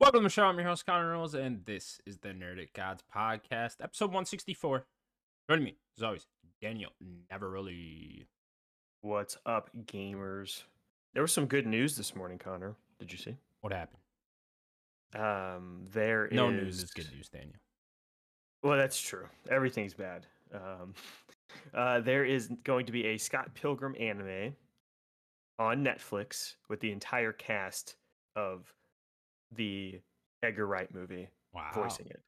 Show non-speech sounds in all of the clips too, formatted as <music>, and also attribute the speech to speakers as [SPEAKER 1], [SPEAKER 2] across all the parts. [SPEAKER 1] Welcome to the show. I'm your host, Connor Reynolds, and this is the Nerd at Gods podcast, episode 164. Joining me, as always, Daniel Navaroli.
[SPEAKER 2] What's up, gamers? There was some good news this morning, Connor. Did you see?
[SPEAKER 1] What happened?
[SPEAKER 2] Um, there
[SPEAKER 1] No news
[SPEAKER 2] is-
[SPEAKER 1] is good news, Daniel.
[SPEAKER 2] Well, that's true. Everything's bad. Um, <laughs> uh, there is going to be a Scott Pilgrim anime on Netflix with the entire cast of the Edgar Wright movie
[SPEAKER 1] Wow.
[SPEAKER 2] voicing it,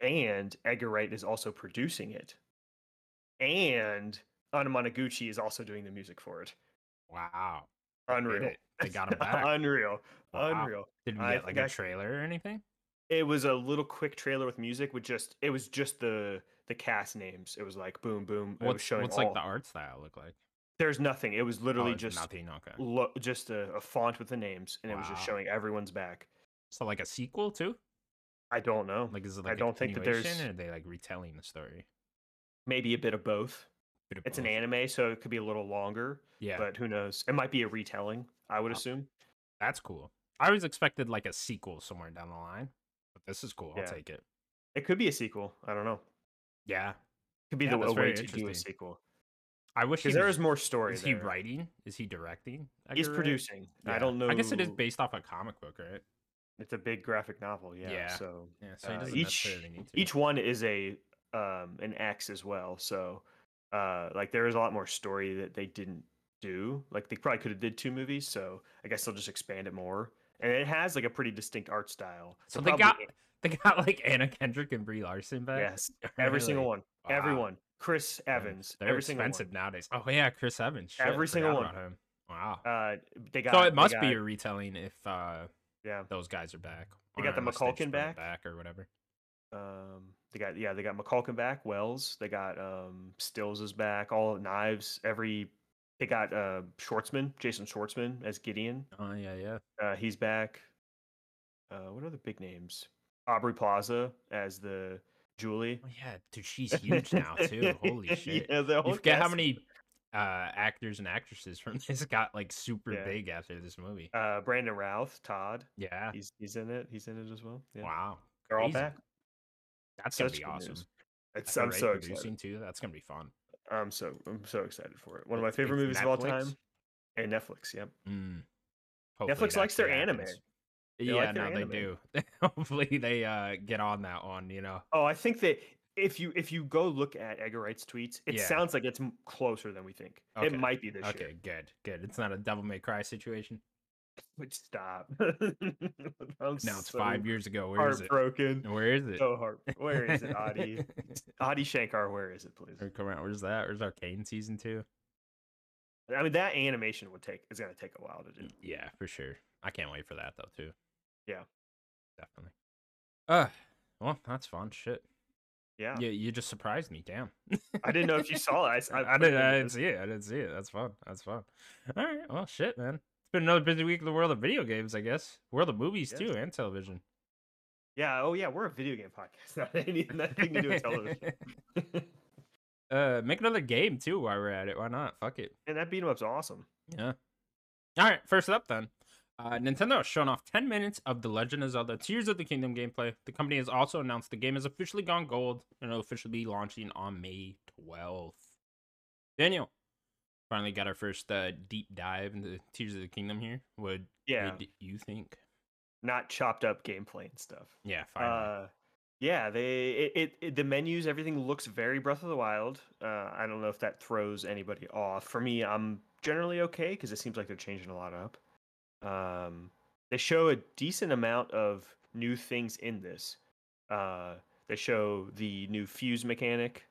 [SPEAKER 2] and Edgar Wright is also producing it, and Anna Monoguchi is also doing the music for it. <laughs>
[SPEAKER 1] Wow.
[SPEAKER 2] Unreal.
[SPEAKER 1] it. They got 'em back.
[SPEAKER 2] Unreal.
[SPEAKER 1] Wow.
[SPEAKER 2] Unreal.
[SPEAKER 1] Did we
[SPEAKER 2] I
[SPEAKER 1] get like
[SPEAKER 2] think
[SPEAKER 1] a
[SPEAKER 2] I-
[SPEAKER 1] trailer or anything?
[SPEAKER 2] It was a little quick trailer with music with just it was just the the cast names. It was like boom boom. it was
[SPEAKER 1] What's,
[SPEAKER 2] showing
[SPEAKER 1] what's
[SPEAKER 2] all.
[SPEAKER 1] like the art style look like? Oh,
[SPEAKER 2] There's nothing. It was literally
[SPEAKER 1] it's
[SPEAKER 2] just
[SPEAKER 1] nothing. Okay.
[SPEAKER 2] lo- just a, a font with the names, and it was just
[SPEAKER 1] Wow.
[SPEAKER 2] showing everyone's back.
[SPEAKER 1] So like a sequel too?
[SPEAKER 2] I don't know.
[SPEAKER 1] Like is it
[SPEAKER 2] I
[SPEAKER 1] like a
[SPEAKER 2] don't think that
[SPEAKER 1] continuation,
[SPEAKER 2] there's-
[SPEAKER 1] or are they like retelling the story?
[SPEAKER 2] Maybe a bit of both.
[SPEAKER 1] Bit of
[SPEAKER 2] It's an
[SPEAKER 1] both.
[SPEAKER 2] anime, so it could be a little longer,
[SPEAKER 1] Yeah,
[SPEAKER 2] but who knows? It might be a retelling. I would
[SPEAKER 1] Wow.
[SPEAKER 2] assume.
[SPEAKER 1] that's cool. I always expected like a sequel somewhere down the line, but this is cool.
[SPEAKER 2] Yeah.
[SPEAKER 1] I'll take it.
[SPEAKER 2] It could be a sequel. I don't know.
[SPEAKER 1] Yeah,
[SPEAKER 2] Could be
[SPEAKER 1] Yeah,
[SPEAKER 2] the
[SPEAKER 1] that's
[SPEAKER 2] a way
[SPEAKER 1] very
[SPEAKER 2] to do a
[SPEAKER 1] interesting.
[SPEAKER 2] sequel
[SPEAKER 1] I wish he
[SPEAKER 2] because there
[SPEAKER 1] was-
[SPEAKER 2] is more story.
[SPEAKER 1] Is he
[SPEAKER 2] there.
[SPEAKER 1] writing? Is he directing?
[SPEAKER 2] He's
[SPEAKER 1] Edgar Wright?
[SPEAKER 2] producing. I
[SPEAKER 1] Yeah.
[SPEAKER 2] don't know.
[SPEAKER 1] I guess it is based off a comic book, right?
[SPEAKER 2] It's a big graphic novel. Yeah.
[SPEAKER 1] Yeah.
[SPEAKER 2] So
[SPEAKER 1] Yeah, so he
[SPEAKER 2] Uh,
[SPEAKER 1] doesn't
[SPEAKER 2] each-
[SPEAKER 1] necessarily need to.
[SPEAKER 2] each one is a um an X as well. So uh like there is a lot more story that they didn't do. Like they probably could have did two movies, so I guess they'll just expand it more. And it has like a pretty distinct art style.
[SPEAKER 1] So
[SPEAKER 2] It
[SPEAKER 1] they
[SPEAKER 2] probably-
[SPEAKER 1] got <laughs> they got like Anna Kendrick and Brie Larson back. <laughs>
[SPEAKER 2] yes, every single
[SPEAKER 1] Really?
[SPEAKER 2] one.
[SPEAKER 1] Wow.
[SPEAKER 2] Everyone. Chris
[SPEAKER 1] Yeah,
[SPEAKER 2] Evans.
[SPEAKER 1] They're
[SPEAKER 2] every
[SPEAKER 1] expensive nowadays. Oh yeah, Chris Evans. Shit,
[SPEAKER 2] Every single
[SPEAKER 1] forgot
[SPEAKER 2] one.
[SPEAKER 1] about him. Wow.
[SPEAKER 2] single one. Uh they got
[SPEAKER 1] so
[SPEAKER 2] they
[SPEAKER 1] it must be
[SPEAKER 2] got-
[SPEAKER 1] a retelling if uh,
[SPEAKER 2] yeah.
[SPEAKER 1] those guys are back.
[SPEAKER 2] They
[SPEAKER 1] or
[SPEAKER 2] got the
[SPEAKER 1] unless they just
[SPEAKER 2] McCulkin
[SPEAKER 1] brought it
[SPEAKER 2] back?
[SPEAKER 1] back or whatever.
[SPEAKER 2] Um they got yeah, they got McCulkin back, Wells, they got um Stills is back, all knives, every they got uh Schwartzman, Jason Schwartzman as Gideon.
[SPEAKER 1] Oh yeah, yeah.
[SPEAKER 2] Uh, he's back. Uh, what are the big names? Aubrey Plaza as the Julie.
[SPEAKER 1] Oh, yeah, dude, she's huge now
[SPEAKER 2] <laughs>
[SPEAKER 1] too. Holy shit!
[SPEAKER 2] Yeah, the
[SPEAKER 1] you
[SPEAKER 2] whole
[SPEAKER 1] forget how
[SPEAKER 2] cast-
[SPEAKER 1] many uh, actors and actresses from <laughs> this got like super
[SPEAKER 2] Yeah.
[SPEAKER 1] big after this movie.
[SPEAKER 2] Uh, Brandon Routh, Todd.
[SPEAKER 1] yeah.
[SPEAKER 2] He's he's in it. He's in it as well. Yeah.
[SPEAKER 1] Ah. Wow.
[SPEAKER 2] They're all
[SPEAKER 1] crazy.
[SPEAKER 2] back.
[SPEAKER 1] That's gonna
[SPEAKER 2] Such
[SPEAKER 1] be
[SPEAKER 2] good
[SPEAKER 1] awesome.
[SPEAKER 2] news.
[SPEAKER 1] Edgar
[SPEAKER 2] It's, I'm
[SPEAKER 1] Wright
[SPEAKER 2] so
[SPEAKER 1] producing
[SPEAKER 2] excited.
[SPEAKER 1] too. That's gonna be fun.
[SPEAKER 2] I'm so I'm so excited for it. One of my
[SPEAKER 1] It's-
[SPEAKER 2] favorite
[SPEAKER 1] it's
[SPEAKER 2] movies of all
[SPEAKER 1] Netflix?
[SPEAKER 2] time. And Netflix. Yep.
[SPEAKER 1] Mm.
[SPEAKER 2] Netflix
[SPEAKER 1] that
[SPEAKER 2] likes their
[SPEAKER 1] shit
[SPEAKER 2] anime.
[SPEAKER 1] happens.
[SPEAKER 2] They
[SPEAKER 1] yeah,
[SPEAKER 2] like
[SPEAKER 1] no,
[SPEAKER 2] their
[SPEAKER 1] they
[SPEAKER 2] anime.
[SPEAKER 1] do. <laughs> Hopefully, they uh, get on that one. You know,
[SPEAKER 2] Oh, I think that if you if you go look at Edgar Wright's tweets, it
[SPEAKER 1] Yeah.
[SPEAKER 2] sounds like it's m- closer than we think.
[SPEAKER 1] Okay.
[SPEAKER 2] It might be this year.
[SPEAKER 1] okay, good, good. It's not a Devil May Cry situation.
[SPEAKER 2] Would stop. <laughs> I'm
[SPEAKER 1] Now it's
[SPEAKER 2] so
[SPEAKER 1] five years ago. Where is it?
[SPEAKER 2] heartbroken.
[SPEAKER 1] Where is it?
[SPEAKER 2] So heart. Where is it, Adi? Adi Shankar, where is it, please?
[SPEAKER 1] <laughs> Or come out. Where's that? Where's Arcane season two?
[SPEAKER 2] I mean, that animation would take. It's gonna take a while to do.
[SPEAKER 1] Yeah, for sure. I can't wait for that though too.
[SPEAKER 2] Yeah.
[SPEAKER 1] definitely. Uh, well, that's fun. Shit.
[SPEAKER 2] Yeah,
[SPEAKER 1] Yeah, you just surprised me. Damn.
[SPEAKER 2] <laughs> I didn't know
[SPEAKER 1] <laughs>
[SPEAKER 2] if you saw it. I s- I,
[SPEAKER 1] I,
[SPEAKER 2] put
[SPEAKER 1] didn't,
[SPEAKER 2] it in
[SPEAKER 1] I
[SPEAKER 2] the-
[SPEAKER 1] didn't see it. I didn't see it. That's fun. That's fun. All right. Well, shit, man. It's been another busy week in the world of video games, I guess. World of movies,
[SPEAKER 2] Yes.
[SPEAKER 1] too, and television.
[SPEAKER 2] <laughs> Yeah. Oh yeah, we're a video game podcast. <laughs> Not any nothing to do
[SPEAKER 1] <laughs>
[SPEAKER 2] with television.
[SPEAKER 1] uh, make another game, too, while we're at it. Why not? Fuck it.
[SPEAKER 2] and that beat 'em up's awesome.
[SPEAKER 1] Yeah. All right. First up, then. Uh, Nintendo has shown off 10 minutes of The Legend of Zelda Tears of the Kingdom gameplay. The company has also announced the game has officially gone gold and it'll officially be launching on May 12th. Daniel, finally got our first uh, deep dive into Tears of the Kingdom here. What
[SPEAKER 2] Yeah.
[SPEAKER 1] did you think?
[SPEAKER 2] Not chopped up gameplay and stuff.
[SPEAKER 1] Yeah, finally.
[SPEAKER 2] Uh, yeah, they it, it, it the menus everything looks very Breath of the Wild. Uh, I don't know if that throws anybody off. For me, I'm generally okay because it seems like they're changing a lot up. Um, they show a decent amount of new things in this. Uh, they show the new fuse mechanic,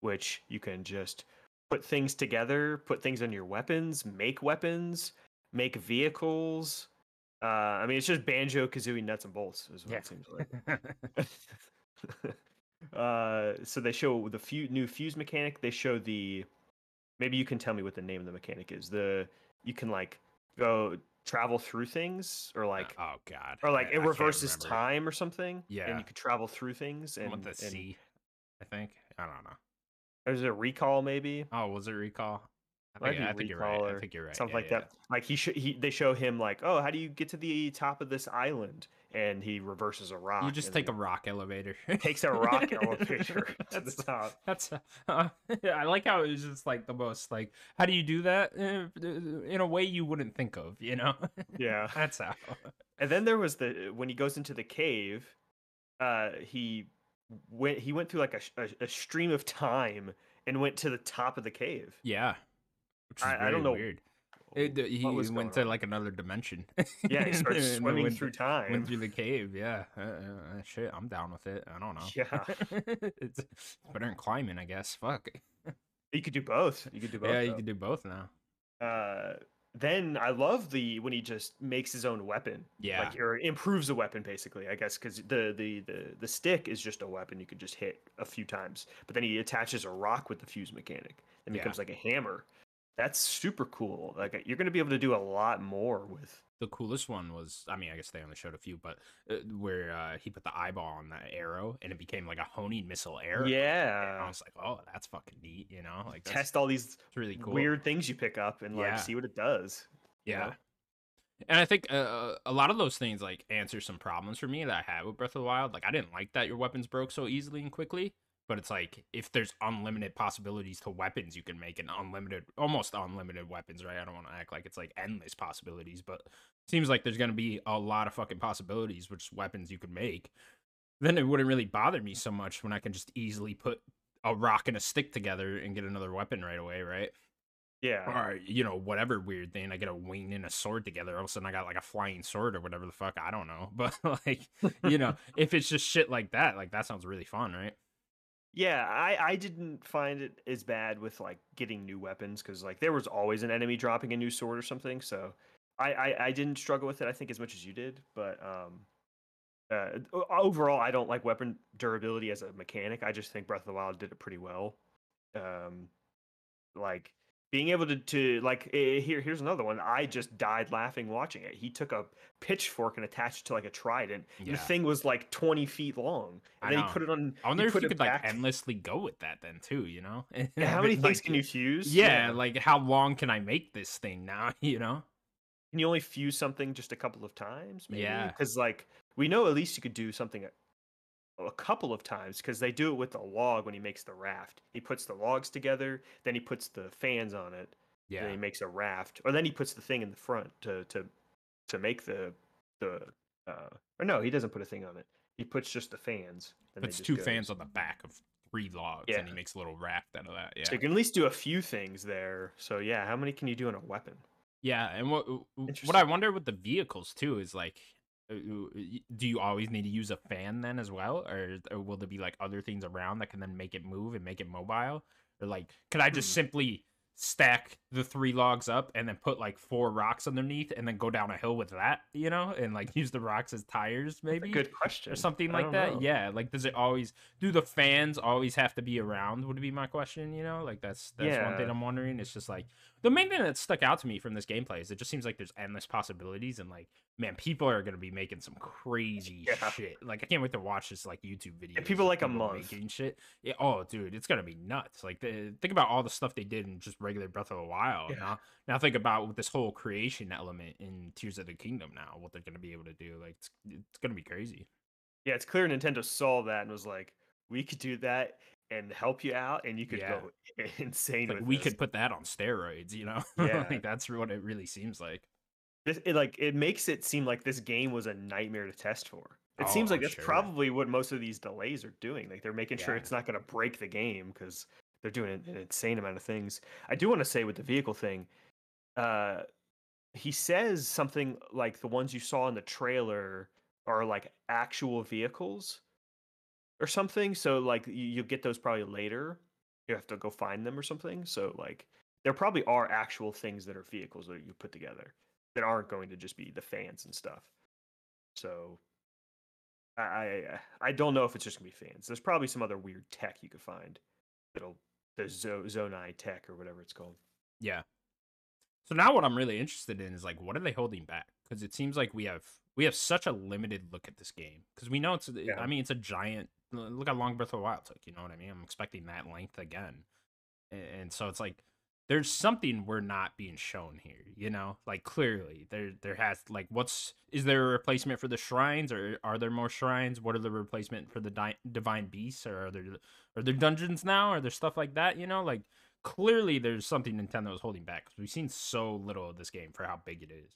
[SPEAKER 2] which you can just put things together, put things on your weapons, make weapons, make vehicles. Uh, I mean, it's just Banjo Kazooie nuts and bolts is what
[SPEAKER 1] Yeah.
[SPEAKER 2] it seems like.
[SPEAKER 1] <laughs>
[SPEAKER 2] <laughs> uh, so they show the few new fuse mechanic. They show the maybe you can tell me what the name of the mechanic is. The you can like go travel through things or like
[SPEAKER 1] oh god.
[SPEAKER 2] or like
[SPEAKER 1] I- I
[SPEAKER 2] it
[SPEAKER 1] can't
[SPEAKER 2] reverses
[SPEAKER 1] remember.
[SPEAKER 2] time or something. and
[SPEAKER 1] Yeah.
[SPEAKER 2] you could travel through things
[SPEAKER 1] I
[SPEAKER 2] and,
[SPEAKER 1] want the
[SPEAKER 2] and
[SPEAKER 1] C, I think. I don't know.
[SPEAKER 2] there's a recall maybe.
[SPEAKER 1] Oh, was it recall? I think,
[SPEAKER 2] Might be
[SPEAKER 1] I think you're right.
[SPEAKER 2] Recall
[SPEAKER 1] I
[SPEAKER 2] or
[SPEAKER 1] think you're right.
[SPEAKER 2] something
[SPEAKER 1] yeah,
[SPEAKER 2] like
[SPEAKER 1] yeah.
[SPEAKER 2] that. Like he, sh- he, they show him like, oh, how do you get to the top of this island? And he reverses a rock.
[SPEAKER 1] You just
[SPEAKER 2] and
[SPEAKER 1] take a
[SPEAKER 2] then
[SPEAKER 1] rock elevator.
[SPEAKER 2] <laughs> takes
[SPEAKER 1] <laughs>
[SPEAKER 2] a rock elevator to the
[SPEAKER 1] That's-
[SPEAKER 2] top.
[SPEAKER 1] That's uh, <laughs> I like how it was just like the most like how do you do that Eh, in a way you wouldn't think of you know <laughs>
[SPEAKER 2] Yeah.
[SPEAKER 1] that's
[SPEAKER 2] <laughs>
[SPEAKER 1] how
[SPEAKER 2] And then there was the when he goes into the cave, uh, he went he went through like a, sh- a, a stream of time and went to the top of the cave.
[SPEAKER 1] yeah which is
[SPEAKER 2] I- I
[SPEAKER 1] very
[SPEAKER 2] don't know
[SPEAKER 1] weird it,
[SPEAKER 2] What
[SPEAKER 1] he
[SPEAKER 2] was
[SPEAKER 1] went
[SPEAKER 2] going
[SPEAKER 1] to
[SPEAKER 2] on?
[SPEAKER 1] like another dimension <laughs>
[SPEAKER 2] yeah, he <laughs>
[SPEAKER 1] And
[SPEAKER 2] starts
[SPEAKER 1] then
[SPEAKER 2] swimming
[SPEAKER 1] went-
[SPEAKER 2] through time.
[SPEAKER 1] went through the cave yeah uh, uh, uh, shit I'm down with it I don't know
[SPEAKER 2] Yeah.
[SPEAKER 1] <laughs> it's it's better than climbing I guess fuck
[SPEAKER 2] you could do both. You could do both.
[SPEAKER 1] yeah you
[SPEAKER 2] though.
[SPEAKER 1] can do both now
[SPEAKER 2] uh, then I love the when he just makes his own weapon,
[SPEAKER 1] yeah
[SPEAKER 2] like or improves a weapon basically. I guess because the, the the the stick is just a weapon you could just hit a few times, but then he attaches a rock with the fuse mechanic and
[SPEAKER 1] Yeah.
[SPEAKER 2] becomes like a hammer. That's super cool. Like uh, you're going to be able to do a lot more with.
[SPEAKER 1] the coolest one was i mean i guess they only showed a few but uh, where uh, he put the eyeball on the arrow and it became like a honing missile arrow and i
[SPEAKER 2] Yeah,
[SPEAKER 1] was like oh that's fucking neat you know like that's
[SPEAKER 2] test all these
[SPEAKER 1] that's really cool
[SPEAKER 2] weird things you pick up and like
[SPEAKER 1] Yeah.
[SPEAKER 2] see what it does. you
[SPEAKER 1] yeah
[SPEAKER 2] know?
[SPEAKER 1] and i think uh, a lot of those things like answer some problems for me that i had with breath of the wild like i didn't like that your weapons broke so easily and quickly but it's like if there's unlimited possibilities to weapons you can make an unlimited almost unlimited weapons right i don't want to act like it's like endless possibilities but seems like there's going to be a lot of fucking possibilities which weapons you could make then it wouldn't really bother me so much when i can just easily put a rock and a stick together and get another weapon right away right
[SPEAKER 2] Yeah,
[SPEAKER 1] or you know whatever weird thing i get a wing and a sword together all of a sudden i got like a flying sword or whatever the fuck i don't know <laughs> but like you
[SPEAKER 2] <laughs>
[SPEAKER 1] know if it's just shit like that like that sounds really fun right
[SPEAKER 2] Yeah, I I didn't find it as bad with like getting new weapons because like there was always an enemy dropping a new sword or something. So I, I I didn't struggle with it. I think as much as you did, but um, uh, o- overall I don't like weapon durability as a mechanic. I just think Breath of the Wild did it pretty well. Um, like being able to to like eh, here here's another one. I just died laughing watching it. He took a pitchfork and attached it to like a trident. and
[SPEAKER 1] Yeah.
[SPEAKER 2] The thing was like twenty feet long,
[SPEAKER 1] I
[SPEAKER 2] and then
[SPEAKER 1] know.
[SPEAKER 2] he put it on.
[SPEAKER 1] i wonder if
[SPEAKER 2] put
[SPEAKER 1] you
[SPEAKER 2] it
[SPEAKER 1] could
[SPEAKER 2] back-
[SPEAKER 1] like endlessly go with that then too you know <laughs>
[SPEAKER 2] yeah, how many
[SPEAKER 1] Like,
[SPEAKER 2] things can you fuse?
[SPEAKER 1] yeah, like how long can i make this thing now <laughs> you know
[SPEAKER 2] can you only fuse something just a couple of times? Maybe?
[SPEAKER 1] Yeah.
[SPEAKER 2] because like we know at least you could do something a, a couple of times because they do it with the log when he makes the raft. He puts the logs together, then he puts the fans on it, and then
[SPEAKER 1] yeah
[SPEAKER 2] he makes a raft, or then he puts the thing in the front to to to make the the uh, or no, he doesn't put a thing on it. He puts just the fans. then they
[SPEAKER 1] puts
[SPEAKER 2] just
[SPEAKER 1] two
[SPEAKER 2] go.
[SPEAKER 1] fans on the back of three logs
[SPEAKER 2] Yeah.
[SPEAKER 1] and he makes a little raft out of that yeah
[SPEAKER 2] So you can at least do a few things there. So yeah, how many can you do in a weapon?
[SPEAKER 1] Yeah, and what w- w- what I
[SPEAKER 2] Interesting.
[SPEAKER 1] wonder with the vehicles too is like, uh, w- y- do you always need to use a fan then as well, or, is- or will there be like other things around that can then make it move and make it mobile, or like could I just
[SPEAKER 2] Hmm.
[SPEAKER 1] simply stack the three logs up and then put like four rocks underneath and then go down a hill with that, you know, and like <laughs> use the rocks as tires
[SPEAKER 2] That's
[SPEAKER 1] maybe
[SPEAKER 2] a good question.
[SPEAKER 1] or something
[SPEAKER 2] I
[SPEAKER 1] like
[SPEAKER 2] don't
[SPEAKER 1] that?
[SPEAKER 2] know.
[SPEAKER 1] Yeah, like does it always do the fans always have to be around? Would be my question. You know, like that's that's one thing
[SPEAKER 2] Yeah.
[SPEAKER 1] I'm wondering. It's just like the main thing that stuck out to me from this gameplay is it just seems like there's endless possibilities and like man, people are gonna be making some crazy
[SPEAKER 2] Yeah.
[SPEAKER 1] shit. Like I can't wait to watch this like YouTube video.
[SPEAKER 2] people like a month.
[SPEAKER 1] making shit. Yeah, oh dude, it's gonna be nuts. Like the, think about all the stuff they did in just regular Breath of the Wild.
[SPEAKER 2] Yeah.
[SPEAKER 1] Now, now think about with this whole creation element in Tears of the Kingdom. Now what they're gonna be able to do, like it's, it's gonna be crazy.
[SPEAKER 2] Yeah, it's clear Nintendo saw that and was like, "We could do that and help you out, and you could
[SPEAKER 1] Yeah.
[SPEAKER 2] go <laughs> insane."
[SPEAKER 1] like
[SPEAKER 2] with
[SPEAKER 1] we
[SPEAKER 2] this."
[SPEAKER 1] could put that on steroids, you know? <laughs>
[SPEAKER 2] Yeah.
[SPEAKER 1] like that's what it really seems like.
[SPEAKER 2] This- it, like it makes it seem like this game was a nightmare to test for. It seems
[SPEAKER 1] Oh,
[SPEAKER 2] like
[SPEAKER 1] I'm
[SPEAKER 2] that's
[SPEAKER 1] sure.
[SPEAKER 2] probably what most of these delays are doing. Like they're making sure
[SPEAKER 1] Yeah.
[SPEAKER 2] it's not going to break the game because they're doing an, an insane amount of things. I do want to say with the vehicle thing, uh, he says something like the ones you saw in the trailer are like actual vehicles or something. So like you, you'll get those probably later. You have to go find them or something. So like there probably are actual things that are vehicles that you put together that aren't going to just be the fans and stuff. So I I, uh, I don't know if it's just gonna be fans. There's probably some other weird tech you could find that'll the Zo- Zonai tech or whatever it's called.
[SPEAKER 1] Yeah. So now what I'm really interested in is like what are they holding back? Cuz it seems like we have we have such a limited look at this game cuz we know it's
[SPEAKER 2] Yeah.
[SPEAKER 1] I mean it's a giant l- look how long Breath of the Wild took, you know what I mean? I'm expecting that length again. A- And so it's like there's something we're not being shown here, you know? Like clearly there there has like what's is there a replacement for the shrines or are there more shrines? What are the replacement for the di- divine beasts or are there are there dungeons now? Are there stuff like that, you know? Like clearly there's something Nintendo is holding back cuz we've seen so little of this game for how big it is.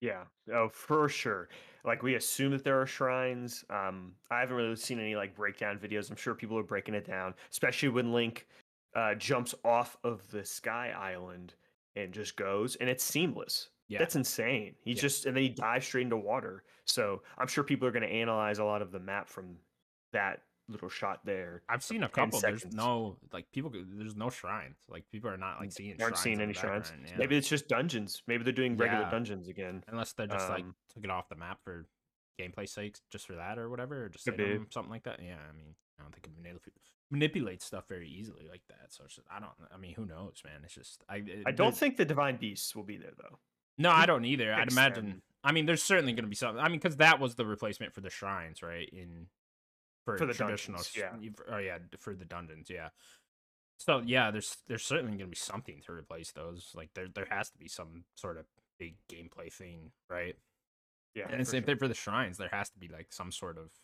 [SPEAKER 2] Yeah. Oh, for sure. Like we assume that there are shrines. Um, I haven't really seen any like breakdown videos. I'm sure people are breaking it down, especially when Link uh, jumps off of the Sky Island and just goes, and it's seamless.
[SPEAKER 1] Yeah.
[SPEAKER 2] That's insane. He
[SPEAKER 1] Yeah.
[SPEAKER 2] just and then he dives straight into water. So I'm sure people are going to analyze a lot of the map from that little shot there.
[SPEAKER 1] I've seen a
[SPEAKER 2] 10
[SPEAKER 1] couple. There's
[SPEAKER 2] seconds.
[SPEAKER 1] no like people. go- There's no shrines. Like people are not like seeing.
[SPEAKER 2] They aren't
[SPEAKER 1] shrines
[SPEAKER 2] seeing
[SPEAKER 1] in
[SPEAKER 2] any
[SPEAKER 1] the
[SPEAKER 2] shrines.
[SPEAKER 1] background, yeah.
[SPEAKER 2] Maybe it's just dungeons. Maybe they're doing regular
[SPEAKER 1] Yeah.
[SPEAKER 2] dungeons again.
[SPEAKER 1] unless they just like
[SPEAKER 2] Um,
[SPEAKER 1] took it off the map for gameplay sakes, just for that or whatever, or just
[SPEAKER 2] Could
[SPEAKER 1] hit
[SPEAKER 2] be.
[SPEAKER 1] 'em, something like that. Yeah, I mean, I don't think it manip- manipulates stuff very easily like that. So it's just, I don't. I mean, who knows, man? It's just I. it-
[SPEAKER 2] I don't
[SPEAKER 1] there's-
[SPEAKER 2] think the divine beasts will be there though.
[SPEAKER 1] No, I don't either. I'd
[SPEAKER 2] fix
[SPEAKER 1] imagine.
[SPEAKER 2] them.
[SPEAKER 1] I mean, there's certainly going to be something. I mean, because that was the replacement for the shrines, right? In for,
[SPEAKER 2] For the
[SPEAKER 1] traditional, s-
[SPEAKER 2] dungeons, yeah.
[SPEAKER 1] y- for- Oh yeah, d- for the dungeons, yeah. So yeah, there's there's certainly going to be something to replace those. Like there there has to be some sort of big gameplay thing, right?
[SPEAKER 2] Yeah.
[SPEAKER 1] and
[SPEAKER 2] for
[SPEAKER 1] same
[SPEAKER 2] sure.
[SPEAKER 1] thing for the shrines. There has to be like some sort of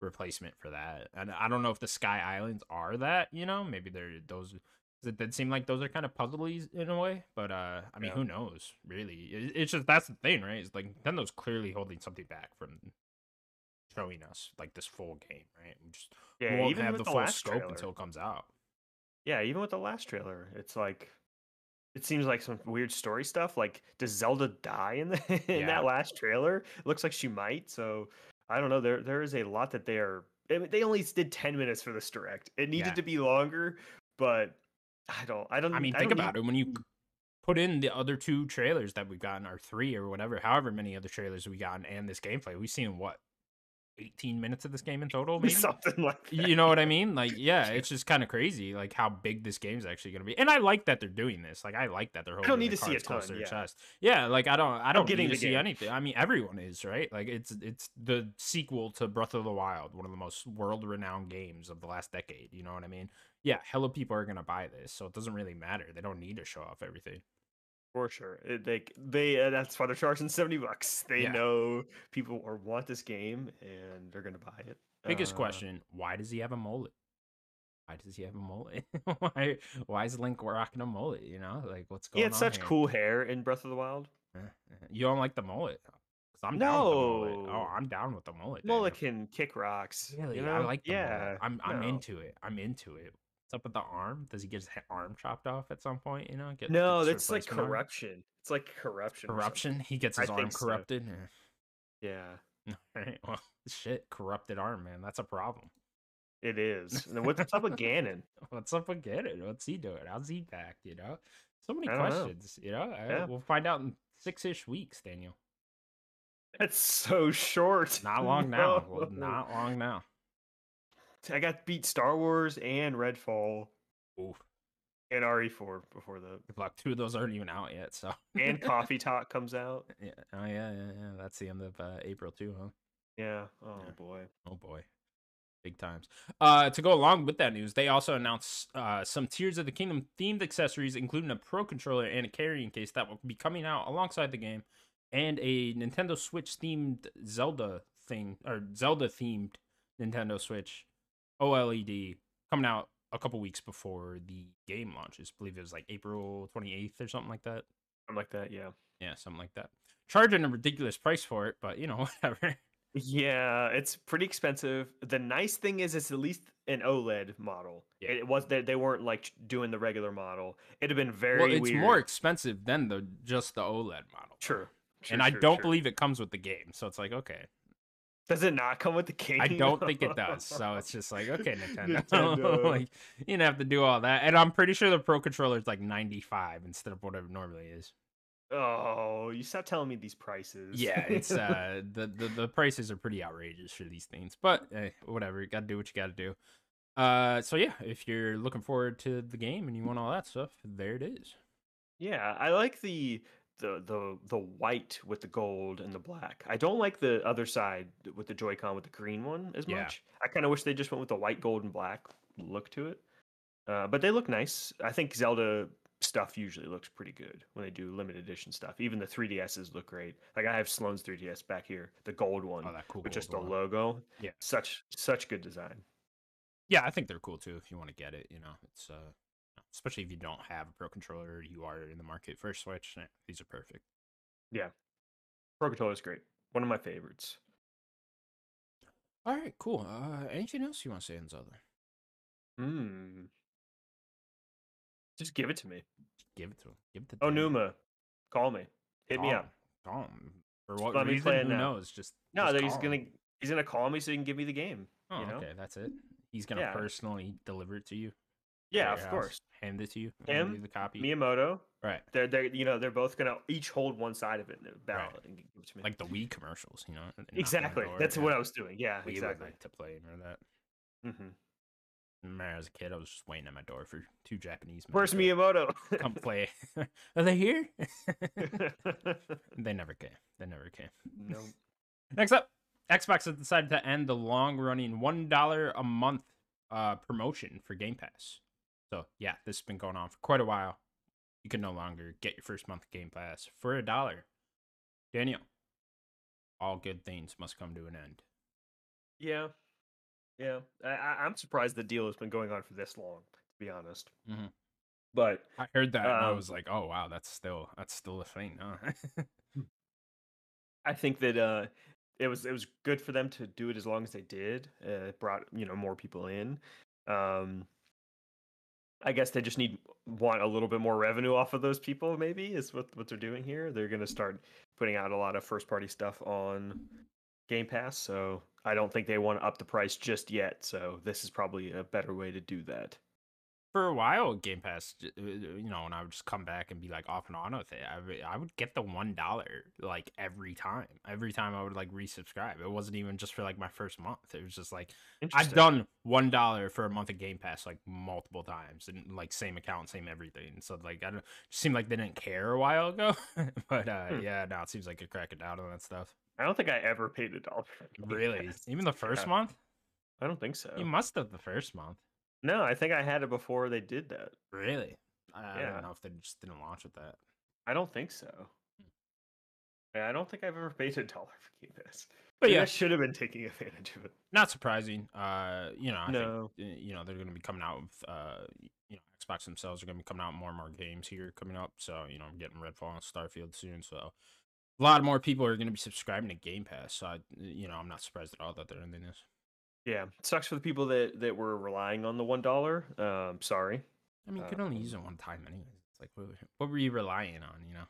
[SPEAKER 1] replacement for that. And I don't know if the Sky Islands are that. You know, maybe they're those. 'cause It did seem like those are kind of puzzly in a way, but uh, I mean,
[SPEAKER 2] Yeah.
[SPEAKER 1] who knows? Really, It- it's just that's the thing, right? It's like Nintendo's clearly holding something back from showing us like this full game, right? We just
[SPEAKER 2] Yeah,
[SPEAKER 1] won't
[SPEAKER 2] even
[SPEAKER 1] have
[SPEAKER 2] with
[SPEAKER 1] the
[SPEAKER 2] the
[SPEAKER 1] full
[SPEAKER 2] last
[SPEAKER 1] scope
[SPEAKER 2] trailer.
[SPEAKER 1] until it comes out.
[SPEAKER 2] Yeah, even with the last trailer, it's like it seems like some weird story stuff. Like, does Zelda die in the <laughs> in
[SPEAKER 1] Yeah.
[SPEAKER 2] that last trailer? It looks like she might. So I don't know. There there is a lot that they are. I mean, they only did ten minutes for this direct. It needed
[SPEAKER 1] Yeah.
[SPEAKER 2] to be longer, but I don't. I don't.
[SPEAKER 1] I mean, think
[SPEAKER 2] don't
[SPEAKER 1] about
[SPEAKER 2] <laughs> need-
[SPEAKER 1] it. When you c- put in the other two trailers that we've gotten, or three, or whatever, however many other trailers we've gotten, and this gameplay, we've seen what, 18 minutes of this game in total, maybe?
[SPEAKER 2] Something like that.
[SPEAKER 1] You know what I mean?
[SPEAKER 2] <laughs>
[SPEAKER 1] Like, yeah, it's just kind of crazy, like how big this game's actually going to be. And I like that they're doing this. Like, I like that they're holding.
[SPEAKER 2] need
[SPEAKER 1] the
[SPEAKER 2] to see a
[SPEAKER 1] cards close
[SPEAKER 2] ton,
[SPEAKER 1] to their
[SPEAKER 2] yeah.
[SPEAKER 1] chest. Yeah, like I don't, I don't
[SPEAKER 2] getting
[SPEAKER 1] need to
[SPEAKER 2] the
[SPEAKER 1] see
[SPEAKER 2] game.
[SPEAKER 1] anything. I mean, everyone is right. Like, it's it's the sequel to Breath of the Wild, one of the most world-renowned games of the last decade. You know what I mean? Yeah, hella people are gonna buy this, so it doesn't really matter. They don't need to show off everything.
[SPEAKER 2] For sure. It, they they uh, that's why they're charging seventy bucks. They
[SPEAKER 1] Yeah.
[SPEAKER 2] know people or want this game, and they're gonna buy it.
[SPEAKER 1] Biggest
[SPEAKER 2] Uh,
[SPEAKER 1] question: Why does he have a mullet? Why does he have a mullet? <laughs> why why is Link rocking a mullet? You know, like what's going
[SPEAKER 2] He
[SPEAKER 1] on?
[SPEAKER 2] had such
[SPEAKER 1] here?
[SPEAKER 2] cool hair in Breath of the Wild.
[SPEAKER 1] Eh, eh. <laughs> You don't like the mullet? 'Cause I'm down with the mullet.
[SPEAKER 2] No.
[SPEAKER 1] Oh, I'm down with the mullet. Daniel.
[SPEAKER 2] Mullet can kick rocks.
[SPEAKER 1] Really,
[SPEAKER 2] you know?
[SPEAKER 1] I like the
[SPEAKER 2] yeah.
[SPEAKER 1] mullet. I'm I'm
[SPEAKER 2] no.
[SPEAKER 1] into it. I'm into it. What's up with the arm? Does he get his he- arm chopped off at some point? You know, get
[SPEAKER 2] No,
[SPEAKER 1] gets
[SPEAKER 2] that's like
[SPEAKER 1] replacement arm?
[SPEAKER 2] corruption. It's like corruption. or something.
[SPEAKER 1] Corruption. He gets
[SPEAKER 2] I
[SPEAKER 1] his arm
[SPEAKER 2] think so.
[SPEAKER 1] corrupted. Eh. <laughs>
[SPEAKER 2] Yeah,
[SPEAKER 1] Alright, well, shit, corrupted arm, man. That's a problem. <laughs>
[SPEAKER 2] it is. And then what's up with Ganon?
[SPEAKER 1] What's up with Ganon? What's he doing? How's he back? You know, so many
[SPEAKER 2] I don't know.
[SPEAKER 1] questions. You know, I-
[SPEAKER 2] Yeah.
[SPEAKER 1] we'll find out in six ish weeks, Daniel.
[SPEAKER 2] That's so short. <laughs>
[SPEAKER 1] Not long now.
[SPEAKER 2] No.
[SPEAKER 1] Well, Not long now.
[SPEAKER 2] I got beat Star Wars and Redfall
[SPEAKER 1] Oof.
[SPEAKER 2] and RE4 before the
[SPEAKER 1] Good luck. Two of those aren't even out yet. So
[SPEAKER 2] and Coffee Talk comes out.
[SPEAKER 1] Yeah. Oh yeah, yeah, yeah. That's the end of uh, April too, huh?
[SPEAKER 2] Yeah. Oh
[SPEAKER 1] Yeah.
[SPEAKER 2] boy.
[SPEAKER 1] Oh boy. Big times. Uh, to go along with that news, they also announced uh, some Tears of the Kingdom themed accessories, including a Pro Controller and a carrying case that will be coming out alongside the game, and a Nintendo Switch themed Zelda thing or Zelda themed Nintendo Switch OLED coming out a couple weeks before the game launches. I believe it was like April 28th or something like that.
[SPEAKER 2] I'm like that. Yeah.
[SPEAKER 1] Yeah, something like that. Charging a ridiculous price for it, but you know, <laughs> whatever.
[SPEAKER 2] Yeah, it's pretty expensive. The nice thing is, it's at least an OLED model.
[SPEAKER 1] Yeah.
[SPEAKER 2] It it was they, they weren't like ch- doing the regular model. It'd have been very
[SPEAKER 1] well, it's
[SPEAKER 2] weird.
[SPEAKER 1] more expensive than the just the OLED model.
[SPEAKER 2] True. true,
[SPEAKER 1] and I
[SPEAKER 2] true,
[SPEAKER 1] don't
[SPEAKER 2] true.
[SPEAKER 1] believe it comes with the game, so it's like okay.
[SPEAKER 2] Does it not come with the game? <laughs>
[SPEAKER 1] I don't think it does, so it's just like okay, Nintendo. <laughs>
[SPEAKER 2] Nintendo.
[SPEAKER 1] like you didn't have to do all that, and I'm pretty sure the Pro Controller is like 95 instead of whatever it normally is.
[SPEAKER 2] Oh, you stop telling me these prices.
[SPEAKER 1] Yeah,
[SPEAKER 2] <laughs>
[SPEAKER 1] it's uh the, the the prices are pretty outrageous for these things, but eh, whatever. You gotta do what you gotta do. Uh, so yeah, if you're looking forward to the game and you want all that stuff, there it is.
[SPEAKER 2] yeah. I like the the the the white with the gold and the black. I don't like the other side with the Joy-Con with the green one as
[SPEAKER 1] Yeah.
[SPEAKER 2] much. I kind of wish they just went with the white, gold, and black look to it. Uh, but they look nice. I think Zelda stuff usually looks pretty good when they do limited edition stuff. Even the 3DSs look great. Like I have Sloan's 3DS back here, the gold one,
[SPEAKER 1] Oh, that cool.
[SPEAKER 2] with just the
[SPEAKER 1] gold one.
[SPEAKER 2] logo.
[SPEAKER 1] Yeah.
[SPEAKER 2] Such such good design.
[SPEAKER 1] Yeah, I think they're cool too. If you want to get it, you know, it's uh, especially if you don't have a pro controller, you are in the market for a Switch. eh, These are perfect.
[SPEAKER 2] Pro Controller is great. One of my favorites.
[SPEAKER 1] All right, cool. Uh, anything else you want to say on Zelda?
[SPEAKER 2] Hmm. Just give it to me.
[SPEAKER 1] Give it to him. Give it to.
[SPEAKER 2] Oh
[SPEAKER 1] Dave.
[SPEAKER 2] Numa, call me. Hit me
[SPEAKER 1] Call
[SPEAKER 2] up.
[SPEAKER 1] him. Call him. For what
[SPEAKER 2] let me
[SPEAKER 1] reason?
[SPEAKER 2] play it
[SPEAKER 1] Who
[SPEAKER 2] now.
[SPEAKER 1] knows? Just
[SPEAKER 2] No,
[SPEAKER 1] just
[SPEAKER 2] that he's
[SPEAKER 1] call him.
[SPEAKER 2] gonna he's gonna call me so he can give me the game.
[SPEAKER 1] Oh,
[SPEAKER 2] you know?
[SPEAKER 1] okay, that's it. He's gonna
[SPEAKER 2] Yeah.
[SPEAKER 1] personally deliver it to you. at
[SPEAKER 2] Yeah,
[SPEAKER 1] your
[SPEAKER 2] of
[SPEAKER 1] house,
[SPEAKER 2] course.
[SPEAKER 1] Hand it to you. hand
[SPEAKER 2] Him,
[SPEAKER 1] you the copy.
[SPEAKER 2] Miyamoto.
[SPEAKER 1] right.
[SPEAKER 2] They're they are you know they're both gonna each hold one side of it in the ballot and give it to me.
[SPEAKER 1] Like the Wii commercials, you know. and knocking on the
[SPEAKER 2] exactly.
[SPEAKER 1] door,
[SPEAKER 2] That's
[SPEAKER 1] yeah.
[SPEAKER 2] what I was doing. Yeah,
[SPEAKER 1] We
[SPEAKER 2] exactly.
[SPEAKER 1] would like to play. Remember that?
[SPEAKER 2] Mm-hmm.
[SPEAKER 1] Remember as a kid, I was just waiting at my door for two Japanese men.
[SPEAKER 2] Where's
[SPEAKER 1] to
[SPEAKER 2] Miyamoto?
[SPEAKER 1] <laughs> Come play. Are they here? <laughs>
[SPEAKER 2] <laughs>
[SPEAKER 1] they never came. They never came.
[SPEAKER 2] no.
[SPEAKER 1] Next up, Xbox has decided to end the long-running one dollar a month uh, promotion for Game Pass. So yeah, this has been going on for quite a while. You can no longer get your first month of Game Pass for a dollar. Daniel, all good things must come to an end.
[SPEAKER 2] Yeah. Yeah. I, I, I'm surprised the deal has been going on for this long, to be honest.
[SPEAKER 1] Mhm.
[SPEAKER 2] But
[SPEAKER 1] I heard that and I
[SPEAKER 2] Um,
[SPEAKER 1] was like, oh wow, that's still that's still a thing, huh? <laughs>
[SPEAKER 2] I think that uh, it was it was good for them to do it as long as they did. Uh, it brought you know more people in. Um, I guess they just need want a little bit more revenue off of those people. Maybe is what what they're doing here. They're going to start putting out a lot of first party stuff on Game Pass. So I don't think they want to up the price just yet. So this is probably a better way to do that.
[SPEAKER 1] for a while Game Pass, j- uh, you know, and I would just come back and be like off and on with it. I would, I would get the one dollar like every time. Every time I would like resubscribe. It wasn't even just for like my first month. It was just like I've
[SPEAKER 2] Interesting.
[SPEAKER 1] done one dollar for a month of Game Pass like multiple times and like same account, same everything. So like I don't it seemed like they didn't care a while ago. <laughs> but uh
[SPEAKER 2] Hmm.
[SPEAKER 1] yeah, now it seems like you're cracking down on that stuff.
[SPEAKER 2] I don't think I ever paid a dollar. for Game
[SPEAKER 1] Really?
[SPEAKER 2] Pass.
[SPEAKER 1] Even the first
[SPEAKER 2] Yeah.
[SPEAKER 1] month?
[SPEAKER 2] I don't think so.
[SPEAKER 1] You must have the first month.
[SPEAKER 2] No, I think I had it before they did that.
[SPEAKER 1] Really? I, I
[SPEAKER 2] Yeah.
[SPEAKER 1] don't know if they just didn't launch with that.
[SPEAKER 2] I don't think so.
[SPEAKER 1] Hmm.
[SPEAKER 2] Yeah, I don't think I've ever paid a dollar <laughs> for Game Pass.
[SPEAKER 1] But
[SPEAKER 2] Maybe
[SPEAKER 1] yeah.
[SPEAKER 2] I should have been taking advantage of it.
[SPEAKER 1] not surprising. Uh, you know, I
[SPEAKER 2] No.
[SPEAKER 1] think uh, you know they're going to be coming out with uh, you know, Xbox themselves are going to be coming out with more and more games here coming up. So you know, I'm getting Redfall and Starfield soon. So a lot more people are going to be subscribing to Game Pass. So I, you know, I'm not surprised at all that they're ending this.
[SPEAKER 2] Yeah, sucks for the people that that were relying on the one dollar. Um, sorry.
[SPEAKER 1] I mean, you can only use it
[SPEAKER 2] Um,
[SPEAKER 1] one time anyway. It's like what, were- what were you relying on? You know,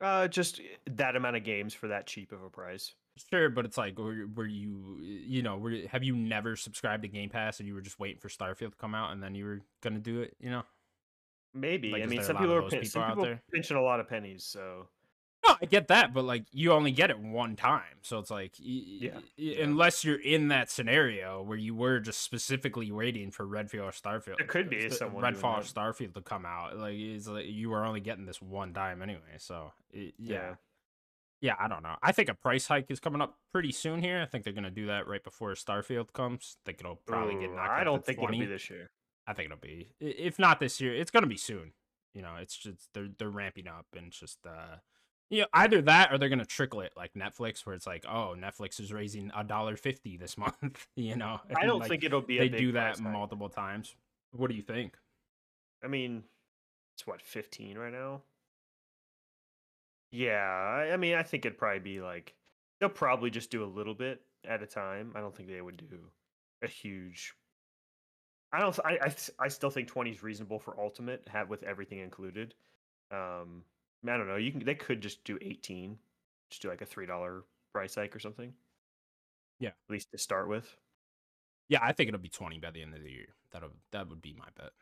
[SPEAKER 2] Uh, just that amount of games for that cheap of a price.
[SPEAKER 1] sure, but it's like were, were you you know were, have you never subscribed to Game Pass and you were just waiting for Starfield to come out and then you were going to do it? You know.
[SPEAKER 2] Maybe.
[SPEAKER 1] Like,
[SPEAKER 2] I
[SPEAKER 1] is
[SPEAKER 2] mean,
[SPEAKER 1] there a
[SPEAKER 2] some
[SPEAKER 1] lot of
[SPEAKER 2] people are
[SPEAKER 1] those
[SPEAKER 2] pin-
[SPEAKER 1] people
[SPEAKER 2] some
[SPEAKER 1] out
[SPEAKER 2] people
[SPEAKER 1] there?
[SPEAKER 2] pinching a lot of pennies. So
[SPEAKER 1] No, I get that, but like you only get it one time, so it's like, y-
[SPEAKER 2] Yeah,
[SPEAKER 1] y-
[SPEAKER 2] yeah.
[SPEAKER 1] unless you're in that scenario where you were just specifically waiting for Redfield or Starfield,
[SPEAKER 2] There could be
[SPEAKER 1] uh,
[SPEAKER 2] someone doing
[SPEAKER 1] Redfall or
[SPEAKER 2] that.
[SPEAKER 1] Starfield to come out. Like, it's like you were only getting this one time anyway. So, it, yeah,
[SPEAKER 2] Yeah.
[SPEAKER 1] yeah, I don't know. I think a price hike is coming up pretty soon here. I think they're gonna do that right before Starfield comes. I think it'll probably get
[SPEAKER 2] ooh,
[SPEAKER 1] knocked.
[SPEAKER 2] I
[SPEAKER 1] up
[SPEAKER 2] don't
[SPEAKER 1] to
[SPEAKER 2] think
[SPEAKER 1] 20.
[SPEAKER 2] it'll be this year.
[SPEAKER 1] I think it'll be i- if not this year, it's gonna be soon. You know, it's just they're they're ramping up and it's just uh you know, either that or they're gonna trickle it like Netflix where it's like, oh, Netflix is raising a dollar fifty this <laughs> month, you know.
[SPEAKER 2] I
[SPEAKER 1] and,
[SPEAKER 2] don't
[SPEAKER 1] like,
[SPEAKER 2] think it'll be. A
[SPEAKER 1] they
[SPEAKER 2] big
[SPEAKER 1] do that
[SPEAKER 2] price hike.
[SPEAKER 1] multiple times. What do you think?
[SPEAKER 2] I mean, it's what fifteen right now. Yeah, I, I mean, I think it'd probably be like they'll probably just do a little bit at a time. I don't think they would do a huge. I don't. th- I I, s- I still think twenty is reasonable for ultimate, have with everything included. Um, I don't know. You can. They could just do eighteen. Just do like a three dollar price hike or something.
[SPEAKER 1] Yeah.
[SPEAKER 2] At least to start with.
[SPEAKER 1] Yeah, I think it'll be twenty by the end of the year. That'll that would be my bet.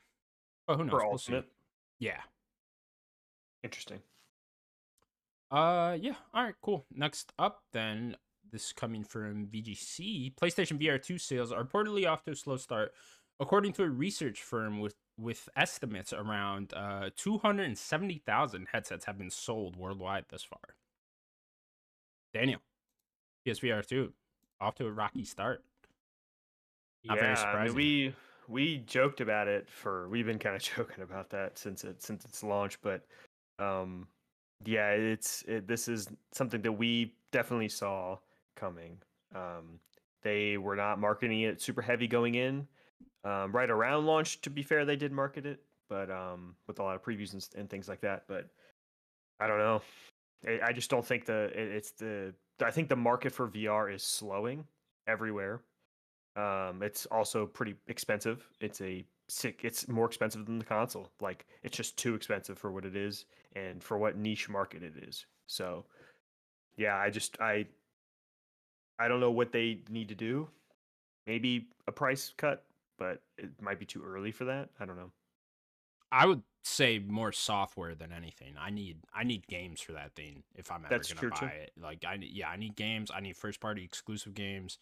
[SPEAKER 1] But who knows?
[SPEAKER 2] For
[SPEAKER 1] We'll see.
[SPEAKER 2] ultimate.
[SPEAKER 1] Yeah.
[SPEAKER 2] Interesting.
[SPEAKER 1] Uh, yeah. All right, cool. Next up, then, this coming from VGC PlayStation VR 2 sales are reportedly off to a slow start, according to a research firm with with estimates around uh 270,000 headsets have been sold worldwide thus far. Daniel, PSVR 2 off to a rocky start. Not very
[SPEAKER 2] yeah, I mean,
[SPEAKER 1] surprising.
[SPEAKER 2] we we joked about it for we've been kind of <laughs> joking about that since it since its launch, but um, yeah, it's it, this is something that we definitely saw coming. Um, they were not marketing it super heavy going in. Um, right around launch, to be fair, they did market it, but um, with a lot of previews and, s- and things like that. But I don't know. I, I just don't think the it, it's the I think the market for VR is slowing everywhere. Um, it's also pretty expensive. It's a sick. It's more expensive than the console. Like it's just too expensive for what it is and for what niche market it is. So, yeah, I just I I don't know what they need to do. Maybe a price cut, but it might be too early for that. I don't know.
[SPEAKER 1] I would say more software than anything. I need I need games for that thing if I'm ever
[SPEAKER 2] That's
[SPEAKER 1] gonna
[SPEAKER 2] true,
[SPEAKER 1] buy
[SPEAKER 2] too.
[SPEAKER 1] it. Like I need yeah, I need games. I need first party exclusive games.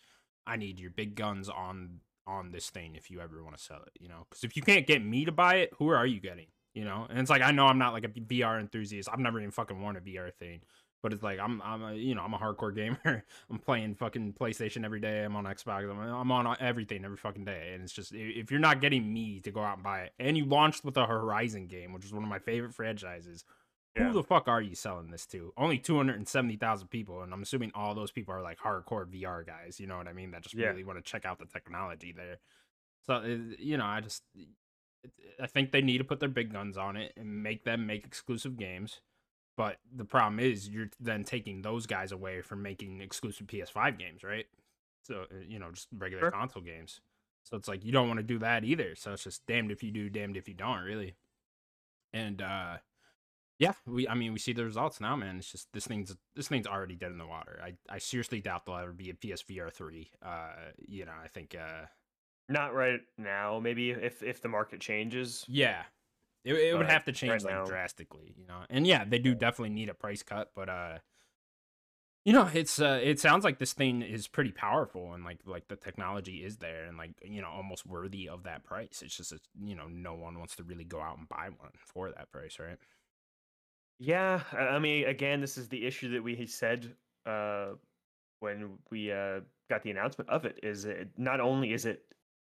[SPEAKER 1] I need your big guns on on this thing if you ever want to sell it. You know, because if you can't get me to buy it, who are you getting? You know, and it's like I know I'm not like a VR enthusiast. I've never even fucking worn a VR thing. But it's like I'm, I'm a, you know, I'm a hardcore <laughs> gamer. I'm playing fucking PlayStation every day. I'm on Xbox. I'm, I'm on everything every fucking day. And it's just i- if you're not getting me to go out and buy it, and you launched with a Horizon game, which is one of my favorite franchises,
[SPEAKER 2] Yeah.
[SPEAKER 1] who the fuck are you selling this to? Only 270,000 people, and I'm assuming all those people are like hardcore VR guys. You know what I mean? That just
[SPEAKER 2] Yeah.
[SPEAKER 1] really want to check out the technology there. So uh, you know, I just I think they need to put their big guns on it and make them make exclusive games. But the problem is, you're then taking those guys away from making exclusive PS5 games, right? So uh, you know, just regular
[SPEAKER 2] Sure.
[SPEAKER 1] console games. So it's like you don't want to do that either. So it's just damned if you do, damned if you don't, really. And uh yeah, we I mean we see the results now, man. It's just this thing's this thing's already dead in the water. I I seriously doubt there'll ever be a PSVR three. Uh, you know, I think uh
[SPEAKER 2] Not right now. Maybe if if the market changes.
[SPEAKER 1] yeah. It, it would
[SPEAKER 2] But
[SPEAKER 1] have to change like
[SPEAKER 2] now-
[SPEAKER 1] drastically, you know. And yeah, they do definitely need a price cut, but uh you know, it's uh it sounds like this thing is pretty powerful and like like the technology is there and like you know, almost worthy of that price. It's just it's, you know, no one wants to really go out and buy one for that price, right?
[SPEAKER 2] Yeah, I I mean, again, this is the issue that we had said uh, when we uh, got the announcement of it. Is it not only is it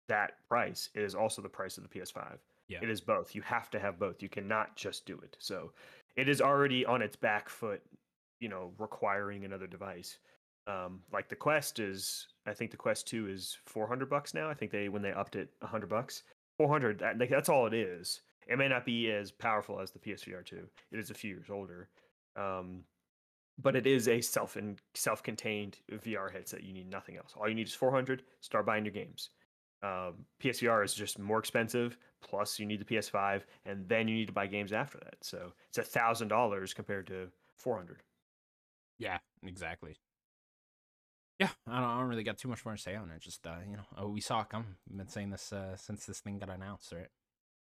[SPEAKER 2] that price, it is also the price of the PS5.
[SPEAKER 1] Yeah.
[SPEAKER 2] It is both. You have to have both. You cannot just do it. So it is already on its back foot, you know, requiring another device. Um, like the Quest is, I think the Quest 2 is 400 bucks now. I think they, when they upped it 100 bucks, 400, that, like, that's all it is. It may not be as powerful as the PSVR 2. It is a few years older. Um, but it is a self and self-contained VR headset. You need nothing else. All you need is 400. Start buying your games um, PSVR is just more expensive. Plus, you need the PS5, and then you need to buy games after that. So it's a thousand dollars compared to four hundred.
[SPEAKER 1] Yeah, exactly. Yeah, I don't, I don't really got too much more to say on it. Just uh, you know, oh, we saw it coming. I've been saying this uh, since this thing got announced, right?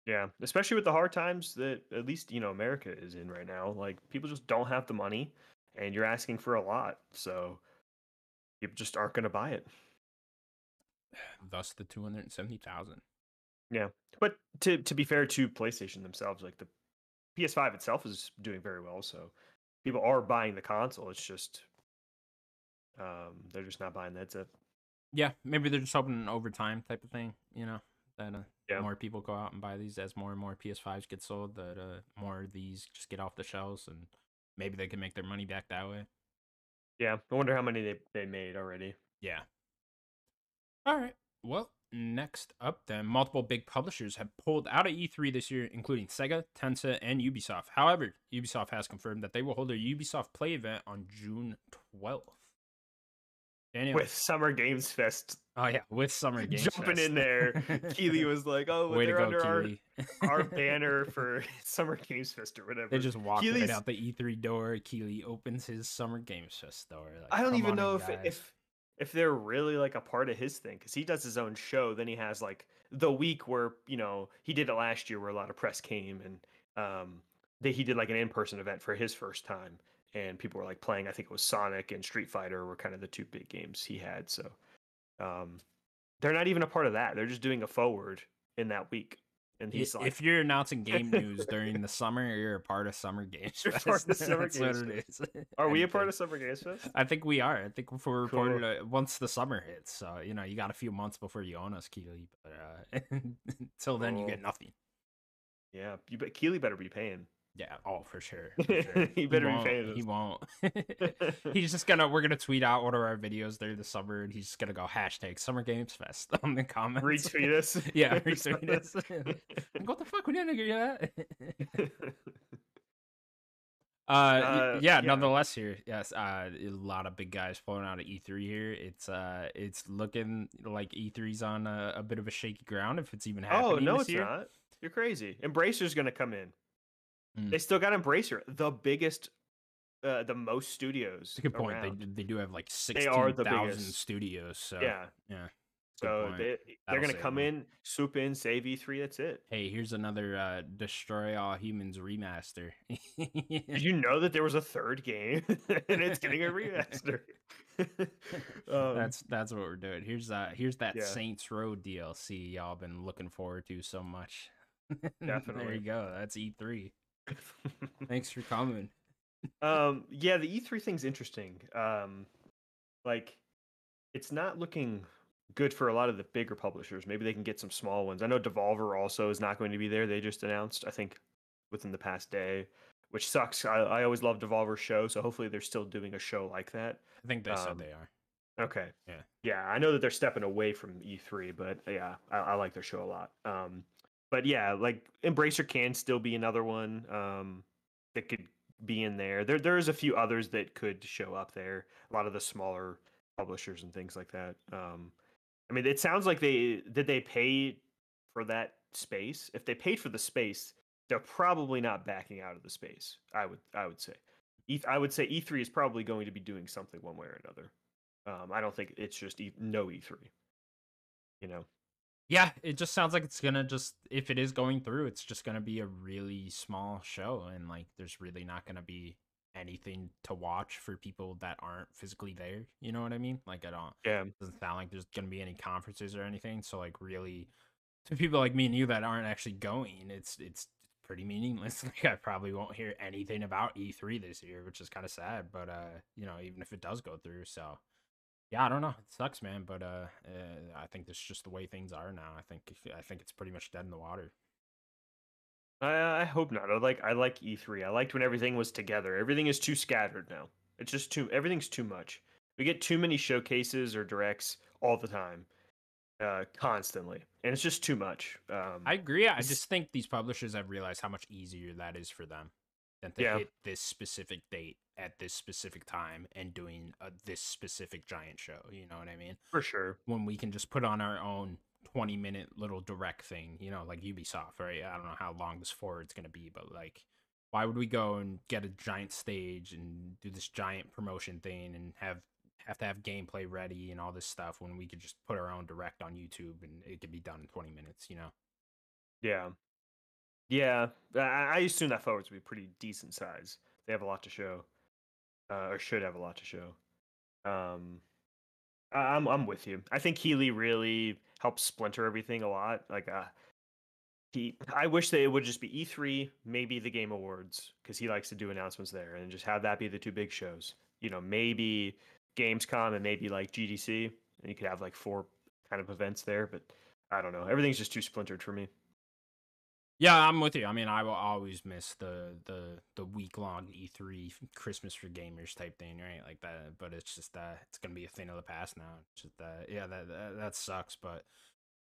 [SPEAKER 2] Yeah, especially with the hard times that at least you know America is in right now. Like people just don't have the money, and you're asking for a lot, so people just aren't going to buy it.
[SPEAKER 1] Thus, the two hundred seventy thousand.
[SPEAKER 2] But to to be fair to PlayStation themselves, like the PS5 itself is doing very well, so people are buying the console. It's just um, they're just not buying that's it.
[SPEAKER 1] Yeah, maybe they're just hoping an overtime type of thing. You know, that uh,
[SPEAKER 2] Yeah.
[SPEAKER 1] more people go out and buy these as more and more PS5s get sold. That uh, more of these just get off the shelves, and maybe they can make their money back that way.
[SPEAKER 2] Yeah, I wonder how many they, they made already.
[SPEAKER 1] Yeah. All right. Well, next up, then, multiple big publishers have pulled out of E3 this year, including Sega, Tensa, and Ubisoft. However, Ubisoft has confirmed that they will hold a Ubisoft Play event on June 12th. Daniel.
[SPEAKER 2] With Summer Games
[SPEAKER 1] <laughs>
[SPEAKER 2] Fest,
[SPEAKER 1] oh, yeah. With Summer Games.
[SPEAKER 2] jumping in there,
[SPEAKER 1] <laughs>
[SPEAKER 2] Keeley was like, "Oh, well,
[SPEAKER 1] Way to
[SPEAKER 2] they're
[SPEAKER 1] go,
[SPEAKER 2] under our,
[SPEAKER 1] Keely. <laughs>
[SPEAKER 2] our banner for <laughs> Summer Games Fest or whatever."
[SPEAKER 1] They just walked right
[SPEAKER 2] Keely's-
[SPEAKER 1] out the E3 door. Keely opens his Summer Games Fest door. like,
[SPEAKER 2] I don't
[SPEAKER 1] "Come
[SPEAKER 2] even
[SPEAKER 1] on in,
[SPEAKER 2] know if
[SPEAKER 1] guys."
[SPEAKER 2] if if they're really like a part of his thing because he does his own show. Then he has like the week where you know he did it last year, where a lot of press came, and um, they, he did like an in person event for his first time, and people were like playing. I think it was Sonic and Street Fighter were kind of the two big games he had. So um, they're not even a part of that. They're just doing a forward in that week. and he's
[SPEAKER 1] I-
[SPEAKER 2] like,
[SPEAKER 1] if you're announcing game news during the summer, you're a part of Summer Games
[SPEAKER 2] <laughs> You're
[SPEAKER 1] Fest. <laughs>
[SPEAKER 2] part of Summer
[SPEAKER 1] That's what
[SPEAKER 2] Games
[SPEAKER 1] it is. <laughs>
[SPEAKER 2] "Are we a
[SPEAKER 1] And,
[SPEAKER 2] part
[SPEAKER 1] uh,
[SPEAKER 2] of Summer
[SPEAKER 1] <laughs>
[SPEAKER 2] Games Fest?"
[SPEAKER 1] I think we are. I think if we're
[SPEAKER 2] Cool.
[SPEAKER 1] reported uh, once the summer hits. So you know, you got a few months before you own us, Keely. But uh, <laughs> until then, you
[SPEAKER 2] Cool.
[SPEAKER 1] get nothing.
[SPEAKER 2] Yeah, you bet Keely better be paying.
[SPEAKER 1] Yeah. Oh, for sure. for sure.
[SPEAKER 2] <laughs> He better be
[SPEAKER 1] won't-
[SPEAKER 2] famous.
[SPEAKER 1] He won't. <laughs>
[SPEAKER 2] <laughs>
[SPEAKER 1] he's just gonna. We're gonna tweet out one of our videos during the summer, and he's just gonna go hashtag Summer Games Fest <laughs> on the comments.
[SPEAKER 2] Retweet us.
[SPEAKER 1] <laughs>
[SPEAKER 2] <laughs>
[SPEAKER 1] yeah,
[SPEAKER 2] or
[SPEAKER 1] retweet us.
[SPEAKER 2] something.
[SPEAKER 1] <laughs> Like, what the fuck? We didn't agree to that. <laughs> Uh, y-
[SPEAKER 2] Uh,
[SPEAKER 1] yeah,
[SPEAKER 2] yeah.
[SPEAKER 1] Nonetheless, here, yes, uh, a lot of big guys pulling out of E3 here. It's uh, it's looking like E3's on a, a bit of a shaky ground if it's even happening.
[SPEAKER 2] oh no,
[SPEAKER 1] this
[SPEAKER 2] it's
[SPEAKER 1] year.
[SPEAKER 2] not. You're crazy. Embracer's gonna come in.
[SPEAKER 1] Mm.
[SPEAKER 2] They still got Embracer, the biggest, uh, the most studios.
[SPEAKER 1] It's a good point. They,
[SPEAKER 2] around.
[SPEAKER 1] d- they do have like
[SPEAKER 2] They are
[SPEAKER 1] sixteen
[SPEAKER 2] the
[SPEAKER 1] thousand
[SPEAKER 2] biggest.
[SPEAKER 1] studios. So
[SPEAKER 2] yeah.
[SPEAKER 1] yeah, good
[SPEAKER 2] So
[SPEAKER 1] point.
[SPEAKER 2] they, they're
[SPEAKER 1] That'll
[SPEAKER 2] gonna
[SPEAKER 1] save
[SPEAKER 2] come
[SPEAKER 1] them.
[SPEAKER 2] in, swoop in, save E3. That's it.
[SPEAKER 1] Hey, here's another uh, Destroy All Humans remaster. <laughs>
[SPEAKER 2] Did you know that there was a third game <laughs> and it's getting
[SPEAKER 1] <laughs>
[SPEAKER 2] a remaster? Um, <laughs>
[SPEAKER 1] that's that's what we're doing. Here's uh here's that
[SPEAKER 2] yeah.
[SPEAKER 1] Saints Row DLC y'all been looking forward to so much. <laughs> there
[SPEAKER 2] Definitely.
[SPEAKER 1] you go. That's E3. <laughs> Thanks for coming.
[SPEAKER 2] um yeah the e3 thing's interesting um like it's not looking good for a lot of the bigger publishers maybe they can get some small ones i know devolver also is not going to be there they just announced i think within the past day which sucks i, I always love devolver show so hopefully they're still doing a show like that
[SPEAKER 1] I think they said
[SPEAKER 2] Um,
[SPEAKER 1] they are.
[SPEAKER 2] okay
[SPEAKER 1] Yeah.
[SPEAKER 2] yeah i know that they're stepping away from e3 but yeah i, I like their show a lot um but yeah like embracer can still be another one um that could be in there. There there's a few others that could show up there. A lot of the smaller publishers and things like that. Um I mean it sounds like they did they pay for that space? If they paid for the space, they're probably not backing out of the space. I would I would say. E, I would say E3 is probably going to be doing something one way or another. Um I don't think it's just e, no E3. You know.
[SPEAKER 1] Yeah, it just sounds like it's gonna just if it is going through, it's just gonna be a really small show and like there's really not gonna be anything to watch for people that aren't physically there. You know what I mean? Like I don't
[SPEAKER 2] Yeah.
[SPEAKER 1] doesn't sound like there's gonna be any conferences or anything. So like really to people like me and you that aren't actually going, it's it's pretty meaningless. <laughs> Like I probably won't hear anything about E three this year, which is kinda sad, but uh, you know, even if it does go through, so yeah, I don't know. It sucks, man, but uh, uh I think that's just the way things are now. I think I think it's pretty much dead in the water.
[SPEAKER 2] I, I hope not. I like I like E3. I liked when everything was together. Everything is too scattered now. It's just too everything's too much. We get too many showcases or directs all the time, uh, constantly, and it's just too much. Um,
[SPEAKER 1] I agree. I
[SPEAKER 2] It's-
[SPEAKER 1] just think these publishers have realized how much easier that is for them than to
[SPEAKER 2] Yeah.
[SPEAKER 1] hit this specific date at this specific time and doing a, this specific giant show. You know what I mean?
[SPEAKER 2] for sure.
[SPEAKER 1] When we can just put on our own 20 minute little direct thing, you know, like Ubisoft, right? I don't know how long this forward's going to be, but like, why would we go and get a giant stage and do this giant promotion thing and have have to have gameplay ready and all this stuff when we could just put our own direct on YouTube and it could be done in 20 minutes, you know?
[SPEAKER 2] Yeah, yeah. I, I assume that forwards will be pretty decent size. They have a lot to show, uh, or should have a lot to show. Um, I, I'm I'm with you. I think Healy really helps splinter everything a lot. Like, uh, he I wish that it would just be E3, maybe the Game Awards, because he likes to do announcements there, and just have that be the two big shows. You know, maybe Gamescom and maybe like GDC, and you could have like four kind of events there. But I don't know. Everything's just too splintered for me.
[SPEAKER 1] Yeah, I'm with you. I mean, I will always miss the the the week long E3 Christmas for gamers type thing, right? Like that. But it's just uh, it's gonna be a thing of the past now. It's just uh, yeah, that, that that sucks. But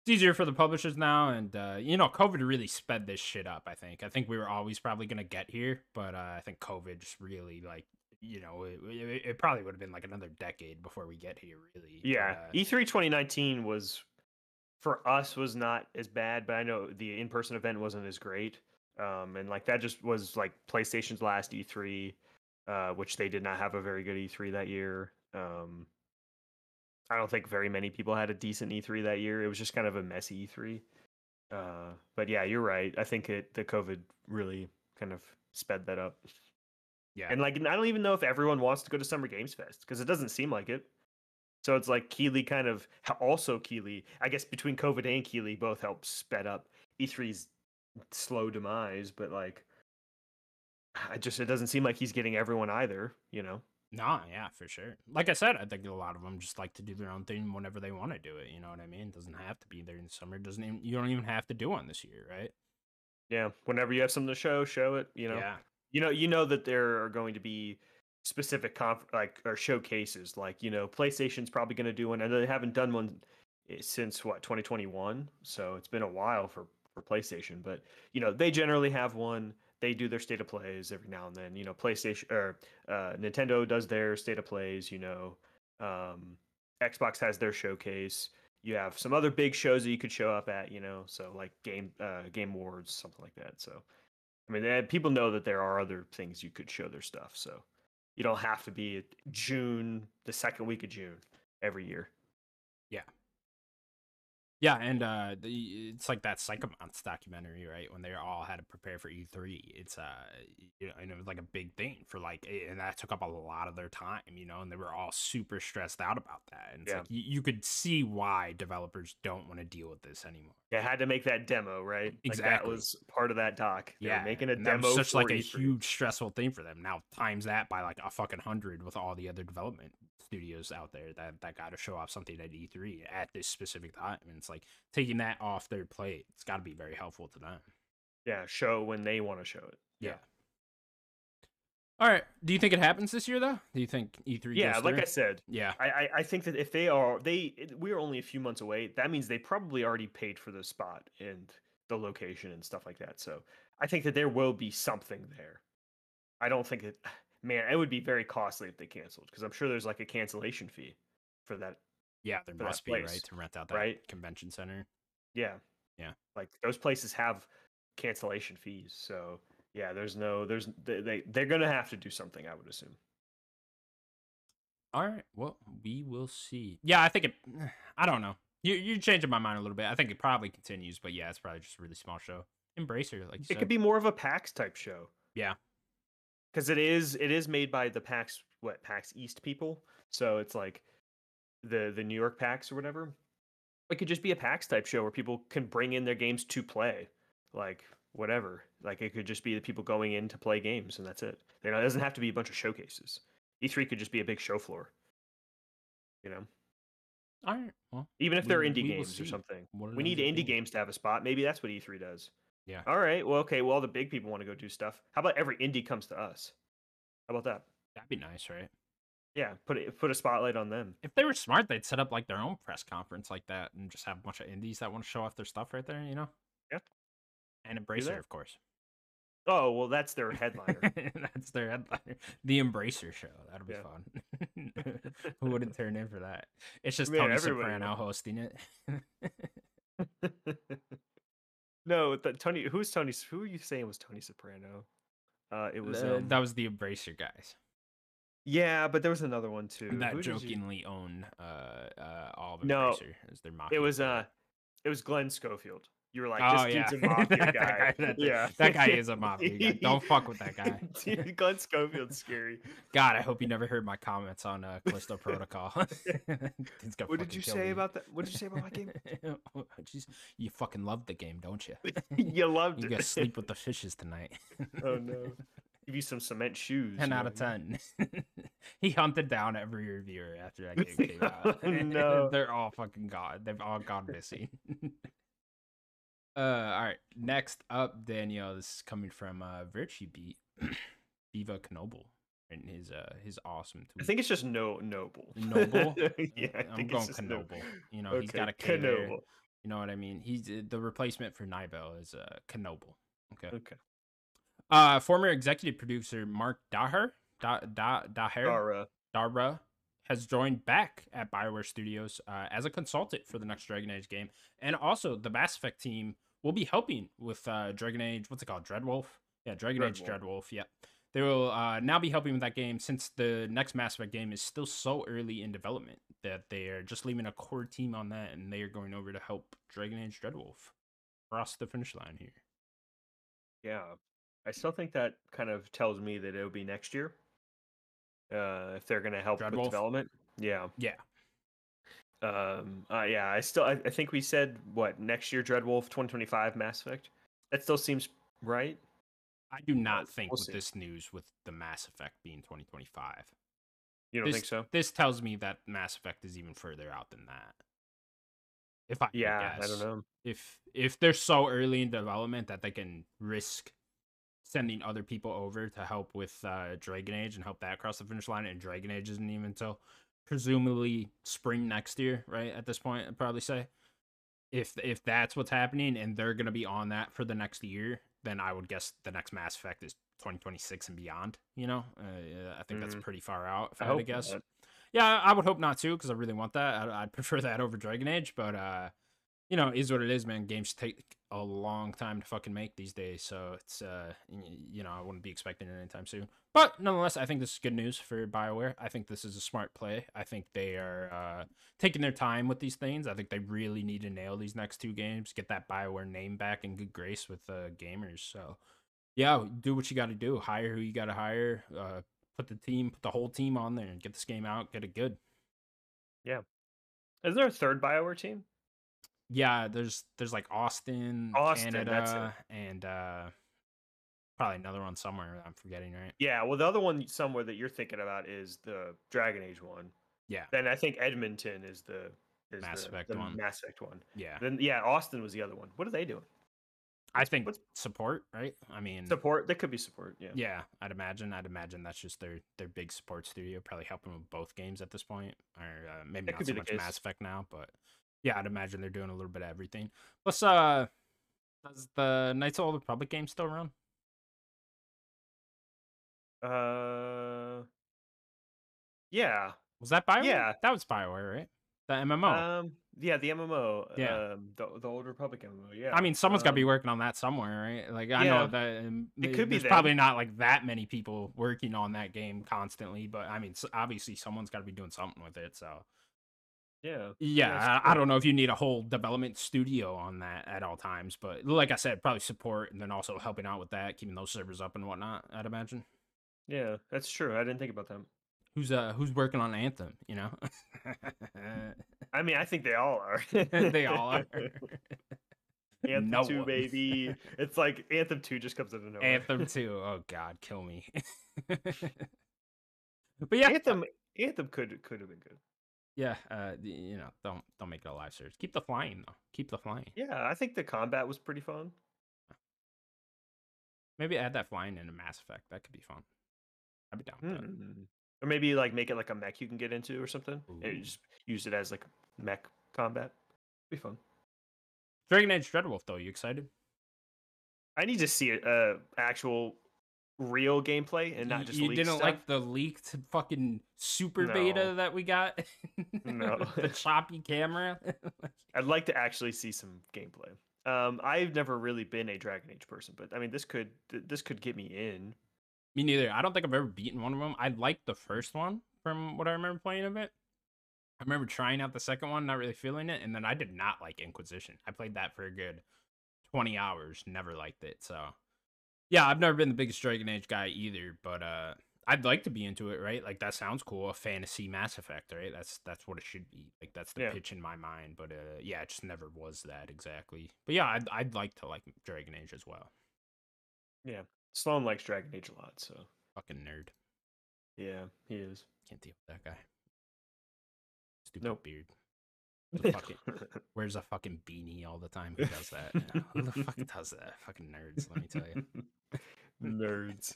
[SPEAKER 1] it's easier for the publishers now, and uh, you know, COVID really sped this shit up. I think. I think we were always probably gonna get here, but uh, I think COVID just really like you know it, it, it probably would have been like another decade before we get here really but,
[SPEAKER 2] Yeah, e
[SPEAKER 1] uh,
[SPEAKER 2] E3 2019 was for us was not as bad, but I know the in-person event wasn't as great. Um, and like that just was like PlayStation's last E3, uh, which they did not have a very good E3 that year. Um, I don't think very many people had a decent E3 that year. It was just kind of a messy E3. Uh, but yeah, you're right. I think it the COVID really kind of sped that up.
[SPEAKER 1] yeah
[SPEAKER 2] And like, I don't even know if everyone wants to go to Summer Games Fest because it doesn't seem like it. So it's like Keeley kind of also Keeley. I guess between COVID and Keeley, both helped sped up E3's E slow demise, but like, I just it doesn't seem like he's getting everyone either. You know,
[SPEAKER 1] Nah, yeah, for sure. Like I said, I think a lot of them just like to do their own thing whenever they want to do it. You know what I mean? Doesn't have to be there in the summer. Doesn't even, you don't even have to do one this year, right?
[SPEAKER 2] yeah. Whenever you have something to show, show it. You know,
[SPEAKER 1] Yeah,
[SPEAKER 2] you know, you know that there are going to be specific conf- like or showcases. Like you know, PlayStation's probably going to do one. and they haven't done one i- since what 2021, so it's been a while for for PlayStation. But you know, they generally have one. They do their state of plays every now and then. You know, PlayStation or uh, Nintendo does their state of plays. You know, um, Xbox has their showcase. You have some other big shows that you could show up at. You know, so like game uh, game awards, something like that. So. I mean, they, people know that there are other things you could show their stuff, so you don't have to be at June, the second week of June every year.
[SPEAKER 1] yeah, and uh, the, it's like that Psychomonts documentary, right? When they all had to prepare for E three, it's uh, you know, and it was like a big thing for like, eh, and that took up a lot of their time, you know, and they were all super stressed out about that, and it's
[SPEAKER 2] Yeah.
[SPEAKER 1] like you, you could see why developers don't want to deal with this anymore.
[SPEAKER 2] They had to make that demo, right? Like that
[SPEAKER 1] Exactly.
[SPEAKER 2] was part of that doc. They were making a
[SPEAKER 1] and
[SPEAKER 2] demo
[SPEAKER 1] That was such like
[SPEAKER 2] for E
[SPEAKER 1] a
[SPEAKER 2] E3.
[SPEAKER 1] huge stressful thing for them. Now times that by like a fucking hundred with all the other development studios out there that that got to show off something at E3 at this specific time, and it's like taking that off their plate. It's got to be very helpful to them.
[SPEAKER 2] yeah show when they want to show it.
[SPEAKER 1] All right. Do you think it happens this year though? Do you think E3?
[SPEAKER 2] yeah.
[SPEAKER 1] goes
[SPEAKER 2] Like
[SPEAKER 1] through?
[SPEAKER 2] I said,
[SPEAKER 1] yeah,
[SPEAKER 2] I, I I think that if they are they it- we're only a few months away, that means they probably already paid for the spot and the location and stuff like that. So I think that there will be something there. I don't think that man, it <sighs> would be very costly if they canceled because I'm sure there's like a cancellation fee for that.
[SPEAKER 1] yeah. There
[SPEAKER 2] for that
[SPEAKER 1] must be right
[SPEAKER 2] place,
[SPEAKER 1] to rent out that
[SPEAKER 2] right?
[SPEAKER 1] convention center.
[SPEAKER 2] Yeah.
[SPEAKER 1] Yeah.
[SPEAKER 2] Like those places have cancellation fees. So yeah, there's no there's they, they they're gonna have to do something, I would assume.
[SPEAKER 1] All right. Well, we will see. Yeah, I think it. I don't know. You you're changing my mind a little bit. I think it probably continues, but yeah, it's probably just a really small show. Embracer, like you
[SPEAKER 2] it
[SPEAKER 1] said.
[SPEAKER 2] could be more of a PAX type show.
[SPEAKER 1] Yeah.
[SPEAKER 2] Because it is it is made by the PAX what PAX East people, so it's like the the New York PAX or whatever. It could just be a PAX type show where people can bring in their games to play, like whatever. Like it could just be the people going in to play games and that's it. You know, it doesn't have to be a bunch of showcases. E3 could just be a big show floor. You know,
[SPEAKER 1] All right. Well,
[SPEAKER 2] even if
[SPEAKER 1] We
[SPEAKER 2] they're
[SPEAKER 1] will-
[SPEAKER 2] indie
[SPEAKER 1] we will
[SPEAKER 2] games or
[SPEAKER 1] see.
[SPEAKER 2] something.
[SPEAKER 1] what it
[SPEAKER 2] We need
[SPEAKER 1] ends up
[SPEAKER 2] indie
[SPEAKER 1] being.
[SPEAKER 2] games to have a spot. Maybe that's what E3 does.
[SPEAKER 1] Yeah.
[SPEAKER 2] All right. Well, okay. Well, all the big people want to go do stuff. How about every indie comes to us? How about that?
[SPEAKER 1] That'd be nice, right?
[SPEAKER 2] Yeah. Put it, put a spotlight on them.
[SPEAKER 1] If they were smart, they'd set up like their own press conference like that and just have a bunch of indies that want to show off their stuff right there. You know.
[SPEAKER 2] Yeah.
[SPEAKER 1] And Embracer,
[SPEAKER 2] that.
[SPEAKER 1] of course. <laughs>
[SPEAKER 2] Oh well, that's their headliner. <laughs>
[SPEAKER 1] That's their headline. The Embracer Show. That'll be
[SPEAKER 2] Yeah.
[SPEAKER 1] fun. <laughs> Who wouldn't turn in for that? It's just
[SPEAKER 2] Man,
[SPEAKER 1] Tony
[SPEAKER 2] everybody
[SPEAKER 1] Soprano
[SPEAKER 2] would.
[SPEAKER 1] hosting it. <laughs>
[SPEAKER 2] no, the, Tony. Who's Tony? S- Who are you saying was Tony Soprano? Uh, it was.
[SPEAKER 1] Uh,
[SPEAKER 2] um,
[SPEAKER 1] that was the Embracer guys
[SPEAKER 2] yeah, but there was another one too.
[SPEAKER 1] that
[SPEAKER 2] Who did you-
[SPEAKER 1] jokingly own uh, uh, all of Embracer
[SPEAKER 2] No,
[SPEAKER 1] as their mafia.
[SPEAKER 2] It was.
[SPEAKER 1] guy.
[SPEAKER 2] Uh, it was Glenn Schofield. You were like,
[SPEAKER 1] oh
[SPEAKER 2] this
[SPEAKER 1] yeah,
[SPEAKER 2] dude's a mafia guy.
[SPEAKER 1] <laughs> that guy, that,
[SPEAKER 2] yeah,
[SPEAKER 1] that
[SPEAKER 2] <laughs>
[SPEAKER 1] guy is a mafia guy. Don't fuck with that guy.
[SPEAKER 2] Dude, Glenn Schofield's scary.
[SPEAKER 1] God, I hope you never heard my comments on uh,
[SPEAKER 2] <laughs>
[SPEAKER 1] Callisto Protocol. <laughs> It's gonna
[SPEAKER 2] What
[SPEAKER 1] fucking
[SPEAKER 2] did you
[SPEAKER 1] kill
[SPEAKER 2] say
[SPEAKER 1] me.
[SPEAKER 2] about that? What did you say about
[SPEAKER 1] <laughs>
[SPEAKER 2] my game? <laughs>
[SPEAKER 1] Oh, jeez. you fucking love the game, don't you?
[SPEAKER 2] you loved
[SPEAKER 1] you
[SPEAKER 2] it.
[SPEAKER 1] gotta sleep with the fishes tonight.
[SPEAKER 2] <laughs>
[SPEAKER 1] <laughs>
[SPEAKER 2] oh no. Give you some cement shoes.
[SPEAKER 1] Ten
[SPEAKER 2] you
[SPEAKER 1] out of
[SPEAKER 2] know.
[SPEAKER 1] ten. <laughs> he hunted down every reviewer after that game came out.
[SPEAKER 2] Oh, <laughs> no.
[SPEAKER 1] <laughs> They're all fucking gone. They've all gone missing. <laughs> uh, all right. Next up, Daniel. This is coming from uh, Virtue Beat, <clears throat> Viva Knoble, and his uh his awesome tweet.
[SPEAKER 2] I think it's just no noble. <laughs>
[SPEAKER 1] Noble?
[SPEAKER 2] yeah, I
[SPEAKER 1] I'm
[SPEAKER 2] think
[SPEAKER 1] going
[SPEAKER 2] it's just no-
[SPEAKER 1] Knoble. You know,
[SPEAKER 2] okay,
[SPEAKER 1] he's got a K there.
[SPEAKER 2] Knoble.
[SPEAKER 1] You know what I mean? He's uh, the replacement for Nibel is uh, Knoble. Okay.
[SPEAKER 2] Okay.
[SPEAKER 1] Uh, former executive producer Mark Daher, da, da, Daher,
[SPEAKER 2] Dara.
[SPEAKER 1] Dara has joined back at Bioware Studios uh, as a consultant for the next Dragon Age game, and also the Mass Effect team will be helping with uh, Dragon Age. What's it called? Dreadwolf. Yeah, Dragon Age
[SPEAKER 2] Dreadwolf.
[SPEAKER 1] Dreadwolf. Yeah, they will uh, now be helping with that game since the next Mass Effect game is still so early in development that they are just leaving a core team on that, and they are going over to help Dragon Age Dreadwolf cross the finish line here.
[SPEAKER 2] Yeah. I still think that kind of tells me that it'll be next year. Uh, if they're gonna help
[SPEAKER 1] Dreadwolf?
[SPEAKER 2] with development. Yeah.
[SPEAKER 1] Yeah.
[SPEAKER 2] Um uh, yeah, I still I, I think we said what, next year Dreadwolf twenty twenty five Mass Effect? That still seems right.
[SPEAKER 1] I do not think
[SPEAKER 2] we'll
[SPEAKER 1] with
[SPEAKER 2] see.
[SPEAKER 1] this news with the Mass Effect being 2025.
[SPEAKER 2] You don't
[SPEAKER 1] this,
[SPEAKER 2] think so?
[SPEAKER 1] This tells me that Mass Effect is even further out than that. If I had to
[SPEAKER 2] Yeah, I
[SPEAKER 1] guess.
[SPEAKER 2] don't know.
[SPEAKER 1] If if they're so early in development that they can risk sending other people over to help with uh, Dragon Age and help that cross the finish line, and Dragon Age isn't even until presumably spring next year, right? At this point, I'd probably say if if that's what's happening and they're gonna be on that for the next year, then I would guess the next Mass Effect is 2026 and beyond. You know, uh, yeah, I think that's
[SPEAKER 2] Mhm.
[SPEAKER 1] pretty far out. If I,
[SPEAKER 2] I
[SPEAKER 1] had to
[SPEAKER 2] hope
[SPEAKER 1] guess.
[SPEAKER 2] not.
[SPEAKER 1] Yeah, I I would hope not too, because I really want that. I, I'd prefer <laughs> that over Dragon Age, but uh, you know, it is what it is, man. Games take a long time to fucking make these days, so it's uh, y- you know, I wouldn't be expecting it anytime soon. But nonetheless, I think this is good news for Bioware. I think this is a smart play. I think they are uh, taking their time with these things. I think they really need to nail these next two games, get that Bioware name back in good grace with uh, gamers. So, yeah, do what you got to do. Hire who you got to hire. Uh, put the team, put the whole team on there, and get this game out. Get it good.
[SPEAKER 2] Is there a third Bioware team?
[SPEAKER 1] Yeah, there's there's like Austin,
[SPEAKER 2] Austin, that's it.
[SPEAKER 1] Canada, and uh, probably another one somewhere. I'm forgetting, right?
[SPEAKER 2] Yeah. Well, the other one somewhere that you're thinking about is the Dragon Age one.
[SPEAKER 1] Yeah.
[SPEAKER 2] Then I think Edmonton is the is
[SPEAKER 1] Mass
[SPEAKER 2] the,
[SPEAKER 1] Effect
[SPEAKER 2] the
[SPEAKER 1] one.
[SPEAKER 2] Mass Effect one.
[SPEAKER 1] Yeah,
[SPEAKER 2] Then yeah, Austin was the other one. What are they doing?
[SPEAKER 1] I think
[SPEAKER 2] what's-
[SPEAKER 1] support, right? I mean,
[SPEAKER 2] Support. That could be support. Yeah.
[SPEAKER 1] Yeah, I'd imagine. I'd imagine that's just their their big support studio, probably helping with both games at this point, or uh, maybe
[SPEAKER 2] That
[SPEAKER 1] not
[SPEAKER 2] could
[SPEAKER 1] so
[SPEAKER 2] be the
[SPEAKER 1] much
[SPEAKER 2] case.
[SPEAKER 1] Mass Effect now, but yeah, I'd imagine they're doing a little bit of everything. Plus, uh, does the Knights of the Old Republic game still run?
[SPEAKER 2] Uh. Yeah.
[SPEAKER 1] Was that Bioware?
[SPEAKER 2] Yeah.
[SPEAKER 1] that was Bioware, right? The MMO.
[SPEAKER 2] Um. Yeah. The MMO.
[SPEAKER 1] Yeah.
[SPEAKER 2] Um, the the old Republic MMO. Yeah.
[SPEAKER 1] I mean, someone's got to
[SPEAKER 2] um,
[SPEAKER 1] be working on that somewhere, right? Like I
[SPEAKER 2] yeah.
[SPEAKER 1] know that um,
[SPEAKER 2] It
[SPEAKER 1] may-
[SPEAKER 2] could be
[SPEAKER 1] there's probably not like that many people working on that game constantly, but I mean, s obviously someone's got to be doing something with it. So
[SPEAKER 2] Yeah.
[SPEAKER 1] Yeah,
[SPEAKER 2] it's
[SPEAKER 1] I, I
[SPEAKER 2] true.
[SPEAKER 1] don't know if you need a whole development studio on that at all times, but like I said, probably support and then also helping out with that, keeping those servers up and whatnot. I'd imagine.
[SPEAKER 2] Yeah. That's true. I didn't think about that.
[SPEAKER 1] Who's uh who's working on Anthem? You know, <laughs>
[SPEAKER 2] I mean, I think they all are.
[SPEAKER 1] they
[SPEAKER 2] <laughs>
[SPEAKER 1] all are.
[SPEAKER 2] Anthem
[SPEAKER 1] No
[SPEAKER 2] 2,
[SPEAKER 1] one. <laughs>
[SPEAKER 2] baby. It's like Anthem 2 just comes out of nowhere. <laughs>
[SPEAKER 1] Anthem too. Oh God, kill me. <laughs> but yeah,
[SPEAKER 2] Anthem Anthem could could have been good.
[SPEAKER 1] yeah. Uh, y- you know, don't don't make it a live search. Keep the flying though. Keep the flying.
[SPEAKER 2] Yeah, I think the combat was pretty fun.
[SPEAKER 1] Maybe add that flying into Mass Effect. That could be fun. I'd be down with that.
[SPEAKER 2] Mm. Or maybe like make it like a mech you can get into or something. and
[SPEAKER 1] Ooh.
[SPEAKER 2] you just use it as like mech combat. Be fun.
[SPEAKER 1] Dragon Age Dreadwolf though. You excited?
[SPEAKER 2] I need to see it, uh actual real gameplay and
[SPEAKER 1] Y-
[SPEAKER 2] not just
[SPEAKER 1] you
[SPEAKER 2] leaked
[SPEAKER 1] didn't
[SPEAKER 2] stuff.
[SPEAKER 1] like the leaked fucking super beta
[SPEAKER 2] No.
[SPEAKER 1] that we got.
[SPEAKER 2] No.
[SPEAKER 1] <laughs> the choppy camera.
[SPEAKER 2] <laughs> I'd like to actually see some gameplay. Um, I've never really been a Dragon Age person, but I mean, this could th- this could get me in.
[SPEAKER 1] Me neither. I don't think I've ever beaten one of them. I liked the first one from what I remember playing of it. I remember trying out the second one, not really feeling it, and then I did not like Inquisition. I played that for a good twenty hours, never liked it. So, yeah, I've never been the biggest Dragon Age guy either, but uh, I'd like to be into it, right? Like that sounds cool, a fantasy Mass Effect, right? That's that's what it should be. Like that's the
[SPEAKER 2] Yeah.
[SPEAKER 1] pitch in my mind, but uh, yeah, it just never was that exactly. But yeah, I'd I'd like to like Dragon Age as well.
[SPEAKER 2] Sloan likes Dragon Age a lot, so
[SPEAKER 1] Fucking nerd.
[SPEAKER 2] yeah, he is.
[SPEAKER 1] Can't deal with that guy. Stupid
[SPEAKER 2] Nope.
[SPEAKER 1] beard. The <laughs> fucking, wears a fucking beanie all the time. Who does <laughs> that? Yeah, Who the fuck does that? Fucking nerds, let me tell you.
[SPEAKER 2] <laughs> Nerds.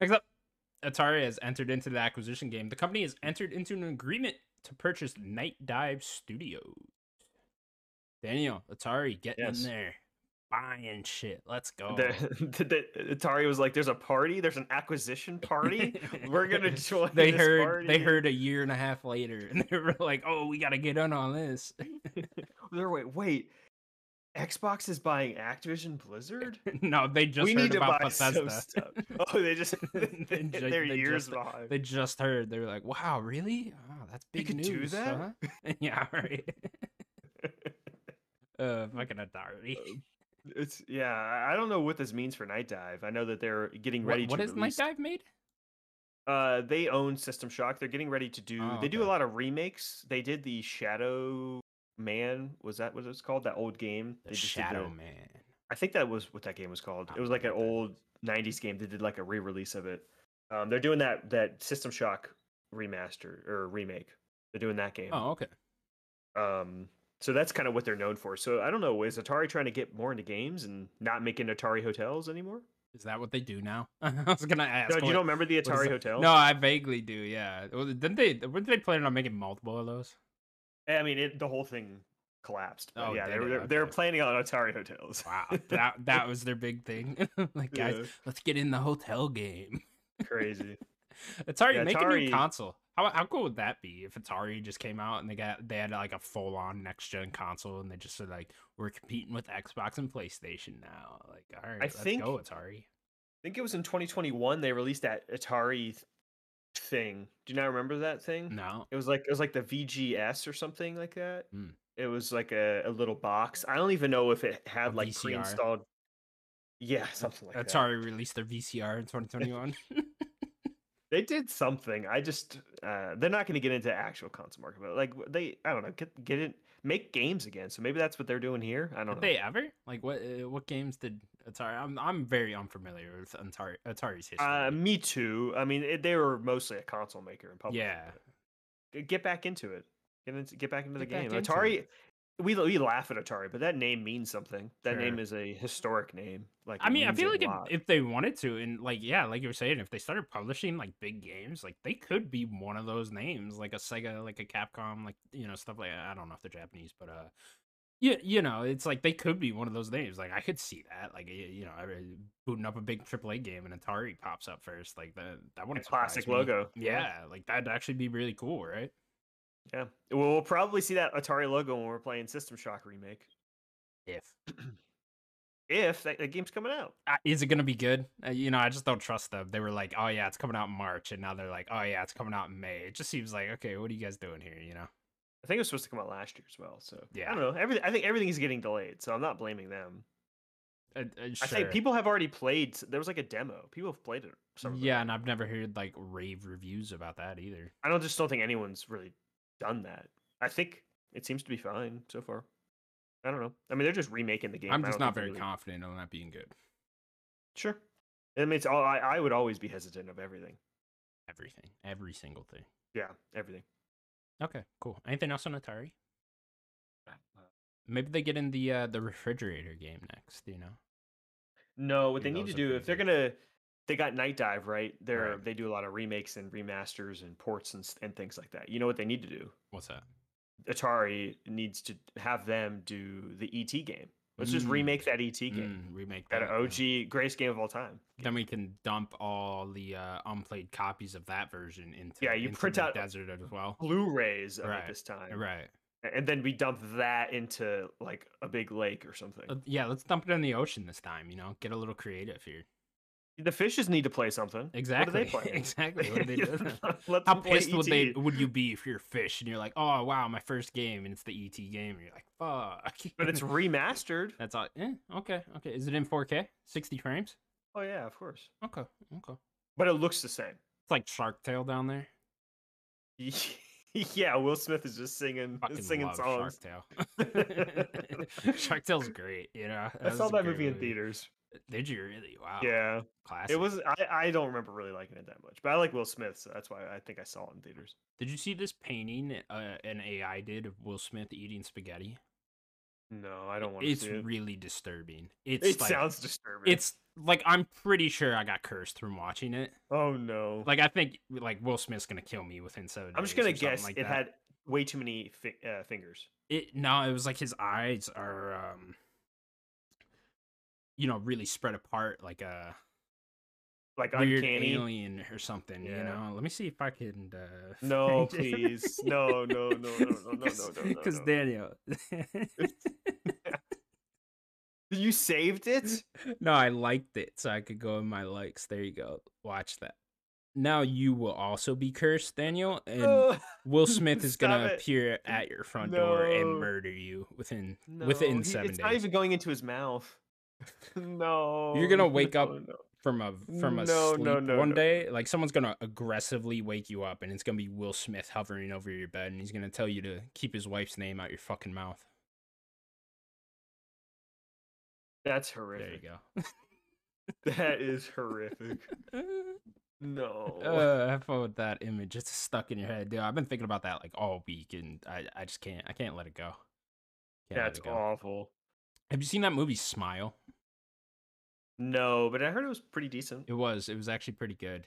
[SPEAKER 1] Except <laughs> Atari has entered into the acquisition game. The company has entered into an agreement to purchase Night Dive Studios. Daniel, Atari, getting
[SPEAKER 2] Yes.
[SPEAKER 1] in there. Buying shit. Let's go.
[SPEAKER 2] The,
[SPEAKER 1] <laughs>
[SPEAKER 2] <laughs> the, the- Atari was like, "There's a party. There's an
[SPEAKER 1] <laughs>
[SPEAKER 2] acquisition party. We're gonna join."
[SPEAKER 1] They
[SPEAKER 2] this
[SPEAKER 1] heard they
[SPEAKER 2] party."
[SPEAKER 1] heard a year and a half later <laughs> and they were like, Oh, we gotta get in on this. <laughs>
[SPEAKER 2] They're wait, wait. Xbox is buying Activision Blizzard.
[SPEAKER 1] no, they <laughs> just
[SPEAKER 2] we
[SPEAKER 1] heard
[SPEAKER 2] need to
[SPEAKER 1] about
[SPEAKER 2] buy some
[SPEAKER 1] Bethesda.
[SPEAKER 2] stuff. Oh, they just
[SPEAKER 1] <laughs> They
[SPEAKER 2] <laughs> they,
[SPEAKER 1] ju-
[SPEAKER 2] are
[SPEAKER 1] they
[SPEAKER 2] years
[SPEAKER 1] just-
[SPEAKER 2] behind.
[SPEAKER 1] They just heard. They were like, "Wow, really? Wow, that's
[SPEAKER 2] You
[SPEAKER 1] big
[SPEAKER 2] could do
[SPEAKER 1] news."
[SPEAKER 2] that? <laughs>
[SPEAKER 1] huh?" <laughs> yeah, right. uh, fucking Atari.
[SPEAKER 2] Uh,
[SPEAKER 1] <laughs>
[SPEAKER 2] It's yeah. I I don't know what this means for Night Dive. I know that they're getting
[SPEAKER 1] What,
[SPEAKER 2] ready
[SPEAKER 1] what
[SPEAKER 2] to
[SPEAKER 1] is Night
[SPEAKER 2] release.
[SPEAKER 1] Dive made?
[SPEAKER 2] Uh, they own System Shock. They're getting ready to do.
[SPEAKER 1] Oh,
[SPEAKER 2] they do a
[SPEAKER 1] okay.
[SPEAKER 2] lot of remakes. They did the Shadow Man. Was that what it was called? That old game.
[SPEAKER 1] The
[SPEAKER 2] they just did
[SPEAKER 1] Shadow Man.
[SPEAKER 2] I think that was what that game was called. It was like an old '90s game. They did like a re-release of it. Um, they're doing that that System Shock remaster or remake. They're doing that game.
[SPEAKER 1] Oh, okay.
[SPEAKER 2] Um, so that's kind of what they're known for. So I don't know. Is Atari trying to get more into games and not making Atari hotels anymore?
[SPEAKER 1] Is that what they do now? <laughs> I was gonna ask.
[SPEAKER 2] No, you
[SPEAKER 1] what-
[SPEAKER 2] don't remember the
[SPEAKER 1] what is
[SPEAKER 2] Atari
[SPEAKER 1] that?
[SPEAKER 2] hotel?
[SPEAKER 1] No, I vaguely do. Yeah. Well, Didn't they? Weren't they planning on making multiple of those?
[SPEAKER 2] I mean it, the whole thing collapsed. but
[SPEAKER 1] Oh,
[SPEAKER 2] yeah, they
[SPEAKER 1] did
[SPEAKER 2] were
[SPEAKER 1] it?
[SPEAKER 2] they're, they're
[SPEAKER 1] Okay.
[SPEAKER 2] planning on Atari hotels. <laughs>
[SPEAKER 1] Wow, that that was their big thing. <laughs> like, guys,
[SPEAKER 2] Yeah,
[SPEAKER 1] let's get in the hotel game.
[SPEAKER 2] <laughs> crazy.
[SPEAKER 1] <laughs> Atari
[SPEAKER 2] Yeah,
[SPEAKER 1] make a new
[SPEAKER 2] Atari-
[SPEAKER 1] console. How how cool would that be if Atari just came out and they got they had like a full on next gen console and they just said like we're competing with Xbox and PlayStation now. Like, all right, let's
[SPEAKER 2] think-
[SPEAKER 1] go
[SPEAKER 2] <laughs>
[SPEAKER 1] Atari.
[SPEAKER 2] I think it was in 2021 they released that Atari th- thing. Do you not remember that thing?
[SPEAKER 1] No,
[SPEAKER 2] It was like it was like the VGS or something like that.
[SPEAKER 1] Mm.
[SPEAKER 2] It was like a, a little box. I don't even know if it had
[SPEAKER 1] A
[SPEAKER 2] like
[SPEAKER 1] VCR.
[SPEAKER 2] pre-installed. Yeah, something like that.
[SPEAKER 1] Atari released their VCR in
[SPEAKER 2] <laughs>
[SPEAKER 1] 2021.
[SPEAKER 2] They did something. I just uh, they're not going to get into actual console market, but like w- they, I don't know, get get it, make games again. So maybe that's what they're doing here. I don't
[SPEAKER 1] Did
[SPEAKER 2] know.
[SPEAKER 1] they ever? Like, what uh, what games did Atari? I'm I'm very unfamiliar with Atari Atari's history.
[SPEAKER 2] Uh, me too. I mean, it, they were mostly a console maker and publisher.
[SPEAKER 1] Yeah.
[SPEAKER 2] but g- get back into it. Get into, get back into
[SPEAKER 1] Get
[SPEAKER 2] the
[SPEAKER 1] back
[SPEAKER 2] game.
[SPEAKER 1] into
[SPEAKER 2] Atari. We we laugh at Atari, but that name means something. That
[SPEAKER 1] Sure.
[SPEAKER 2] name is a historic name. Like
[SPEAKER 1] I
[SPEAKER 2] it
[SPEAKER 1] mean, I
[SPEAKER 2] means
[SPEAKER 1] feel
[SPEAKER 2] a
[SPEAKER 1] like if,
[SPEAKER 2] lot.
[SPEAKER 1] if they wanted to, and like yeah, like you were saying, if they started publishing like big games, like they could be one of those names, like a Sega, like a Capcom, like you know stuff like I don't know if they're Japanese, but uh, you you know, it's like they could be one of those names. Like I could see that, like y- you know, every- booting up a big AAA game and Atari pops up first, like that that
[SPEAKER 2] a
[SPEAKER 1] wouldn't surprise
[SPEAKER 2] classic
[SPEAKER 1] me.
[SPEAKER 2] logo.
[SPEAKER 1] Yeah, like that'd actually be really cool, right?
[SPEAKER 2] yeah. Well, we'll probably see that Atari logo when we're playing System Shock remake.
[SPEAKER 1] If
[SPEAKER 2] If that, that game's coming out.
[SPEAKER 1] I- is it gonna be good? Uh, you know, I just don't trust them. They were like, "Oh yeah, it's coming out in March," and now they're like, "Oh yeah, it's coming out in May." It just seems like, okay, what are you guys doing here? You know?
[SPEAKER 2] I think it was supposed to come out last year as well. So
[SPEAKER 1] Yeah.
[SPEAKER 2] I don't know. Everything I think everything's getting delayed, so I'm not blaming them.
[SPEAKER 1] Uh, uh,
[SPEAKER 2] I think
[SPEAKER 1] sure.
[SPEAKER 2] people have already played. s- There was like a demo. People have played it. Some of it.
[SPEAKER 1] Yeah, and I've never heard like rave reviews about that either.
[SPEAKER 2] I don't just don't think anyone's really done that. I think it seems to be fine so far. I don't know. I mean, they're just remaking the game.
[SPEAKER 1] I'm
[SPEAKER 2] I
[SPEAKER 1] just
[SPEAKER 2] don't
[SPEAKER 1] not
[SPEAKER 2] think they're
[SPEAKER 1] very
[SPEAKER 2] really-
[SPEAKER 1] confident on that being good.
[SPEAKER 2] Sure. I mean, it's all. I, I would always be hesitant of everything.
[SPEAKER 1] Everything, every single thing.
[SPEAKER 2] Yeah, everything.
[SPEAKER 1] Okay, cool. Anything else on Atari? Maybe they get in the uh, the refrigerator game next. You know?
[SPEAKER 2] No, what
[SPEAKER 1] Dude,
[SPEAKER 2] they
[SPEAKER 1] that
[SPEAKER 2] need
[SPEAKER 1] was
[SPEAKER 2] to
[SPEAKER 1] a
[SPEAKER 2] do
[SPEAKER 1] pretty
[SPEAKER 2] if they're
[SPEAKER 1] good-
[SPEAKER 2] gonna, they got Night Dive right. They're
[SPEAKER 1] Right.
[SPEAKER 2] they do a lot of remakes and remasters and ports and s- and things like that. You know what they need to do?
[SPEAKER 1] What's that?
[SPEAKER 2] Atari needs to have them do the ET game. Let's just
[SPEAKER 1] Mm.
[SPEAKER 2] remake that ET game,
[SPEAKER 1] Mm, remake
[SPEAKER 2] that
[SPEAKER 1] yeah.
[SPEAKER 2] OG greatest game of all time.
[SPEAKER 1] Then we can dump all the uh, unplayed copies of that version into
[SPEAKER 2] Yeah, you
[SPEAKER 1] into
[SPEAKER 2] print
[SPEAKER 1] the
[SPEAKER 2] out-
[SPEAKER 1] desert as well.
[SPEAKER 2] Blu-rays of it
[SPEAKER 1] Right,
[SPEAKER 2] this time,
[SPEAKER 1] Right.
[SPEAKER 2] a- and then we dump that into like a big lake or something.
[SPEAKER 1] Let- Yeah, let's dump it in the ocean this time. You know, get a little creative here.
[SPEAKER 2] the fishes need to play something.
[SPEAKER 1] Exactly.
[SPEAKER 2] What are they
[SPEAKER 1] <laughs>
[SPEAKER 2] playing? <laughs>
[SPEAKER 1] exactly. What are they doing?
[SPEAKER 2] Let
[SPEAKER 1] How
[SPEAKER 2] them play E
[SPEAKER 1] pissed would they
[SPEAKER 2] ET.
[SPEAKER 1] would you be if you're a fish and you're like, oh wow, my first game and it's the ET game and you're like, fuck.
[SPEAKER 2] <laughs>
[SPEAKER 1] <laughs>
[SPEAKER 2] But it's remastered.
[SPEAKER 1] that's all. Eh, okay, okay. Is it in 4K, 60 frames?
[SPEAKER 2] Oh yeah, of course.
[SPEAKER 1] Okay, okay. It's
[SPEAKER 2] But it looks the same. <laughs>
[SPEAKER 1] like Shark Tale down there.
[SPEAKER 2] yeah, Will Smith is just singing,
[SPEAKER 1] Fucking
[SPEAKER 2] singing
[SPEAKER 1] love
[SPEAKER 2] songs. <laughs>
[SPEAKER 1] Shark <laughs> Tale. <laughs> Shark Tale's great. You know,
[SPEAKER 2] I saw
[SPEAKER 1] was a
[SPEAKER 2] that
[SPEAKER 1] great
[SPEAKER 2] movie in theaters.
[SPEAKER 1] Did you really? Wow.
[SPEAKER 2] Yeah,
[SPEAKER 1] Classic.
[SPEAKER 2] it was. I, I don't remember really liking it that much, but I like Will Smith, so that's why I think I saw it in theaters.
[SPEAKER 1] Did you see this painting uh, an AI did of Will Smith eating spaghetti?
[SPEAKER 2] No, I don't want to
[SPEAKER 1] It's
[SPEAKER 2] see it.
[SPEAKER 1] really disturbing. It's
[SPEAKER 2] it
[SPEAKER 1] like,
[SPEAKER 2] sounds disturbing.
[SPEAKER 1] It's like I'm pretty sure I got cursed from watching it.
[SPEAKER 2] oh no.
[SPEAKER 1] Like I think like Will Smith's gonna kill me within seven.
[SPEAKER 2] I'm just
[SPEAKER 1] days
[SPEAKER 2] gonna
[SPEAKER 1] or something
[SPEAKER 2] guess
[SPEAKER 1] like
[SPEAKER 2] it
[SPEAKER 1] that.
[SPEAKER 2] had way too many fi- uh, fingers.
[SPEAKER 1] it. No, it was like his eyes are, um you know, really spread apart like uh, a
[SPEAKER 2] Like
[SPEAKER 1] weird
[SPEAKER 2] uncanny.
[SPEAKER 1] alien or something. You
[SPEAKER 2] Yeah.
[SPEAKER 1] know, let me see if I can. Uh, <laughs>
[SPEAKER 2] No,
[SPEAKER 1] find it. <laughs>
[SPEAKER 2] please. No, no, no, no, no, no, no,
[SPEAKER 1] Cause,
[SPEAKER 2] no, no,
[SPEAKER 1] 'cause
[SPEAKER 2] no.
[SPEAKER 1] Daniel.
[SPEAKER 2] <laughs> You saved it?
[SPEAKER 1] <laughs> no, I liked it, so I could go in my likes. There you go. Watch that. Now you will also be cursed, Daniel, and
[SPEAKER 2] <laughs> Oh,
[SPEAKER 1] Will Smith is gonna
[SPEAKER 2] Stop it.
[SPEAKER 1] appear at your front door and
[SPEAKER 2] No.
[SPEAKER 1] murder you within
[SPEAKER 2] no.
[SPEAKER 1] within
[SPEAKER 2] he-
[SPEAKER 1] seven
[SPEAKER 2] It's not
[SPEAKER 1] days
[SPEAKER 2] even going into his mouth. <laughs> No.
[SPEAKER 1] gonna wake up
[SPEAKER 2] no, no.
[SPEAKER 1] from a from a
[SPEAKER 2] No, no,
[SPEAKER 1] sleep
[SPEAKER 2] no,
[SPEAKER 1] one
[SPEAKER 2] no.
[SPEAKER 1] day. Like someone's gonna aggressively wake you up, and it's gonna be Will Smith hovering over your bed, and he's gonna tell you to keep his wife's name out your fucking mouth.
[SPEAKER 2] That's
[SPEAKER 1] There you
[SPEAKER 2] horrific.
[SPEAKER 1] go.
[SPEAKER 2] <laughs> That is
[SPEAKER 1] <laughs>
[SPEAKER 2] horrific. No.
[SPEAKER 1] Uh, have fun with that image. It's stuck in your head, dude. I've been thinking about that like all week, and I, I just can't. I can't let it go. Can't let
[SPEAKER 2] That's
[SPEAKER 1] it go.
[SPEAKER 2] awful.
[SPEAKER 1] Have you seen that movie Smile?
[SPEAKER 2] No, but I heard it was pretty decent.
[SPEAKER 1] It was. It was actually pretty good.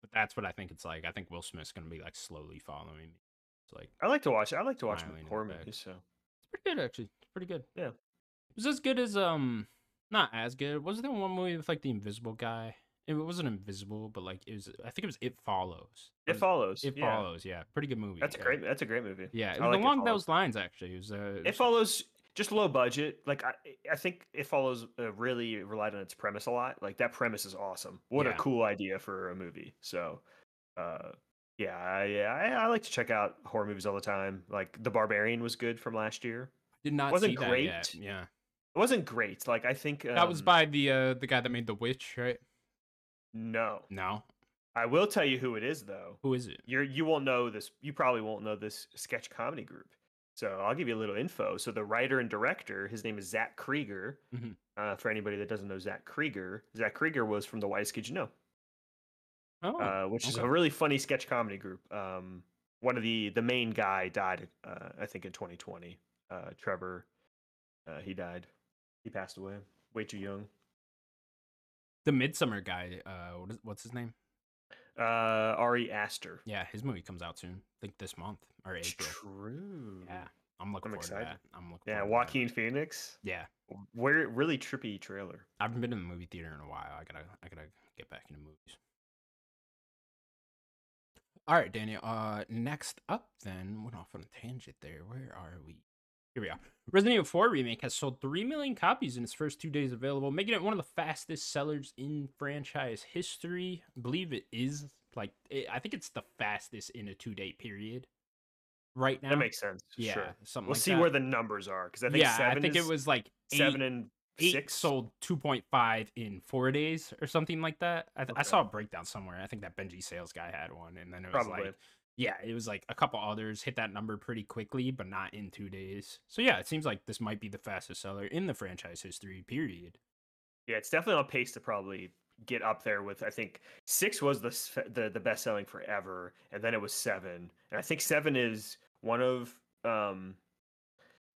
[SPEAKER 1] But that's what I think it's like. I think Will Smith's gonna be like slowly following me. It's like
[SPEAKER 2] I like to watch. I like to watch
[SPEAKER 1] Smiling in the
[SPEAKER 2] horror
[SPEAKER 1] back.
[SPEAKER 2] movies. So
[SPEAKER 1] it's pretty good actually. It's pretty good.
[SPEAKER 2] Yeah.
[SPEAKER 1] It was as good as um not as good. Was there one movie with like the invisible guy? It wasn't invisible, but like it was I think it was It Follows. Or
[SPEAKER 2] it
[SPEAKER 1] is-
[SPEAKER 2] follows.
[SPEAKER 1] It
[SPEAKER 2] yeah.
[SPEAKER 1] Follows, yeah. Pretty good movie.
[SPEAKER 2] That's a
[SPEAKER 1] yeah.
[SPEAKER 2] great. That's a great movie.
[SPEAKER 1] Yeah, it
[SPEAKER 2] I
[SPEAKER 1] was
[SPEAKER 2] like It
[SPEAKER 1] along
[SPEAKER 2] Follows.
[SPEAKER 1] those lines actually. It was uh,
[SPEAKER 2] It follows just low budget. Like I, I think it follows uh, really relied on its premise a lot. Like that premise is awesome. What a
[SPEAKER 1] Yeah.
[SPEAKER 2] cool idea for a movie. So, uh, yeah, I- yeah, I, I like to check out horror movies all the time. Like The Barbarian was good from last year.
[SPEAKER 1] did not
[SPEAKER 2] wasn't
[SPEAKER 1] see that
[SPEAKER 2] great.
[SPEAKER 1] yet. Yeah.
[SPEAKER 2] It wasn't great. Like I think um,
[SPEAKER 1] that was by the uh the guy that made The Witch, right?
[SPEAKER 2] no.
[SPEAKER 1] No.
[SPEAKER 2] I will tell you who it is though.
[SPEAKER 1] Who is it?
[SPEAKER 2] You're you won't know this. You probably won't know this sketch comedy group. So I'll give you a little info. So the writer and director, his name is Zach Krieger.
[SPEAKER 1] Mhm.
[SPEAKER 2] Uh, for anybody that doesn't know Zach Krieger, Zach Krieger was from The Wise Kids You Know,
[SPEAKER 1] Oh.
[SPEAKER 2] uh, which is
[SPEAKER 1] okay.
[SPEAKER 2] a really funny sketch comedy group. Um, one of the the main guy died, uh, I think, in 2020. Uh, Trevor, uh, he died. He passed away way too young.
[SPEAKER 1] the Midsummer guy, uh what is, what's his name?
[SPEAKER 2] Uh, Ari Aster.
[SPEAKER 1] Yeah, his movie comes out soon. I think this month or
[SPEAKER 2] It's
[SPEAKER 1] April.
[SPEAKER 2] true.
[SPEAKER 1] Yeah, I'm looking
[SPEAKER 2] I'm
[SPEAKER 1] forward to
[SPEAKER 2] excited.
[SPEAKER 1] that. I'm looking.
[SPEAKER 2] Yeah,
[SPEAKER 1] forward to that.
[SPEAKER 2] Joaquin Phoenix.
[SPEAKER 1] Yeah,
[SPEAKER 2] Where really trippy trailer.
[SPEAKER 1] I haven't been in the movie theater in a while. I gotta, I gotta get back into movies. All right, Daniel. Uh, next up, then went off on a tangent there. Where are we? Here we are. Resident Evil 4 remake has sold three million copies in its first two days available, making it one of the fastest sellers in franchise history. I believe it is like it, I think it's the fastest in a two day period. Right now,
[SPEAKER 2] That makes sense.
[SPEAKER 1] yeah,
[SPEAKER 2] Sure.
[SPEAKER 1] something.
[SPEAKER 2] We'll
[SPEAKER 1] like
[SPEAKER 2] see
[SPEAKER 1] that.
[SPEAKER 2] where the numbers are because I think
[SPEAKER 1] yeah,
[SPEAKER 2] seven
[SPEAKER 1] I think
[SPEAKER 2] is,
[SPEAKER 1] it was like eight,
[SPEAKER 2] seven and
[SPEAKER 1] eight
[SPEAKER 2] six.
[SPEAKER 1] sold 2.5 in four days or something like that. I, th- I
[SPEAKER 2] Okay.
[SPEAKER 1] saw a breakdown somewhere. I think that Benji sales guy had one, and then it was
[SPEAKER 2] Probably.
[SPEAKER 1] like, yeah, it was like a couple others hit that number pretty quickly, but not in two days. So yeah, it seems like this might be the fastest seller in the franchise history. Period.
[SPEAKER 2] yeah, it's definitely on pace to probably get up there with. I think six was the s- the, the best selling forever, and then it was seven, and I think seven is one of um,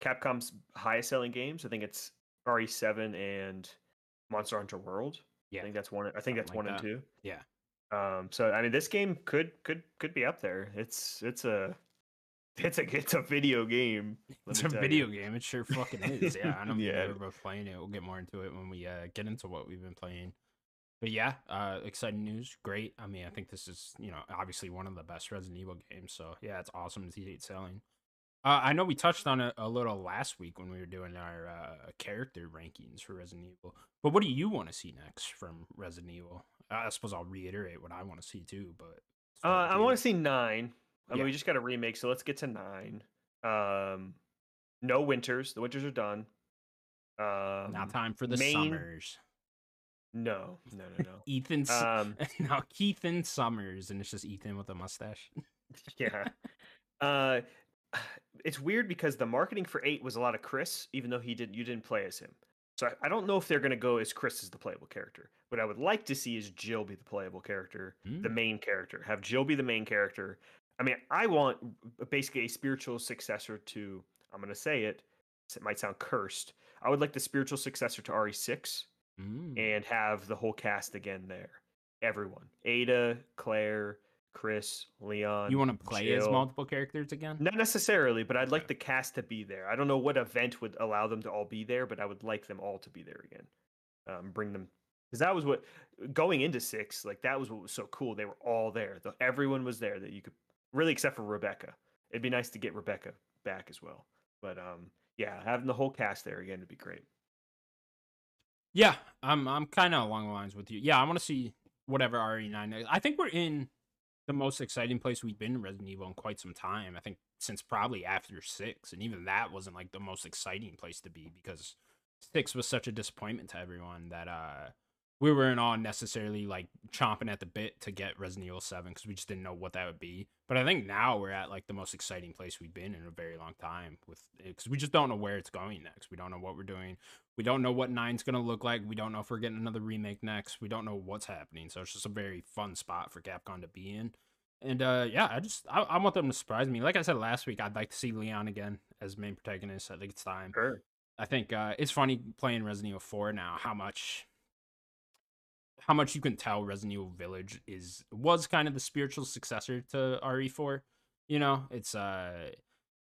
[SPEAKER 2] Capcom's highest selling games. I think it's RE seven and Monster Hunter World.
[SPEAKER 1] Yeah.
[SPEAKER 2] I think that's one. I think
[SPEAKER 1] Something
[SPEAKER 2] that's
[SPEAKER 1] like
[SPEAKER 2] one and
[SPEAKER 1] that.
[SPEAKER 2] two.
[SPEAKER 1] Yeah.
[SPEAKER 2] Um. So I mean, this game could could could be up there. It's it's a it's a it's a video game. let
[SPEAKER 1] It's
[SPEAKER 2] me
[SPEAKER 1] a
[SPEAKER 2] tell
[SPEAKER 1] video game. It
[SPEAKER 2] <laughs>
[SPEAKER 1] sure fucking is. Yeah, I don't
[SPEAKER 2] Yeah.
[SPEAKER 1] remember both playing it. We'll get more into it when we uh, get into what we've been playing. But yeah, uh, exciting news. Great. I mean, I think this is you know obviously one of the best Resident Evil games. So yeah, it's awesome to see it selling. Uh, I know we touched on it a little last week when we were doing our uh, character rankings for Resident Evil. But what do you want to see next from Resident Evil? I suppose I'll reiterate what I want to see too. But
[SPEAKER 2] Uh, I want to see nine. I
[SPEAKER 1] Yeah.
[SPEAKER 2] mean, we just got a remake, so let's get to nine. Um, no winters. The winters are done. Um,
[SPEAKER 1] now time for the
[SPEAKER 2] main-
[SPEAKER 1] summers.
[SPEAKER 2] No, no,
[SPEAKER 1] <laughs>
[SPEAKER 2] no,
[SPEAKER 1] Ethan
[SPEAKER 2] no. um,
[SPEAKER 1] <laughs> now Keithan Summers, and it's just Ethan with a mustache. <laughs>
[SPEAKER 2] <laughs> yeah. Uh, <sighs> it's weird because the marketing for eight was a lot of Chris, even though he did you didn't play as him. So I, I don't know if they're going to go as Chris as the playable character. What I would like to see is Jill be the playable character, the
[SPEAKER 1] Mm.
[SPEAKER 2] main character. Have Jill be the main character. I mean, I want b- basically a spiritual successor to. I'm going to say it. s- It might sound cursed. I would like the spiritual successor to RE6
[SPEAKER 1] Mm.
[SPEAKER 2] and have the whole cast again there. Everyone: Ada, Claire, Chris, Leon.
[SPEAKER 1] you want to play as
[SPEAKER 2] Jill.
[SPEAKER 1] multiple characters again?
[SPEAKER 2] Not necessarily, but I'd
[SPEAKER 1] Okay.
[SPEAKER 2] like the cast to be there. I don't know what event would allow them to all be there, but I would like them all to be there again. Um, bring them because that was what going into six, like that was what was so cool. They were all there. The, everyone was there that you could really, except for Rebecca. It'd be nice to get Rebecca back as well. But um, yeah, having the whole cast there again would be great.
[SPEAKER 1] Yeah, I'm I'm kind of along the lines with you. Yeah, I want to see whatever RE9 is. I think we're in the most exciting place we've been in Resident Evil in quite some time. I think since probably after 6, and even that wasn't like the most exciting place to be because 6 was such a disappointment to everyone that uh we weren't all necessarily like chomping at the bit to get Resident Evil 7 because we just didn't know what that would be. But I think now we're at like the most exciting place we've been in a very long time with because we just don't know where it's going next. We don't know what we're doing. We don't know what nine's gonna look like. We don't know if we're getting another remake next. We don't know what's happening. So it's just a very fun spot for Capcom to be in. And uh, yeah, I just I, I want them to surprise me. Like I said last week, I'd like to see Leon again as main protagonist. I think it's time.
[SPEAKER 2] Sure.
[SPEAKER 1] I think uh, it's funny playing Resident Evil 4 now how much how much you can tell Resident Evil Village is was kind of the spiritual successor to RE4. You know, it's uh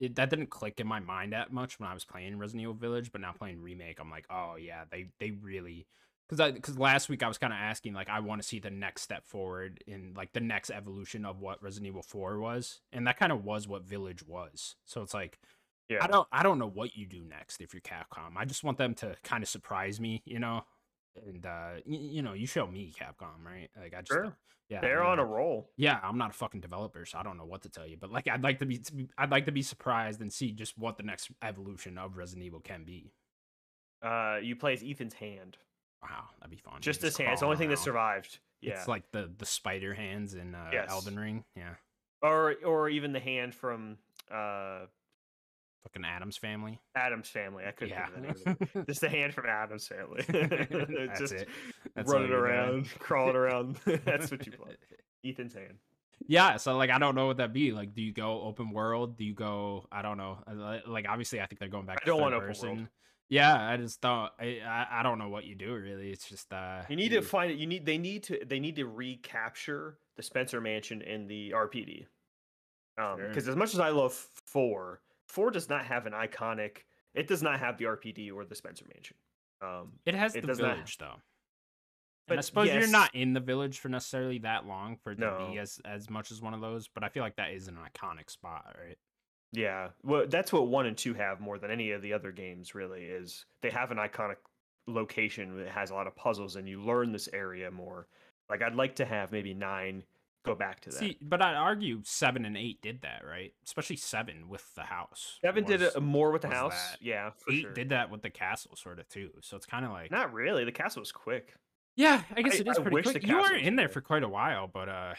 [SPEAKER 1] it, that didn't click in my mind that much when I was playing Resident Evil Village, but now playing Remake, I'm like, oh yeah, they they really because I because last week I was kind of asking like I want to see the next step forward in like the next evolution of what Resident Evil Four was, and that kind of was what Village was. So it's like
[SPEAKER 2] Yeah.
[SPEAKER 1] I don't I don't know what you do next if you're Capcom. I just want them to kind of surprise me, you know. And uh y- you know, you show me Capcom, right? Like I just uh,
[SPEAKER 2] Sure.
[SPEAKER 1] yeah,
[SPEAKER 2] They're
[SPEAKER 1] I
[SPEAKER 2] on
[SPEAKER 1] mean,
[SPEAKER 2] a roll.
[SPEAKER 1] yeah, I'm not a fucking developer, so I don't know what to tell you. But like, I'd like to be, to be I'd like to be surprised and see just what the next evolution of Resident Evil can be.
[SPEAKER 2] Uh, you play as Ethan's hand.
[SPEAKER 1] Wow, that'd be fun.
[SPEAKER 2] Just
[SPEAKER 1] He's
[SPEAKER 2] his hand. It's the only
[SPEAKER 1] crawling
[SPEAKER 2] thing that
[SPEAKER 1] around.
[SPEAKER 2] survived. Yeah.
[SPEAKER 1] It's like the the spider hands in uh,
[SPEAKER 2] Yes.
[SPEAKER 1] Elden Ring. Yeah,
[SPEAKER 2] or or even the hand from uh
[SPEAKER 1] fucking Adam's family.
[SPEAKER 2] Adam's family. I couldn't
[SPEAKER 1] yeah,
[SPEAKER 2] think of the name of
[SPEAKER 1] <laughs>
[SPEAKER 2] it. <laughs> Just the hand from Adam's family.
[SPEAKER 1] That's
[SPEAKER 2] Just
[SPEAKER 1] it. That's all
[SPEAKER 2] running
[SPEAKER 1] you're doing.
[SPEAKER 2] around,
[SPEAKER 1] <laughs>
[SPEAKER 2] crawling around. <laughs> That's what you play. Ethan's hand.
[SPEAKER 1] Yeah, so like I don't know what that be. Like, do you go open world? Do you go? I don't know. I li- Like, obviously, I think they're going back. to
[SPEAKER 2] I don't
[SPEAKER 1] third
[SPEAKER 2] want open world.
[SPEAKER 1] person. Yeah, I just don't. I, I I don't know what you do really. It's just uh,
[SPEAKER 2] You need to find it. You need. They need to. They need to recapture the Spencer Mansion in the RPD. Um,
[SPEAKER 1] Sure.
[SPEAKER 2] because as much as I love four, four does not have an iconic. It does not have the RPD or the Spencer Mansion. Um,
[SPEAKER 1] It has
[SPEAKER 2] It
[SPEAKER 1] the
[SPEAKER 2] does not-
[SPEAKER 1] village though. and I
[SPEAKER 2] But
[SPEAKER 1] suppose you're
[SPEAKER 2] yes-
[SPEAKER 1] not in the village for necessarily that long for it to be
[SPEAKER 2] No.
[SPEAKER 1] as as much as one of those, but I feel like that is an iconic spot, right?
[SPEAKER 2] Yeah, well, that's what one and two have more than any of the other games. Really, is they have an iconic location that has a lot of puzzles, and you learn this area more. Like I'd like to have maybe nine go back to that.
[SPEAKER 1] See, but I'd argue seven and eight did that, right? Especially seven with the house.
[SPEAKER 2] Seven did
[SPEAKER 1] was-
[SPEAKER 2] it more with the
[SPEAKER 1] was
[SPEAKER 2] house.
[SPEAKER 1] that.
[SPEAKER 2] Yeah, for
[SPEAKER 1] Eight
[SPEAKER 2] sure.
[SPEAKER 1] did that with the castle, sort of too. So it's kind of like,
[SPEAKER 2] Not really. The castle was quick.
[SPEAKER 1] yeah, I guess
[SPEAKER 2] I-
[SPEAKER 1] it is
[SPEAKER 2] I
[SPEAKER 1] pretty
[SPEAKER 2] wish the
[SPEAKER 1] quick. You were
[SPEAKER 2] castle was
[SPEAKER 1] in there
[SPEAKER 2] bigger.
[SPEAKER 1] for quite a while, but uh,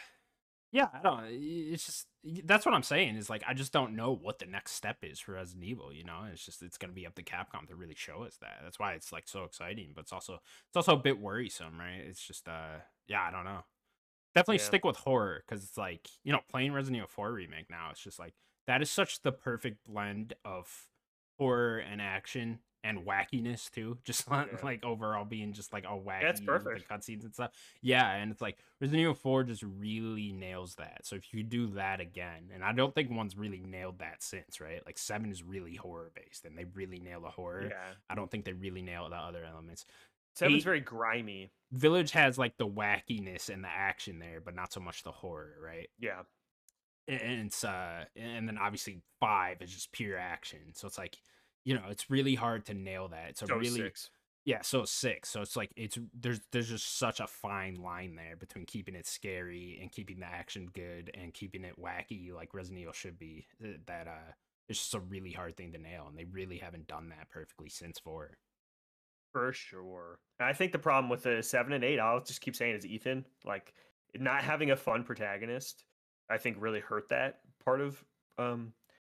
[SPEAKER 1] yeah, I don't. It's just that's what I'm saying is like I just don't know what the next step is for Resident Evil. You know, it's just it's gonna be up to Capcom to really show us that. That's why it's like so exciting, but it's also it's also a bit worrisome, right? It's just uh, yeah, I don't know. Definitely
[SPEAKER 2] Yeah.
[SPEAKER 1] stick with horror because it's like you know playing Resident Evil 4 remake now. It's just like that is such the perfect blend of horror and action and wackiness too. <laughs> Just like,
[SPEAKER 2] Yeah.
[SPEAKER 1] like overall being just like a wacky
[SPEAKER 2] it's
[SPEAKER 1] with the
[SPEAKER 2] perfect.
[SPEAKER 1] cutscenes and stuff. Yeah, and it's like Resident Evil 4 just really nails that. So if you do that again, and I don't think one's really nailed that since, right? Like seven is really horror based and they really nail the horror.
[SPEAKER 2] Yeah,
[SPEAKER 1] I don't think they really nail the other elements.
[SPEAKER 2] seven's
[SPEAKER 1] Eight-
[SPEAKER 2] very grimy.
[SPEAKER 1] Village has like the wackiness and the action there, but not so much the horror, right?
[SPEAKER 2] Yeah,
[SPEAKER 1] and and it's uh and then obviously five is just pure action so it's like you know it's really hard to nail that it's a
[SPEAKER 2] so
[SPEAKER 1] really
[SPEAKER 2] six.
[SPEAKER 1] yeah so it's six so it's like it's there's there's just such a fine line there between keeping it scary and keeping the action good and keeping it wacky like resident evil should be th- that uh it's just a really hard thing to nail and they really haven't done that perfectly since four
[SPEAKER 2] For sure. And I think the problem with the seven and eight, I'll just keep saying, is Ethan. Like not having a fun protagonist, I think really hurt that part of um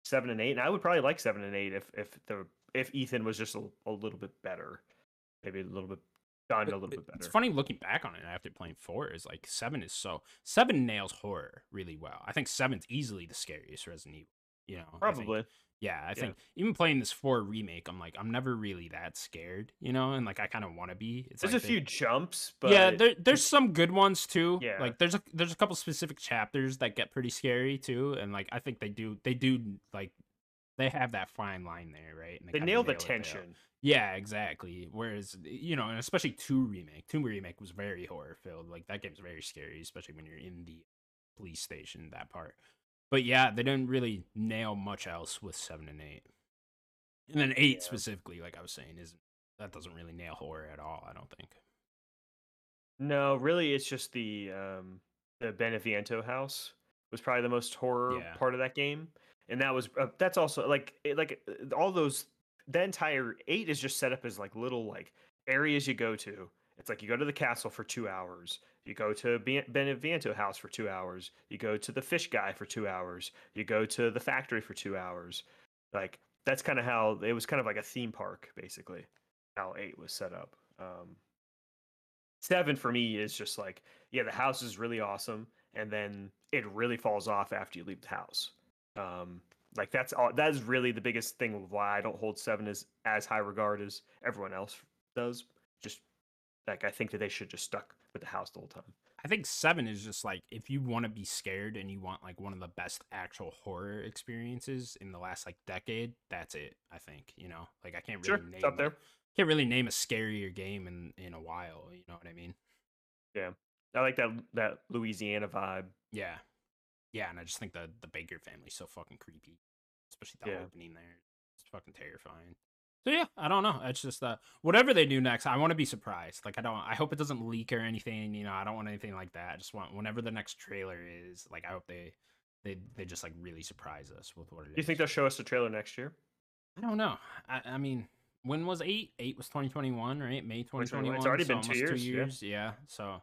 [SPEAKER 2] seven and eight. And I would probably like seven and eight if if the if Ethan was just a, a little bit better, maybe a little bit done a little
[SPEAKER 1] It-
[SPEAKER 2] bit better.
[SPEAKER 1] It's funny looking back on it after playing four. Is like seven is so seven nails horror really well. I think seven's easily the scariest Resident Evil. You know, I think-
[SPEAKER 2] Probably.
[SPEAKER 1] yeah, I
[SPEAKER 2] Yeah.
[SPEAKER 1] think even playing this four remake, I'm like I'm never really that scared. You know, and like I kind of want to be. It's
[SPEAKER 2] There's
[SPEAKER 1] like
[SPEAKER 2] a
[SPEAKER 1] they-
[SPEAKER 2] few jumps, but
[SPEAKER 1] yeah, there, there's some good ones too.
[SPEAKER 2] Yeah.
[SPEAKER 1] like there's a there's a couple specific chapters that get pretty scary too, and like I think they do they do like they have that fine line there, right? And
[SPEAKER 2] they
[SPEAKER 1] kinda
[SPEAKER 2] nail the
[SPEAKER 1] nail it there.
[SPEAKER 2] tension.
[SPEAKER 1] Yeah, exactly. Whereas you know, and especially two remake, two remake was very horror filled. Like that game's very scary, especially when you're in the police station. That part, but yeah, they didn't really nail much else with seven and eight, and then eight
[SPEAKER 2] Yeah.
[SPEAKER 1] specifically, like I was saying, is that doesn't really nail horror at all. I don't think.
[SPEAKER 2] No, really, it's just the um, the Beneviento house was probably the most horror
[SPEAKER 1] Yeah.
[SPEAKER 2] part of that game, and that was uh, that's also like it, like uh, all those the entire eight is just set up as like little like areas you go to. It's It's like you go to the castle for two hours. You go to Bien- Benevento House for two hours. You go to the fish guy for two hours. You go to the factory for two hours. Like that's kind of how it was kind of like a theme park basically. How eight was set up. Um, seven for me is just like yeah, the house is really awesome, and then it really falls off after you leave the house. Um, like that's all. That is really the biggest thing of why I don't hold seven as as high regard as everyone else does. Just like I think that they should just stuck with the house the whole time.
[SPEAKER 1] I think seven is just like if you want to be scared and you want like one of the best actual horror experiences in the last like decade, that's it. I think you know, like I can't really
[SPEAKER 2] sure,
[SPEAKER 1] name
[SPEAKER 2] it's up there.
[SPEAKER 1] can't really name a scarier game in in a while. You know what I mean?
[SPEAKER 2] I like that that Louisiana vibe.
[SPEAKER 1] Yeah, yeah. And I just think the the Baker family's so fucking creepy, especially the
[SPEAKER 2] Yeah.
[SPEAKER 1] opening there. It's fucking terrifying. So yeah, I don't know. It's just uh, whatever they do next, I want to be surprised. Like I don't, I hope it doesn't leak or anything. You know, I don't want anything like that. I just want whenever the next trailer is, like I hope they, they, they just like really surprise us with what it is.
[SPEAKER 2] Do you think they'll show us the trailer next year?
[SPEAKER 1] I don't know. I, I mean, when was eight? Eight was 2021, right? May 2021.
[SPEAKER 2] 2021. It's already
[SPEAKER 1] so
[SPEAKER 2] been two
[SPEAKER 1] almost
[SPEAKER 2] years, yeah.
[SPEAKER 1] Yeah. So,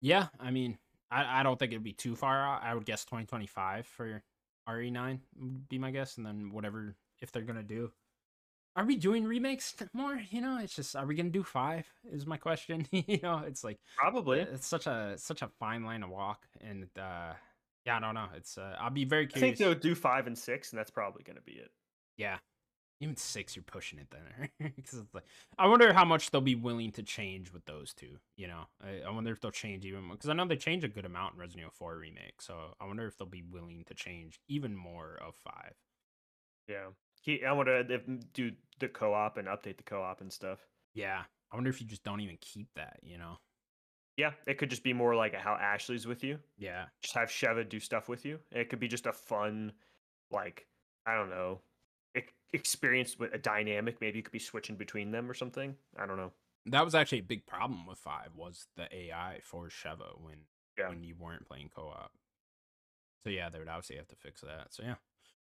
[SPEAKER 1] yeah, I mean, I, I don't think it'd be too far out. I would guess 2025 for RE9 would be my guess. And then whatever, if they're going to do. Are we doing remakes t- more? You know, it's just, are we going to do five? Is my question. <laughs> you know, it's like,
[SPEAKER 2] Probably.
[SPEAKER 1] it's such a such a fine line to walk. And, uh, yeah, I don't know. It's, uh, I'll be very
[SPEAKER 2] I think
[SPEAKER 1] curious.
[SPEAKER 2] they'll do five and six, and that's probably going to be it.
[SPEAKER 1] Yeah. Even six, you're pushing it then. <laughs> 'Cause it's like, I wonder how much they'll be willing to change with those two. You know, I, I wonder if they'll change even more. Because I know they change a good amount in Resident Evil 4 Remake. So I wonder if they'll be willing to change even more of five.
[SPEAKER 2] Yeah. He, I want to do the co-op and update the co-op and stuff.
[SPEAKER 1] Yeah. I wonder if you just don't even keep that, you know?
[SPEAKER 2] Yeah, it could just be more like how Ashley's with you.
[SPEAKER 1] Yeah.
[SPEAKER 2] Just have Sheva do stuff with you. and It could be just a fun, like I don't know, e- experience with a dynamic. Maybe you could be switching between them or something. I don't know.
[SPEAKER 1] That was actually a big problem with five was the AI for Sheva when
[SPEAKER 2] Yeah.
[SPEAKER 1] when you weren't playing co op. So yeah, they would obviously have to fix that. So yeah.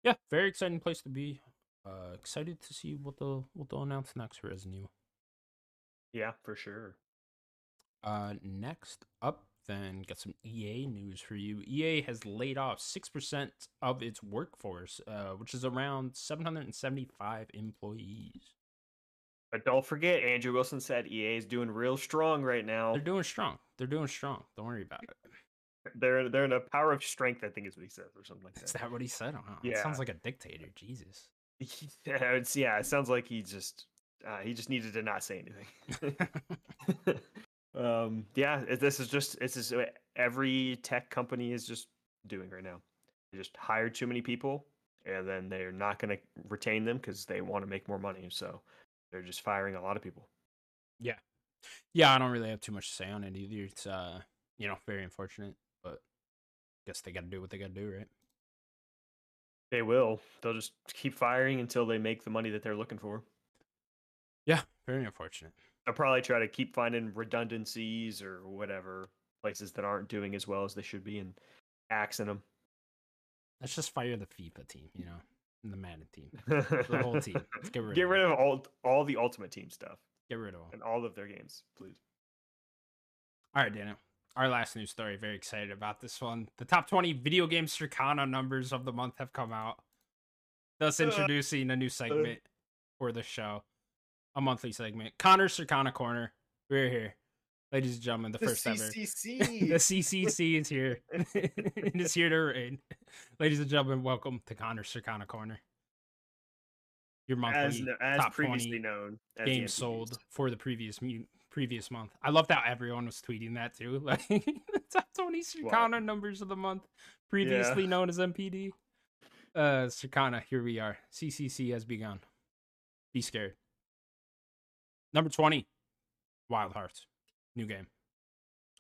[SPEAKER 1] Yeah, very exciting place to be. Uh excited to see what they'll what they'll announce next for Resident Evil.
[SPEAKER 2] Yeah, for sure.
[SPEAKER 1] Uh, next up, then got some EA news for you. EA has laid off six percent of its workforce, uh, which is around seven hundred and seventy-five employees.
[SPEAKER 2] But don't forget, Andrew Wilson said EA is doing real strong right now.
[SPEAKER 1] They're doing strong. They're doing strong. Don't worry about it. <laughs>
[SPEAKER 2] They're they're in a power of strength. I think is what he says or something like
[SPEAKER 1] Is
[SPEAKER 2] that.
[SPEAKER 1] that what he said? Wow, that
[SPEAKER 2] Yeah.
[SPEAKER 1] sounds like a dictator. Jesus.
[SPEAKER 2] <laughs> yeah, it's, yeah, it sounds like he just uh, he just needed to not say
[SPEAKER 1] <laughs>
[SPEAKER 2] anything. um, yeah, it- this is just this is what every tech company is just doing right now. They just hired too many people, and then they're not going to retain them because they want to make more money. So they're just firing a lot of people.
[SPEAKER 1] <laughs> Yeah, I don't really have too much to say on it either. It's uh, you know, very unfortunate, but guess they got to do what they got to do, right?
[SPEAKER 2] They will. They'll just keep firing until they make the money that they're looking for.
[SPEAKER 1] Yeah, very unfortunate.
[SPEAKER 2] They'll probably try to keep finding redundancies or whatever places that aren't doing as well as they should be and axing them.
[SPEAKER 1] Let's just fire the FIFA team, you know, and the Madden team, the <laughs> whole team. Let's get rid
[SPEAKER 2] <laughs> Get
[SPEAKER 1] of
[SPEAKER 2] rid
[SPEAKER 1] them.
[SPEAKER 2] of all all the Ultimate Team stuff
[SPEAKER 1] get rid of them.
[SPEAKER 2] and all of their games, please.
[SPEAKER 1] All right, Daniel. Our last news story. Very excited about this one. The top 20 video game Stricana numbers of the month have come out, <laughs> thus
[SPEAKER 2] Uh,
[SPEAKER 1] introducing a new segment for the show, a monthly segment. Connor's Stricana Corner. We're here. Ladies and gentlemen, the, first ever. <laughs> the
[SPEAKER 2] CCC.
[SPEAKER 1] CCC is here. <laughs> it is here to reign. Ladies and gentlemen, welcome to Connor's Stricana Corner. Your monthly
[SPEAKER 2] as, kno- as
[SPEAKER 1] top 20
[SPEAKER 2] previously known, as the
[SPEAKER 1] games
[SPEAKER 2] MPGs.
[SPEAKER 1] sold for the previous mu- previous month. I loved how everyone was tweeting that too. <laughs> Like the top 20 Circana numbers of the month, previously known as MPD. Uh Circana, here we are. CCC has begun. Be scared. Number 20, Wild Hearts. New game.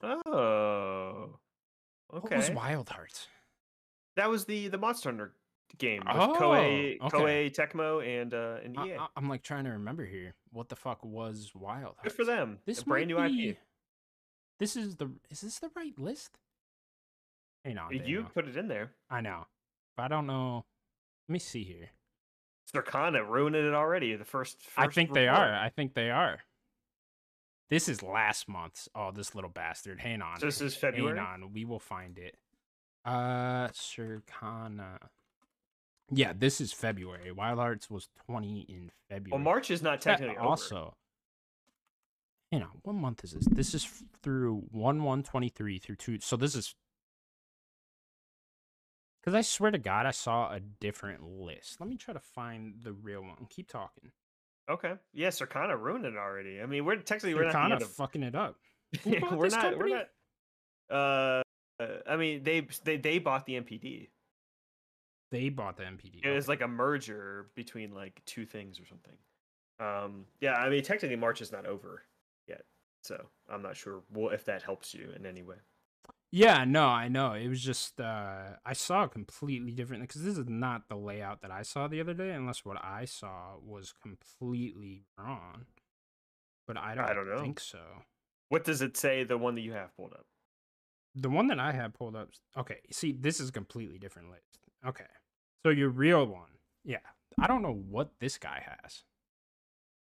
[SPEAKER 2] Oh,
[SPEAKER 1] What was
[SPEAKER 2] okay.
[SPEAKER 1] Wild Hearts?
[SPEAKER 2] That was the the Monster Hunter game with
[SPEAKER 1] Oh,
[SPEAKER 2] Koei,
[SPEAKER 1] okay.
[SPEAKER 2] Koei Tecmo and uh, and
[SPEAKER 1] I-
[SPEAKER 2] EA.
[SPEAKER 1] I- I'm like trying to remember here. What the fuck was Wild Hearts?
[SPEAKER 2] Good for them.
[SPEAKER 1] This
[SPEAKER 2] a brand new
[SPEAKER 1] might
[SPEAKER 2] IP.
[SPEAKER 1] be- This is the is this the right list? Hang on.
[SPEAKER 2] You
[SPEAKER 1] Daniel.
[SPEAKER 2] put it in there.
[SPEAKER 1] I know. But I don't know. Let me see here.
[SPEAKER 2] They're kind of ruining it already. The first,
[SPEAKER 1] I
[SPEAKER 2] first
[SPEAKER 1] think they
[SPEAKER 2] report.
[SPEAKER 1] are. I think they are. This is last month's. Oh, this little bastard. Hang on.
[SPEAKER 2] So this is February.
[SPEAKER 1] Hang on, we will find it. Uh, Circana. Yeah, this is February. Wild Hearts was 20 in February.
[SPEAKER 2] Well, March is not
[SPEAKER 1] That
[SPEAKER 2] technically
[SPEAKER 1] also,
[SPEAKER 2] over.
[SPEAKER 1] you know, what month is this? This is f- through 1 1 23 through 2. So this is. Because I swear to God, I saw a different list. Let me try to find the real one. Keep talking.
[SPEAKER 2] Okay. Yeah, Circana ruined it already. I mean, we're technically we're
[SPEAKER 1] You're
[SPEAKER 2] not at
[SPEAKER 1] kind
[SPEAKER 2] the end
[SPEAKER 1] of
[SPEAKER 2] of <laughs>
[SPEAKER 1] fucking it up. Who
[SPEAKER 2] Yeah,
[SPEAKER 1] bought
[SPEAKER 2] we're
[SPEAKER 1] this
[SPEAKER 2] not.
[SPEAKER 1] company?
[SPEAKER 2] We're not. Uh, uh, I mean, they they they bought the MPD.
[SPEAKER 1] They bought the MPD.
[SPEAKER 2] It was
[SPEAKER 1] okay.
[SPEAKER 2] like a merger between like two things or something. Um, yeah, I mean, technically March is not over yet, so I'm not sure well, if that helps you in any way.
[SPEAKER 1] Yeah, no, I know. It was just uh I saw it completely different because this is not the layout that I saw the other day, unless what I saw was completely wrong. But I don't,
[SPEAKER 2] don't know.
[SPEAKER 1] think so.
[SPEAKER 2] What does it say? The one that you have pulled up.
[SPEAKER 1] The one that I had pulled up. Okay, see, this is completely different list. Okay, so your real one. Yeah, I don't know what this guy has.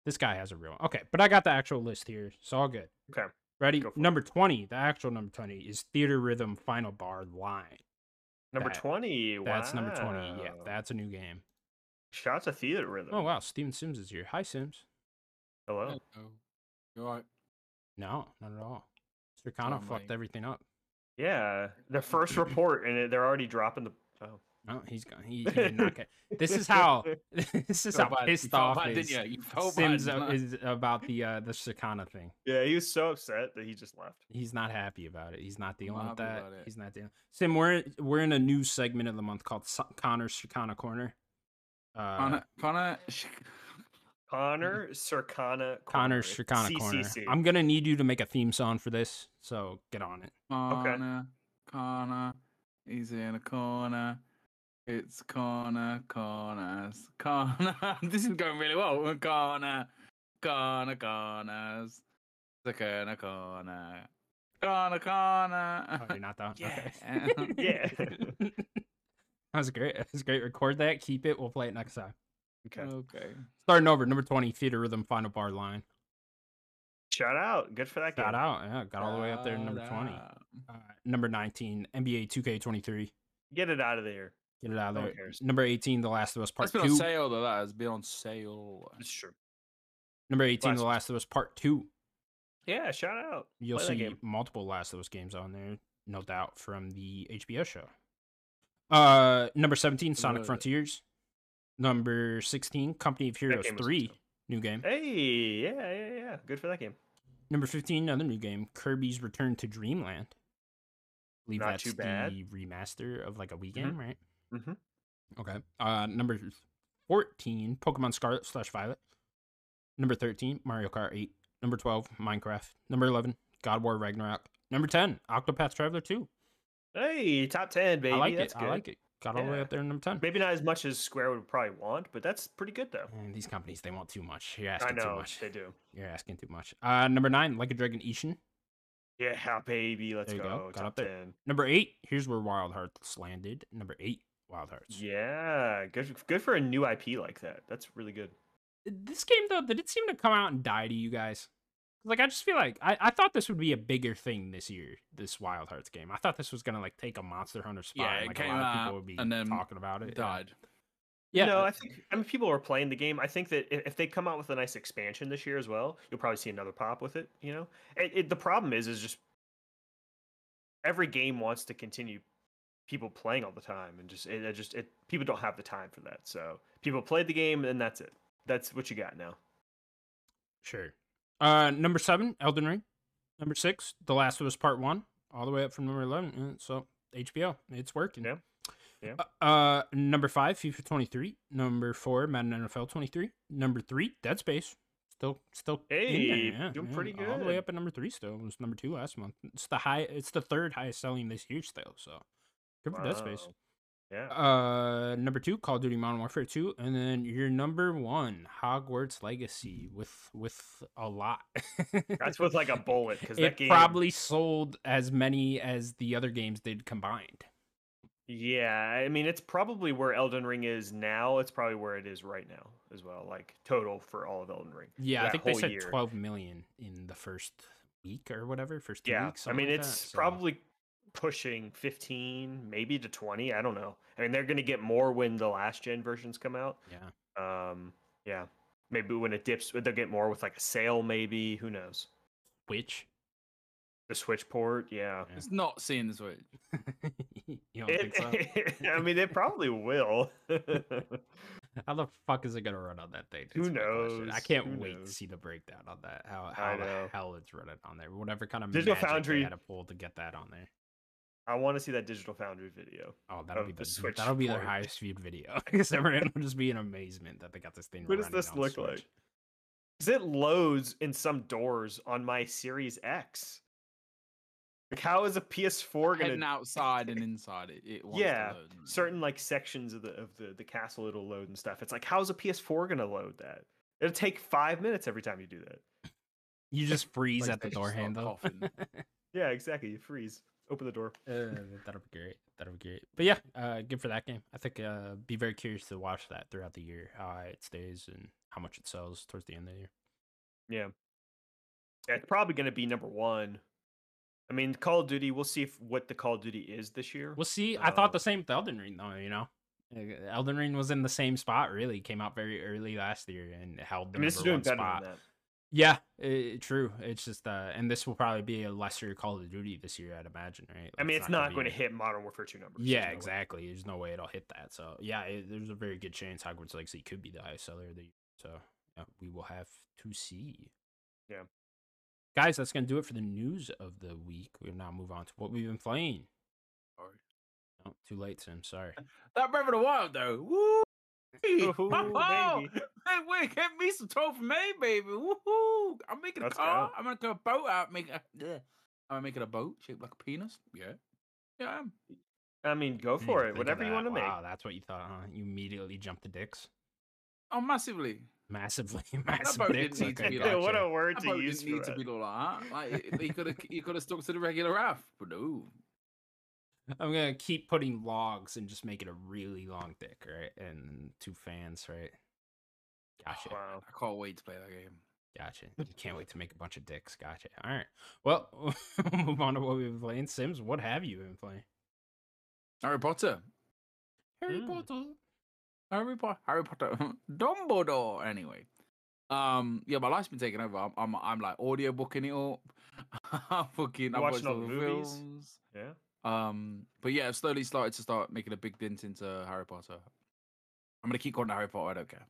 [SPEAKER 1] This guy has a real one. Okay, but I got the actual list here. It's all good.
[SPEAKER 2] Okay.
[SPEAKER 1] Ready?
[SPEAKER 2] Go for it.
[SPEAKER 1] Number 20, the actual number 20 is Theater Rhythm Final Bar Line.
[SPEAKER 2] Number
[SPEAKER 1] That-
[SPEAKER 2] twenty.
[SPEAKER 1] That's number 20. Yeah,
[SPEAKER 2] wow.
[SPEAKER 1] that's a new game.
[SPEAKER 2] Shots of theater rhythm.
[SPEAKER 1] Oh, wow. Steven Sims is here. Hi, Sims. <laughs>
[SPEAKER 2] Hello.
[SPEAKER 3] Oh, you're right.
[SPEAKER 1] No, not at all. Circano
[SPEAKER 3] Oh,
[SPEAKER 1] fucked
[SPEAKER 3] my.
[SPEAKER 1] everything up.
[SPEAKER 2] Yeah, the first report, and it- they're already dropping the. Oh.
[SPEAKER 1] No, he's gone. He, he did not get. This
[SPEAKER 2] <laughs>
[SPEAKER 1] is how. <laughs> this is
[SPEAKER 3] You
[SPEAKER 1] how
[SPEAKER 3] felt bad- you
[SPEAKER 1] pissed
[SPEAKER 3] felt
[SPEAKER 1] off
[SPEAKER 3] bad,
[SPEAKER 1] is
[SPEAKER 3] didn't you? You felt bad,
[SPEAKER 1] Sims
[SPEAKER 3] didn't
[SPEAKER 1] a-
[SPEAKER 3] I?
[SPEAKER 1] is about the uh, the Circana thing.
[SPEAKER 2] Yeah, he was so upset that he just left.
[SPEAKER 1] He's not happy about it. He's not dealing
[SPEAKER 3] not
[SPEAKER 1] with
[SPEAKER 3] happy
[SPEAKER 1] that.
[SPEAKER 3] about it.
[SPEAKER 1] He's not dealing. Sim, we're we're in a new segment of the month called Sa- Connor's Circana Corner. Uh,
[SPEAKER 3] Connor, Connor, sh-
[SPEAKER 2] Connor Circana. Corner.
[SPEAKER 1] Mm-hmm. Connor
[SPEAKER 2] It's
[SPEAKER 1] Circana Corner.
[SPEAKER 2] CCC.
[SPEAKER 1] I'm gonna need you to make a theme song for this, so get on it.
[SPEAKER 3] Connor, Connor, he's in a corner. It's Connor, Connors, <laughs> Connor. this is going really well. Connor, Connor, Connors, the Connor, Connor, Connor, Connor.
[SPEAKER 1] Oh,
[SPEAKER 3] <laughs>
[SPEAKER 1] you're not done. Okay.
[SPEAKER 2] Yeah.
[SPEAKER 1] that was great. <laughs> That was great. Record that. Keep it. We'll play it next time.
[SPEAKER 2] Okay.
[SPEAKER 3] okay.
[SPEAKER 1] Starting over. Number twenty. Theater rhythm. Final bar line.
[SPEAKER 2] Shout out. Good for that
[SPEAKER 1] Shout
[SPEAKER 2] game.
[SPEAKER 1] out. Yeah. Got all the way up there. to Number
[SPEAKER 3] Shout
[SPEAKER 1] twenty.
[SPEAKER 3] out.
[SPEAKER 1] Uh, number nineteen. NBA Two K Twenty Three.
[SPEAKER 2] Get it out of there.
[SPEAKER 1] Get it out of
[SPEAKER 2] Who
[SPEAKER 1] there.
[SPEAKER 2] cares?
[SPEAKER 1] Number eighteen. The Last of Us Part
[SPEAKER 3] That's been on
[SPEAKER 1] Two.
[SPEAKER 3] sale though. That has been on sale.
[SPEAKER 2] That's true.
[SPEAKER 1] Number eighteen.
[SPEAKER 2] Last
[SPEAKER 1] The
[SPEAKER 2] of Us.
[SPEAKER 1] Last of Us Part Two.
[SPEAKER 2] Yeah, shout out.
[SPEAKER 1] You'll
[SPEAKER 2] Play that
[SPEAKER 1] see
[SPEAKER 2] game.
[SPEAKER 1] multiple Last of Us games on there, no doubt, from the HBO show. Uh, number seventeen. Sonic
[SPEAKER 3] Love it.
[SPEAKER 1] Frontiers. Number sixteen. Company of Heroes
[SPEAKER 2] game was
[SPEAKER 1] Three.
[SPEAKER 2] awesome.
[SPEAKER 1] New game.
[SPEAKER 2] Hey, yeah, yeah, yeah. Good for that game.
[SPEAKER 1] Number 15, another new game, Kirby's Return to Dreamland. I believe
[SPEAKER 2] Not
[SPEAKER 1] that's
[SPEAKER 2] too bad.
[SPEAKER 1] the remaster of like a Wii game, right?
[SPEAKER 2] Mhm.
[SPEAKER 1] Okay. Uh, number 14, Pokemon Scarlet slash Violet. Number 13, Mario Kart 8. Number 12, Minecraft. Number 11, God of War Ragnarok. Number 10, Octopath Traveler 2.
[SPEAKER 2] Hey, top ten, baby.
[SPEAKER 1] I like
[SPEAKER 2] that's
[SPEAKER 1] it.
[SPEAKER 2] Good.
[SPEAKER 1] I like it. Got all the way
[SPEAKER 2] Yeah.
[SPEAKER 1] up there in number 10.
[SPEAKER 2] Maybe not as much as Square would probably want, but that's pretty good though.
[SPEAKER 1] Man, these companies, they want too much. You're
[SPEAKER 2] I
[SPEAKER 1] asking Mm, too
[SPEAKER 2] know
[SPEAKER 1] much.
[SPEAKER 2] they do.
[SPEAKER 1] You're asking too much. Uh, number 9, Like a Dragon Ishin.
[SPEAKER 2] Yeah, baby. Let's
[SPEAKER 1] There you go.
[SPEAKER 2] go.
[SPEAKER 1] Got
[SPEAKER 2] Top
[SPEAKER 1] up there.
[SPEAKER 2] ten.
[SPEAKER 1] Number eight, here's where Wild Hearts landed. Number eight, Wild Hearts.
[SPEAKER 2] Yeah, good. Good for a new IP like that. That's really good.
[SPEAKER 1] This game though, did it seem to come out and die to you guys? Like I just feel like I, I thought this would be a bigger thing this year, this Wild Hearts game. I thought this was gonna like take a Monster Hunter spot.
[SPEAKER 3] Yeah,
[SPEAKER 1] and,
[SPEAKER 3] it
[SPEAKER 1] like
[SPEAKER 3] came
[SPEAKER 1] a lot of
[SPEAKER 3] out
[SPEAKER 1] people would be
[SPEAKER 3] and then
[SPEAKER 1] talking about it.
[SPEAKER 3] Died.
[SPEAKER 1] Yeah.
[SPEAKER 2] No, I think I mean people are playing the game. I think that i- if they come out with a nice expansion this year as well, you'll probably see another pop with it. You know, it, it, the problem is is just every game wants to continue people playing all the time, and just it, it just it people don't have the time for that. So people played the game, and that's it. That's what you got now.
[SPEAKER 1] sure. Uh number seven, Elden Ring. Number six, The Last of Us Part One, all the way up from number eleven. Yeah, So HBO, it's working.
[SPEAKER 2] Yeah. Yeah.
[SPEAKER 1] Uh, uh, number five, FIFA 23. Number four, Madden NFL 23. Number three, Dead Space. Still, still. in there,
[SPEAKER 2] Hey, doing pretty
[SPEAKER 1] All the way
[SPEAKER 2] good.
[SPEAKER 1] up at number three. Still, it was number two last month. It's the high. It's the third highest selling this year. Still, so good for Dead Space.
[SPEAKER 2] Wow. Yeah.
[SPEAKER 1] Uh, number two, Call of Duty Modern Warfare two, and then your number one, Hogwarts Legacy, with with a lot.
[SPEAKER 2] That's
[SPEAKER 1] <laughs>
[SPEAKER 2] with like a bullet because that
[SPEAKER 1] it
[SPEAKER 2] game
[SPEAKER 1] probably sold as many as the other games did combined.
[SPEAKER 2] Yeah, I mean it's probably where Elden Ring is now. It's probably where it is right now as well, like total for all of Elden Ring.
[SPEAKER 1] Yeah, I
[SPEAKER 2] That
[SPEAKER 1] think they
[SPEAKER 2] whole
[SPEAKER 1] said
[SPEAKER 2] year.
[SPEAKER 1] 12 million in the first week or whatever, first two
[SPEAKER 2] Yeah,
[SPEAKER 1] weeks.
[SPEAKER 2] I
[SPEAKER 1] something
[SPEAKER 2] mean
[SPEAKER 1] like
[SPEAKER 2] it's
[SPEAKER 1] that, so-
[SPEAKER 2] probably pushing 15, maybe to 20. I don't know. I mean they're going to get more when the last gen versions come out.
[SPEAKER 1] Yeah.
[SPEAKER 2] Um, yeah, maybe when it dips, they'll get more with like a sale. Maybe who knows?
[SPEAKER 1] Which
[SPEAKER 2] The Switch port, yeah.
[SPEAKER 1] Yeah.
[SPEAKER 3] It's not seeing the Switch.
[SPEAKER 1] <laughs> you don't
[SPEAKER 2] It,
[SPEAKER 1] think so?
[SPEAKER 2] <laughs> I mean, it probably will. <laughs>
[SPEAKER 1] How the fuck is it gonna run on that thing?
[SPEAKER 2] Who
[SPEAKER 1] That's my question. I
[SPEAKER 2] knows?
[SPEAKER 1] can't
[SPEAKER 2] Who
[SPEAKER 1] wait to
[SPEAKER 2] knows?
[SPEAKER 1] see the breakdown on that. How
[SPEAKER 2] I
[SPEAKER 1] how the
[SPEAKER 2] know.
[SPEAKER 1] hell it's running on there? Whatever kind of
[SPEAKER 2] Digital
[SPEAKER 1] magic they
[SPEAKER 2] Foundry-
[SPEAKER 1] had to pull to get that on there.
[SPEAKER 2] I want to see that Digital Foundry video.
[SPEAKER 1] Oh, that'll
[SPEAKER 2] Of
[SPEAKER 1] be
[SPEAKER 2] the
[SPEAKER 1] the,
[SPEAKER 2] Switch
[SPEAKER 1] that'll be their
[SPEAKER 2] port.
[SPEAKER 1] highest viewed video. <laughs> I guess everyone will just be in amazement that they got this thing.
[SPEAKER 2] What does
[SPEAKER 1] running
[SPEAKER 2] this
[SPEAKER 1] on
[SPEAKER 2] look
[SPEAKER 1] Switch.
[SPEAKER 2] like? 'Cause it loads in some doors on my Series X. Like, how is a PS4 gonna
[SPEAKER 3] Heading outside and inside it. it wants
[SPEAKER 2] Yeah,
[SPEAKER 3] To load, doesn't it?
[SPEAKER 2] certain like sections of the of the the castle it'll load and stuff? It's like, how's a PS4 gonna load that? It'll take five minutes every time you do that.
[SPEAKER 1] You
[SPEAKER 2] <laughs>
[SPEAKER 1] just freeze at the
[SPEAKER 3] PlayStation
[SPEAKER 1] door
[SPEAKER 3] start
[SPEAKER 1] handle.
[SPEAKER 3] coughing.
[SPEAKER 1] <laughs>
[SPEAKER 2] Yeah, exactly. You freeze. Open the door.
[SPEAKER 1] Uh, that'll be great. That'll be great. But yeah, uh, good for that game. I think uh, be very curious to watch that throughout the year, how it stays and how much it sells towards the end of the year.
[SPEAKER 2] Yeah. Yeah, It's probably going to be number one. I mean, Call of Duty, we'll see if what the Call of Duty is this year.
[SPEAKER 1] We'll see. I thought
[SPEAKER 2] Uh,
[SPEAKER 1] the same with Elden Ring, though. You know, Uh, Elden Ring was in the same spot. Really, came out very early last year and held
[SPEAKER 2] I
[SPEAKER 1] the
[SPEAKER 2] mean, this is
[SPEAKER 1] number one
[SPEAKER 2] doing better
[SPEAKER 1] spot.
[SPEAKER 2] than that.
[SPEAKER 1] Yeah, i true. It's just, uh, and this will probably be a lesser Call of Duty this year, I'd imagine, right?
[SPEAKER 2] I
[SPEAKER 1] Like,
[SPEAKER 2] mean, it's not
[SPEAKER 1] gonna
[SPEAKER 2] going to
[SPEAKER 1] be-
[SPEAKER 2] hit Modern Warfare 2 numbers.
[SPEAKER 1] Yeah,
[SPEAKER 2] there's no way.
[SPEAKER 1] exactly. There's no way it'll hit that. So yeah, it, there's a very good chance Hogwarts Legacy could be the highest seller of the year. So yeah, we will have to see.
[SPEAKER 2] Yeah.
[SPEAKER 1] guys, that's gonna do it for the news of the week. We'll now move on to what we've been playing.
[SPEAKER 3] Sorry.
[SPEAKER 1] Oh, too late, Sim. Sorry.
[SPEAKER 3] That Breath of the
[SPEAKER 2] <laughs>
[SPEAKER 3] Wild though. Woo!
[SPEAKER 2] Ooh,
[SPEAKER 3] Wow!
[SPEAKER 2] baby.
[SPEAKER 3] <laughs> Hey, wait, get me some toll for me, baby. Woohoo! I'm making a
[SPEAKER 2] Let's
[SPEAKER 3] car.
[SPEAKER 2] go.
[SPEAKER 3] I'm gonna go a boat out. Make a. bleh. I'm making a boat shaped like a penis. Yeah, yeah. I am.
[SPEAKER 2] I mean, go
[SPEAKER 1] Didn't even
[SPEAKER 2] for it.
[SPEAKER 1] think of
[SPEAKER 2] Whatever you
[SPEAKER 1] that.
[SPEAKER 2] want to
[SPEAKER 1] Wow,
[SPEAKER 2] make.
[SPEAKER 1] that's what you thought, huh? You immediately jumped the dicks. <laughs>
[SPEAKER 3] Oh, massively.
[SPEAKER 2] <laughs>
[SPEAKER 1] Massively, <laughs> massive
[SPEAKER 3] boat
[SPEAKER 1] dicks.
[SPEAKER 3] didn't need to
[SPEAKER 1] Okay,
[SPEAKER 3] be
[SPEAKER 1] gotcha.
[SPEAKER 3] like
[SPEAKER 2] what a word
[SPEAKER 3] That
[SPEAKER 2] to
[SPEAKER 3] boat
[SPEAKER 2] use
[SPEAKER 3] didn't
[SPEAKER 2] for
[SPEAKER 3] need to
[SPEAKER 2] that.
[SPEAKER 3] be all that. Like you
[SPEAKER 2] <laughs>
[SPEAKER 3] could have, you could have stuck to the regular raft, but no.
[SPEAKER 1] I'm gonna keep putting logs and just make it a really long dick, right? And two fans, right? Gotcha.
[SPEAKER 2] Wow.
[SPEAKER 3] I can't wait to play that game.
[SPEAKER 1] Gotcha. You can't wait to make a bunch of dicks. Gotcha. All right. Well, <laughs> we'll move on to what we've been playing. Sims, what have you been playing?
[SPEAKER 3] Harry Potter.
[SPEAKER 1] Harry
[SPEAKER 2] Mm.
[SPEAKER 1] Potter.
[SPEAKER 3] Harry Potter. Harry Potter. <laughs> Dumbledore. Anyway, um, yeah, my life's been taken over. I'm, I'm, I'm like audiobooking it up. <laughs> I'm fucking. I've watched
[SPEAKER 2] watching all
[SPEAKER 3] all the
[SPEAKER 2] the movies?
[SPEAKER 3] films.
[SPEAKER 2] Yeah.
[SPEAKER 3] Um, but yeah, I've slowly started to start making a big dent into Harry Potter. I'm gonna keep going to Harry Potter. I don't care.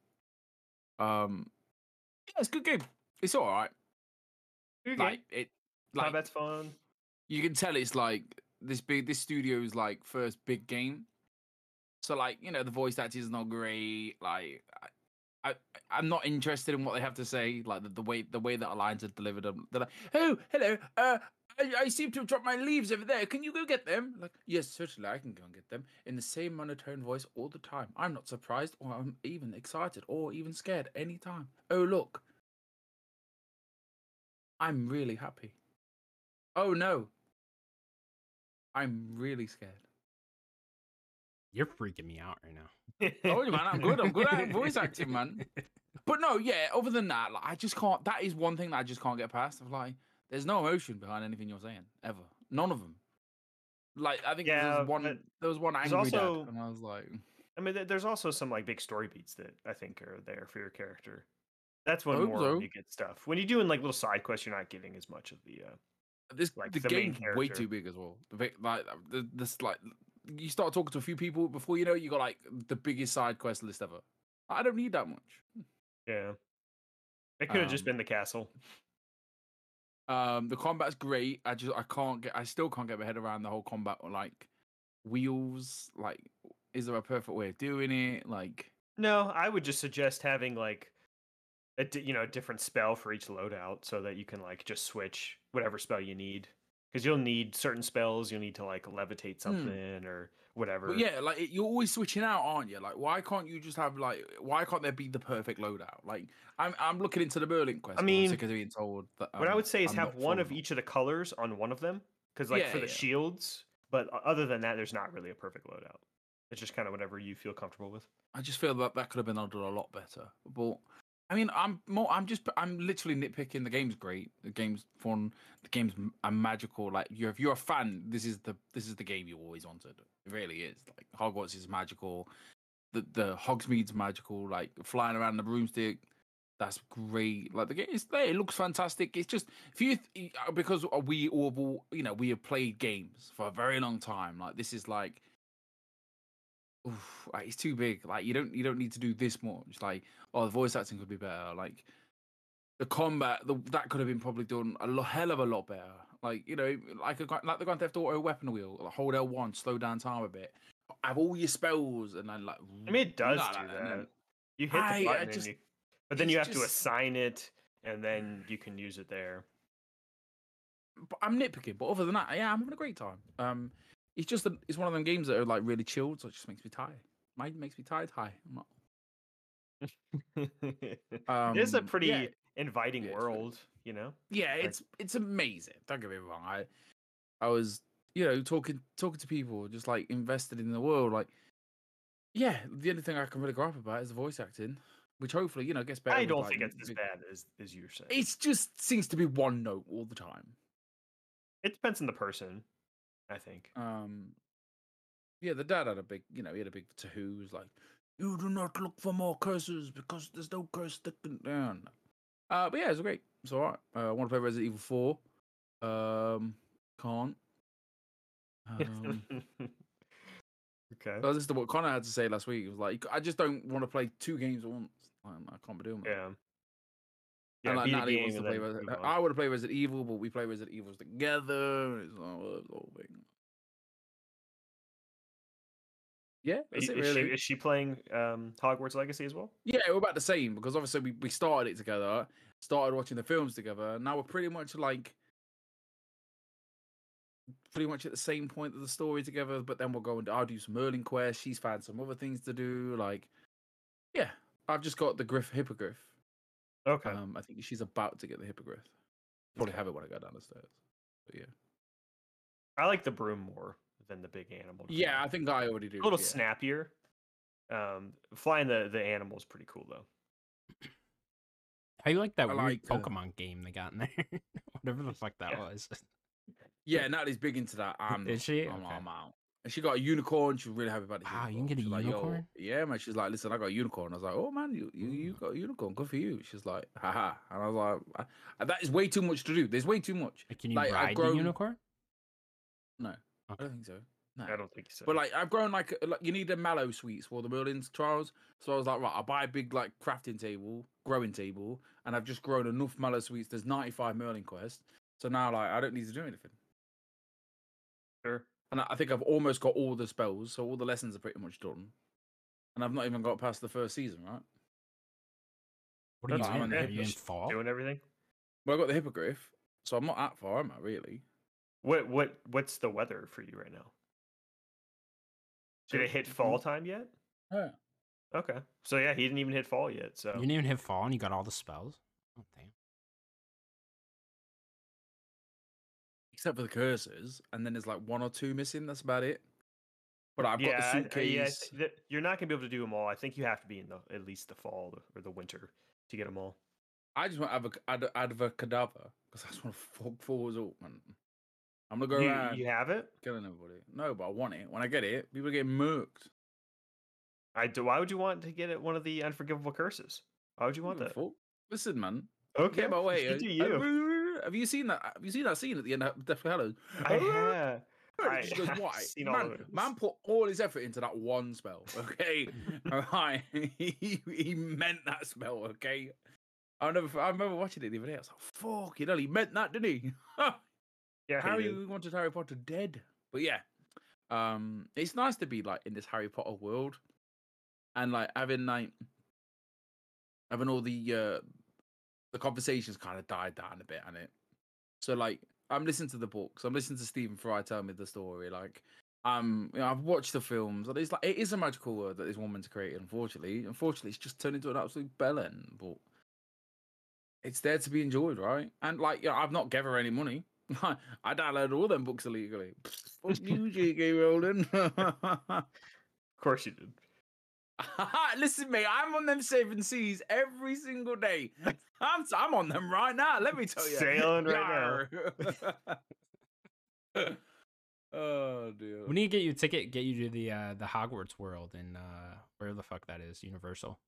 [SPEAKER 3] Um, yeah, it's a good game. It's all right.
[SPEAKER 2] Good game.
[SPEAKER 3] Like it, like
[SPEAKER 2] Combat's fun.
[SPEAKER 3] you can tell it's like this big this studio's like first big game so like you know the voice acting is not great like I, I i'm not interested in what they have to say like the, the way the way that alliance have delivered them they're like oh hello uh I, I seem to have dropped my leaves over there. Can you go get them? Like, yes, certainly, I can go and get them in the same monotone voice all the time. I'm not surprised, or I'm even excited, or even scared any time. Oh look, I'm really happy. Oh no. I'm really scared.
[SPEAKER 1] You're freaking me out right now.
[SPEAKER 3] told you, man, I'm good. I'm good at voice acting, man. But no, yeah, other than that, like, I just can't. That is one thing that I just can't get past. Of like, there's no emotion behind anything you're saying, ever. None of them. Like, I think there
[SPEAKER 2] Yeah,
[SPEAKER 3] was one,
[SPEAKER 2] but
[SPEAKER 3] there was one
[SPEAKER 2] there's
[SPEAKER 3] angry
[SPEAKER 2] also-
[SPEAKER 3] dad, and I was like,
[SPEAKER 2] I mean, there- there's also some like big story beats that I think are there for your character. That's when
[SPEAKER 3] Hope
[SPEAKER 2] more
[SPEAKER 3] so.
[SPEAKER 2] you get stuff. When you're doing like little side quests, you're not getting as much of the. Uh,
[SPEAKER 3] this
[SPEAKER 2] Like,
[SPEAKER 3] the,
[SPEAKER 2] the main
[SPEAKER 3] game's way
[SPEAKER 2] character.
[SPEAKER 3] too big as well. The, big- like, the, this like, you start talking to a few people before you know it, you got like the biggest side quest list ever. I don't need that much.
[SPEAKER 2] yeah. It could have just
[SPEAKER 3] Um,
[SPEAKER 2] been the castle.
[SPEAKER 3] Um, the combat's great. I just I can't get I still can't get my head around the whole combat like wheels. Like, is there a perfect way of doing it? Like,
[SPEAKER 2] No, I would just suggest having like a di- you know a different spell for each loadout so that you can like just switch whatever spell you need because you'll need certain spells. You'll need to like levitate something or whatever.
[SPEAKER 3] but yeah, like it- you're always switching out, aren't you? Like, why can't you just have like why can't there be the perfect loadout? Like, I'm I'm looking into the Merlin quest. and
[SPEAKER 2] mean,
[SPEAKER 3] I'm sick of being told that.
[SPEAKER 2] what I
[SPEAKER 3] um,
[SPEAKER 2] would say is
[SPEAKER 3] I'm
[SPEAKER 2] have
[SPEAKER 3] not
[SPEAKER 2] one
[SPEAKER 3] full
[SPEAKER 2] of
[SPEAKER 3] enough.
[SPEAKER 2] each of the colors on one of them because like
[SPEAKER 3] Yeah,
[SPEAKER 2] for the
[SPEAKER 3] yeah.
[SPEAKER 2] shields, But o- other than that, there's not really a perfect loadout. It's just kind of whatever you feel comfortable with.
[SPEAKER 3] I just feel that that could have been done a lot better. But I mean, I'm more. I'm just. I'm literally nitpicking. The game's great. The game's fun. The game's m- are magical. Like you're, if you're a fan, this is the this is the game you always wanted. It really is. Like Hogwarts is magical. The the Hogsmeade's magical. Like flying around the broomstick. That's great. Like the game is there. It looks fantastic. It's just if you th- uh, because we all all- you know we have played games for a very long time. Like this is like oof, like, it's too big. Like you don't you don't need to do this much. Like oh, the voice acting could be better. Like the combat the, that could have been probably done a lo- hell of a lot better. Like you know, like a, gra- like the Grand Theft Auto weapon wheel, like, hold L one, slow down time a bit, have all your spells, and then like
[SPEAKER 2] I mean, it does
[SPEAKER 3] like
[SPEAKER 2] do
[SPEAKER 3] that,
[SPEAKER 2] that.
[SPEAKER 3] and then-
[SPEAKER 2] You hit the
[SPEAKER 3] I- I
[SPEAKER 2] button, and
[SPEAKER 3] just-
[SPEAKER 2] you, but then
[SPEAKER 3] it's
[SPEAKER 2] you have to
[SPEAKER 3] just-
[SPEAKER 2] assign it, and then you can use it
[SPEAKER 3] <laughs>
[SPEAKER 2] there.
[SPEAKER 3] but I'm nitpicking. But other than that, yeah, I'm having a great time. Um, it's just a, it's one of them games that are like really chilled, so it just makes me tired. Mine makes me tired high. I'm not- Um,
[SPEAKER 2] it's a
[SPEAKER 3] yeah.
[SPEAKER 2] pretty inviting
[SPEAKER 3] yeah, it's really-
[SPEAKER 2] world, you know.
[SPEAKER 3] yeah,
[SPEAKER 2] Like-
[SPEAKER 3] it's it's amazing. Don't get me wrong. I I was you know talking talking to people, just like invested in the world. Like, yeah, the only thing I can really grasp about is the voice acting, which hopefully you know gets better.
[SPEAKER 2] I
[SPEAKER 3] with,
[SPEAKER 2] don't
[SPEAKER 3] like,
[SPEAKER 2] think
[SPEAKER 3] m-
[SPEAKER 2] it's as
[SPEAKER 3] big-
[SPEAKER 2] bad as as you're saying.
[SPEAKER 3] It's just seems to be one note all the time.
[SPEAKER 2] it depends on the person, I think.
[SPEAKER 3] Um, yeah, the dad had a big, you know, he had a big to who's like, you do not look for more curses because there's no curse sticking down. Uh, but yeah, it's great. It's all right. Uh, I want to play Resident Evil 4. Um, can't.
[SPEAKER 2] <laughs>
[SPEAKER 3] Um,
[SPEAKER 2] okay.
[SPEAKER 3] so this is the- what Connor had to say last week. He was like, I just don't want to play two games at once. I'm like, I can't be doing that.
[SPEAKER 2] Yeah.
[SPEAKER 3] and like
[SPEAKER 2] beat a
[SPEAKER 3] Natalie wants
[SPEAKER 2] game and
[SPEAKER 3] to play.
[SPEAKER 2] then
[SPEAKER 3] Resident,
[SPEAKER 2] move on.
[SPEAKER 3] I would have played Resident Evil, but we play Resident Evils together. and It's like, well, it's all big. Yeah,
[SPEAKER 2] Is,
[SPEAKER 3] that's it
[SPEAKER 2] is
[SPEAKER 3] really.
[SPEAKER 2] she, is she playing um, Hogwarts Legacy as well?
[SPEAKER 3] Yeah, we're about the same because obviously we, we started it together, started watching the films together, and now we're pretty much like pretty much at the same point of the story together, but then we'll go and I'll do some Merlin quests, she's found some other things to do, like yeah. I've just got the Griff Hippogriff.
[SPEAKER 2] Okay.
[SPEAKER 3] Um I think she's about to get the Hippogriff. Probably have it when I go down the stairs. But yeah.
[SPEAKER 2] I like the broom more than the big animal. to be
[SPEAKER 3] Yeah, I
[SPEAKER 2] honest.
[SPEAKER 3] think I already do.
[SPEAKER 2] a little
[SPEAKER 3] yeah.
[SPEAKER 2] snappier. Um, flying the the animal is pretty cool though.
[SPEAKER 1] I like that
[SPEAKER 3] I
[SPEAKER 1] weird
[SPEAKER 3] like, uh,
[SPEAKER 1] Pokemon game they got in there. <laughs> Whatever the fuck that
[SPEAKER 2] Yeah.
[SPEAKER 1] was.
[SPEAKER 3] Yeah, Natalie's big into that. I'm
[SPEAKER 1] Is
[SPEAKER 3] not.
[SPEAKER 1] she? Okay.
[SPEAKER 3] I'm, I'm out. And she got a unicorn. She was really happy about it.
[SPEAKER 1] Wow, you can get a unicorn?
[SPEAKER 3] yeah, man. She's like, listen, I got a unicorn. I was like, oh man, you you, you
[SPEAKER 1] Mm.
[SPEAKER 3] got a unicorn. Good for you. She's like, haha. And I was like, I, that is way too much to do. There's way too much.
[SPEAKER 1] Like, can you
[SPEAKER 3] Like, I've
[SPEAKER 1] ride
[SPEAKER 3] grown-
[SPEAKER 1] the unicorn?
[SPEAKER 3] No, I
[SPEAKER 1] Okay.
[SPEAKER 3] don't think so. No.
[SPEAKER 2] I don't think so.
[SPEAKER 3] But like, I've grown like, uh, like you need a mallow sweets for the Merlin's trials. So I was like, right, I'll buy a big like crafting table, growing table, and I've just grown enough mallow sweets. There's 95 Merlin quests. So now like, I don't need to do anything.
[SPEAKER 2] Sure.
[SPEAKER 3] And I I think I've almost got all the spells, so all the lessons are pretty much done. And I've not even got past the first season, right?
[SPEAKER 1] What are
[SPEAKER 2] That's
[SPEAKER 1] you in?
[SPEAKER 2] fine.
[SPEAKER 1] Are you in fall?
[SPEAKER 2] doing everything.
[SPEAKER 3] Well, I got the hippogriff, so I'm not that far, am I? Really?
[SPEAKER 2] What what what's the weather for you right now? Did it hit fall time yet?
[SPEAKER 3] Yeah.
[SPEAKER 2] Okay. So yeah, he didn't even hit fall yet. So
[SPEAKER 1] You didn't even hit fall and you got all the spells? Oh, damn.
[SPEAKER 3] Except for the cursors, and then there's like one or two missing. That's about it. But I've
[SPEAKER 2] yeah,
[SPEAKER 3] got
[SPEAKER 2] I-
[SPEAKER 3] the
[SPEAKER 2] I- yeah,
[SPEAKER 3] suitcase.
[SPEAKER 2] th- you're not gonna be able to do them all. I think you have to be in the at least the fall or the winter to get them all.
[SPEAKER 3] I just want advoc- ad- advocadabra because I just want to fuck fools up, man. I'm gonna go
[SPEAKER 2] You,
[SPEAKER 3] around
[SPEAKER 2] you have it?
[SPEAKER 3] killing everybody. No, but I want it. When I get it, people get murked.
[SPEAKER 2] I do. Why would you want to get it one of the unforgivable curses? Why would you want that?
[SPEAKER 3] Fuck. Listen, man.
[SPEAKER 2] Okay,
[SPEAKER 3] Hmm, Yeah, but wait,
[SPEAKER 2] you
[SPEAKER 3] uh,
[SPEAKER 2] do
[SPEAKER 3] uh,
[SPEAKER 2] you?
[SPEAKER 3] have you seen that? uh, Have you seen that scene at the end of Deathly Hallows?
[SPEAKER 2] I have. I-
[SPEAKER 3] It just goes,
[SPEAKER 2] I've
[SPEAKER 3] "Why?"
[SPEAKER 2] seen all
[SPEAKER 3] man,
[SPEAKER 2] of those.
[SPEAKER 3] man put all his effort into that one spell. <laughs>
[SPEAKER 2] <laughs>
[SPEAKER 3] Okay, all right, <laughs> he, he meant that spell. Okay, I never. I remember watching it the other day. I was like, "Fuck, you know, he meant that, didn't he?" <laughs>
[SPEAKER 2] Yeah,
[SPEAKER 3] Harry
[SPEAKER 2] Hayden.
[SPEAKER 3] wanted Harry Potter dead. But yeah, um, it's nice to be like in this Harry Potter world, and like having like having all the uh the conversations kind of died down a bit on it. So like I'm listening to the books, I'm listening to Stephen Fry tell me the story. Like um, you know, I've watched the films. and It's like it is a magical world that this woman's created. Unfortunately, unfortunately, it's just turned into an absolute bellend. But it's there to be enjoyed, right? And like, you know, I've not gathered any money. <laughs> I downloaded all them books illegally. Fuck you, J.K. Rowling. <laughs>
[SPEAKER 2] Of course you did.
[SPEAKER 3] Listen, mate, I'm on them seven seas every single day. I'm I'm on them right now. Let me tell <laughs> you.
[SPEAKER 2] Sailing right
[SPEAKER 3] <laughs> now. <laughs> oh dear.
[SPEAKER 1] We need to get you a ticket, get you to the uh, the Hogwarts world in uh, where the fuck that is, Universal.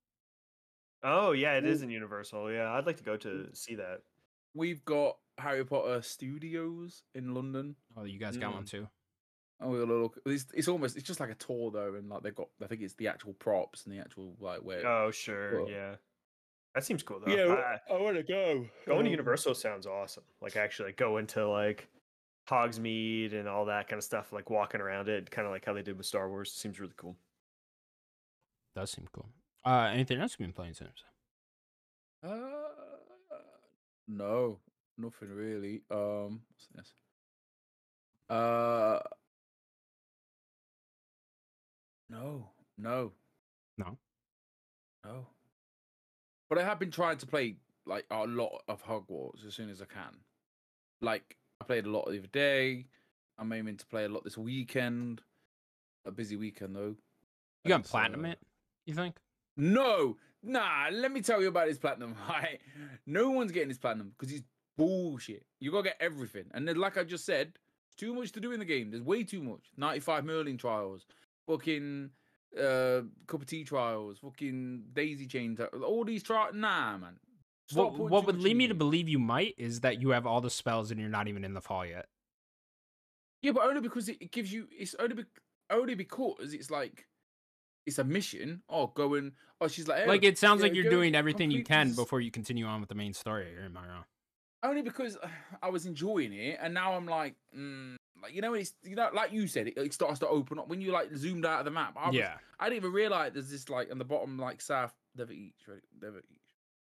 [SPEAKER 2] Oh yeah, it is
[SPEAKER 3] Ooh.
[SPEAKER 2] in Universal. Yeah, I'd like to go to see that.
[SPEAKER 3] We've got Harry Potter Studios in London.
[SPEAKER 1] Oh, you guys got one
[SPEAKER 2] Mm.
[SPEAKER 1] too.
[SPEAKER 3] Oh, we'll look. It's, it's almost it's just like a tour though, and like they've got I think it's the actual props and the actual like where.
[SPEAKER 2] Oh sure,
[SPEAKER 3] Well.
[SPEAKER 2] yeah. That seems cool though.
[SPEAKER 3] yeah,
[SPEAKER 2] I-
[SPEAKER 3] I, want to go.
[SPEAKER 2] Going
[SPEAKER 3] Um,
[SPEAKER 2] to Universal sounds awesome. Like actually like, going to like Hogsmeade and all that kind of stuff, like walking around it, kind of like how they did with Star Wars. Seems really cool.
[SPEAKER 1] Does seem cool. Uh, anything else you've been playing since?
[SPEAKER 3] Uh, no, nothing really. Um, what's this? Uh, no, no,
[SPEAKER 1] No?
[SPEAKER 3] no. But I have been trying to play like a lot of Hogwarts as soon as I can. Like I played a lot the other day. I'm aiming to play a lot this weekend. A busy weekend though. uh,
[SPEAKER 1] You got
[SPEAKER 3] and
[SPEAKER 1] platinum
[SPEAKER 3] so-
[SPEAKER 1] it? You think?
[SPEAKER 3] no, nah. Let me tell you about his platinum. <laughs> Right? No one's getting his platinum because he's bullshit. You gotta get everything, and then like I just said, it's too much to do in the game. There's way too much. Ninety-five Merlin trials, fucking uh, cup of tea trials, fucking daisy chain. tri- All these trials. Nah, man.
[SPEAKER 1] What,
[SPEAKER 3] Stop putting
[SPEAKER 1] what
[SPEAKER 3] too
[SPEAKER 1] would
[SPEAKER 3] much
[SPEAKER 1] lead
[SPEAKER 3] in
[SPEAKER 1] me
[SPEAKER 3] the
[SPEAKER 1] to
[SPEAKER 3] game.
[SPEAKER 1] believe you might is that you have all the spells and you're not even in the fall yet.
[SPEAKER 3] Yeah, but only because it, it gives you. It's only bec only because it's like. It's a mission. Oh, go and oh, she's like.
[SPEAKER 1] Like
[SPEAKER 3] "Oh,
[SPEAKER 1] it sounds
[SPEAKER 3] yeah,
[SPEAKER 1] like you're
[SPEAKER 3] go
[SPEAKER 1] doing everything you
[SPEAKER 3] complete
[SPEAKER 1] can
[SPEAKER 3] this-
[SPEAKER 1] before you continue on with the main story. Or am I wrong?
[SPEAKER 3] only because uh, I was enjoying it, and now I'm like, mm, like you know, it's you know, like you said, it, it starts to open up when you like zoomed out of the map. I was,
[SPEAKER 1] yeah,
[SPEAKER 3] I didn't even realize there's this like on the bottom, like south, never east, right? Never east.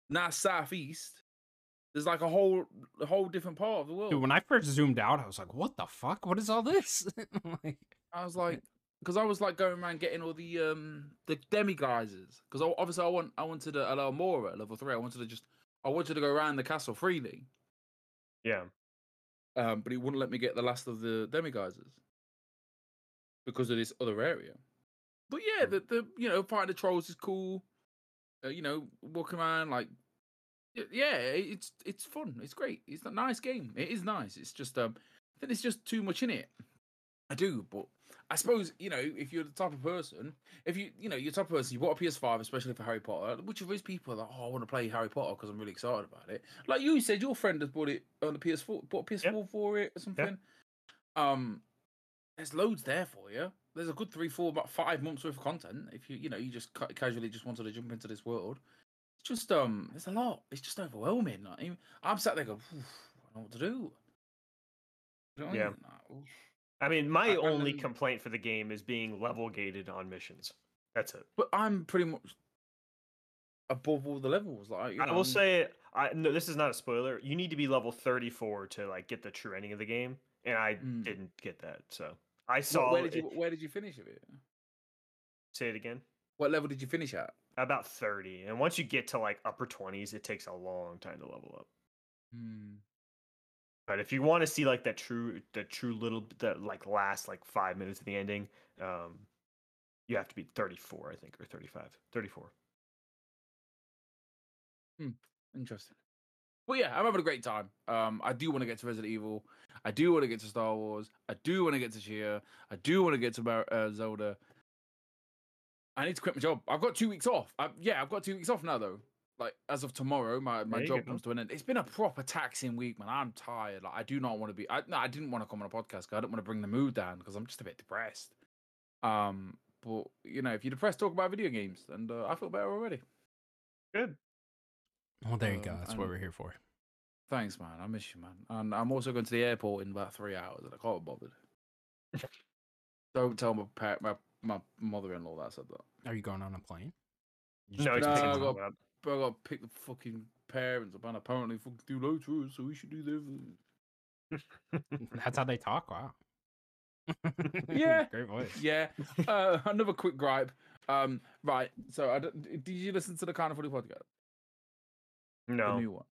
[SPEAKER 3] Now southeast, there's like a whole, a whole different part of the world.
[SPEAKER 1] dude. When I first zoomed out, I was like, "What the fuck? What is all this?" <laughs> like,
[SPEAKER 3] I was like, because I was like going around getting all the um the demigises. Because obviously I want I wanted a, a little more at level three. I wanted to just I wanted to go around the castle freely.
[SPEAKER 2] Yeah.
[SPEAKER 3] um, but he wouldn't let me get the last of the demigises because of this other area. But yeah, the, the you know fighting the trolls is cool. Uh, you know, walking around like y- yeah, it- it's it's fun. It's great. It's a nice game. It is nice. It's just um, I think it's just too much in it. I do, but I suppose you know if you're the type of person, if you you know you're the type of person you want a PS5, especially for Harry Potter, which of those people are like, oh, I want to play Harry Potter because I'm really excited about it. Like you said, your friend has bought it on the PS4, bought a PS4 for it or something. Um, there's loads there for you. There's a good three, four, about five months worth of content if you you know you just ca- casually just wanted to jump into this world. It's just um, it's a lot. It's just overwhelming. Like, even- I'm sat there going, "Oof, I don't know what to do. You know what I
[SPEAKER 2] Yeah.
[SPEAKER 3] mean? Like, oof.
[SPEAKER 2] I mean, my
[SPEAKER 3] I- um I
[SPEAKER 2] only
[SPEAKER 3] mean-
[SPEAKER 2] complaint for the game is being level gated on missions. That's it.
[SPEAKER 3] But I'm pretty much above all the levels. Like you
[SPEAKER 2] I
[SPEAKER 3] know,
[SPEAKER 2] will
[SPEAKER 3] I'm-
[SPEAKER 2] say, I no, this is not a spoiler. You need to be level 34 to like get the true ending of the game, and I
[SPEAKER 3] Mm.
[SPEAKER 2] didn't get that. So I
[SPEAKER 3] Wh-
[SPEAKER 2] saw.
[SPEAKER 3] where did
[SPEAKER 2] it-
[SPEAKER 3] you where did you finish of it?
[SPEAKER 2] say it again.
[SPEAKER 3] What level did you finish at?
[SPEAKER 2] About 30, and once you get to like upper 20s, it takes a long time to level up.
[SPEAKER 3] Hmm.
[SPEAKER 2] But if you want to see like that true, the true little, b- the like last like five minutes of the ending, um, you have to be 34, I think, or 35, 34.
[SPEAKER 3] Interesting. Well, yeah, I'm having a great time. Um, I do want to get to Resident Evil. I do want to get to Star Wars. I do want to get to Shia. I do want to get to Mar- uh, Zelda. I need to quit my job. I've got two weeks off. i yeah, I've got two weeks off now though. Like as of tomorrow, my, my
[SPEAKER 2] There you
[SPEAKER 3] job
[SPEAKER 2] go.
[SPEAKER 3] comes to an end. It's been a proper taxing week, man. I'm tired. Like I do not want to be. I, no, I didn't want to come on a podcast. 'cause I don't want to bring the mood down because I'm just a bit depressed. Um, but you know, if you're depressed, talk about video games, and uh, I feel better already.
[SPEAKER 1] well, there you go.
[SPEAKER 3] Um,
[SPEAKER 1] That's what
[SPEAKER 3] I'm-
[SPEAKER 1] we're here for.
[SPEAKER 3] Thanks, man. I miss you, man. And I'm also going to the airport in about three hours, and I can't be bothered. Don't tell my par- my my mother-in-law that I said that.
[SPEAKER 1] Are you going on a plane? You just
[SPEAKER 2] No,
[SPEAKER 1] picked
[SPEAKER 2] it's
[SPEAKER 3] no,
[SPEAKER 1] the
[SPEAKER 2] the
[SPEAKER 1] same
[SPEAKER 3] I
[SPEAKER 2] same
[SPEAKER 1] time.
[SPEAKER 3] got-
[SPEAKER 2] time up.
[SPEAKER 3] But I got to pick the fucking parents up, and apparently fucking do loads for us, so we should do their. thing.
[SPEAKER 1] <laughs> That's how they talk. Wow. <laughs>
[SPEAKER 3] Yeah.
[SPEAKER 1] great voice.
[SPEAKER 3] Yeah. uh, another quick gripe. Um. Right. So, I don't- d- did you listen to the Kind of Funny podcast? The
[SPEAKER 2] No,
[SPEAKER 3] new one.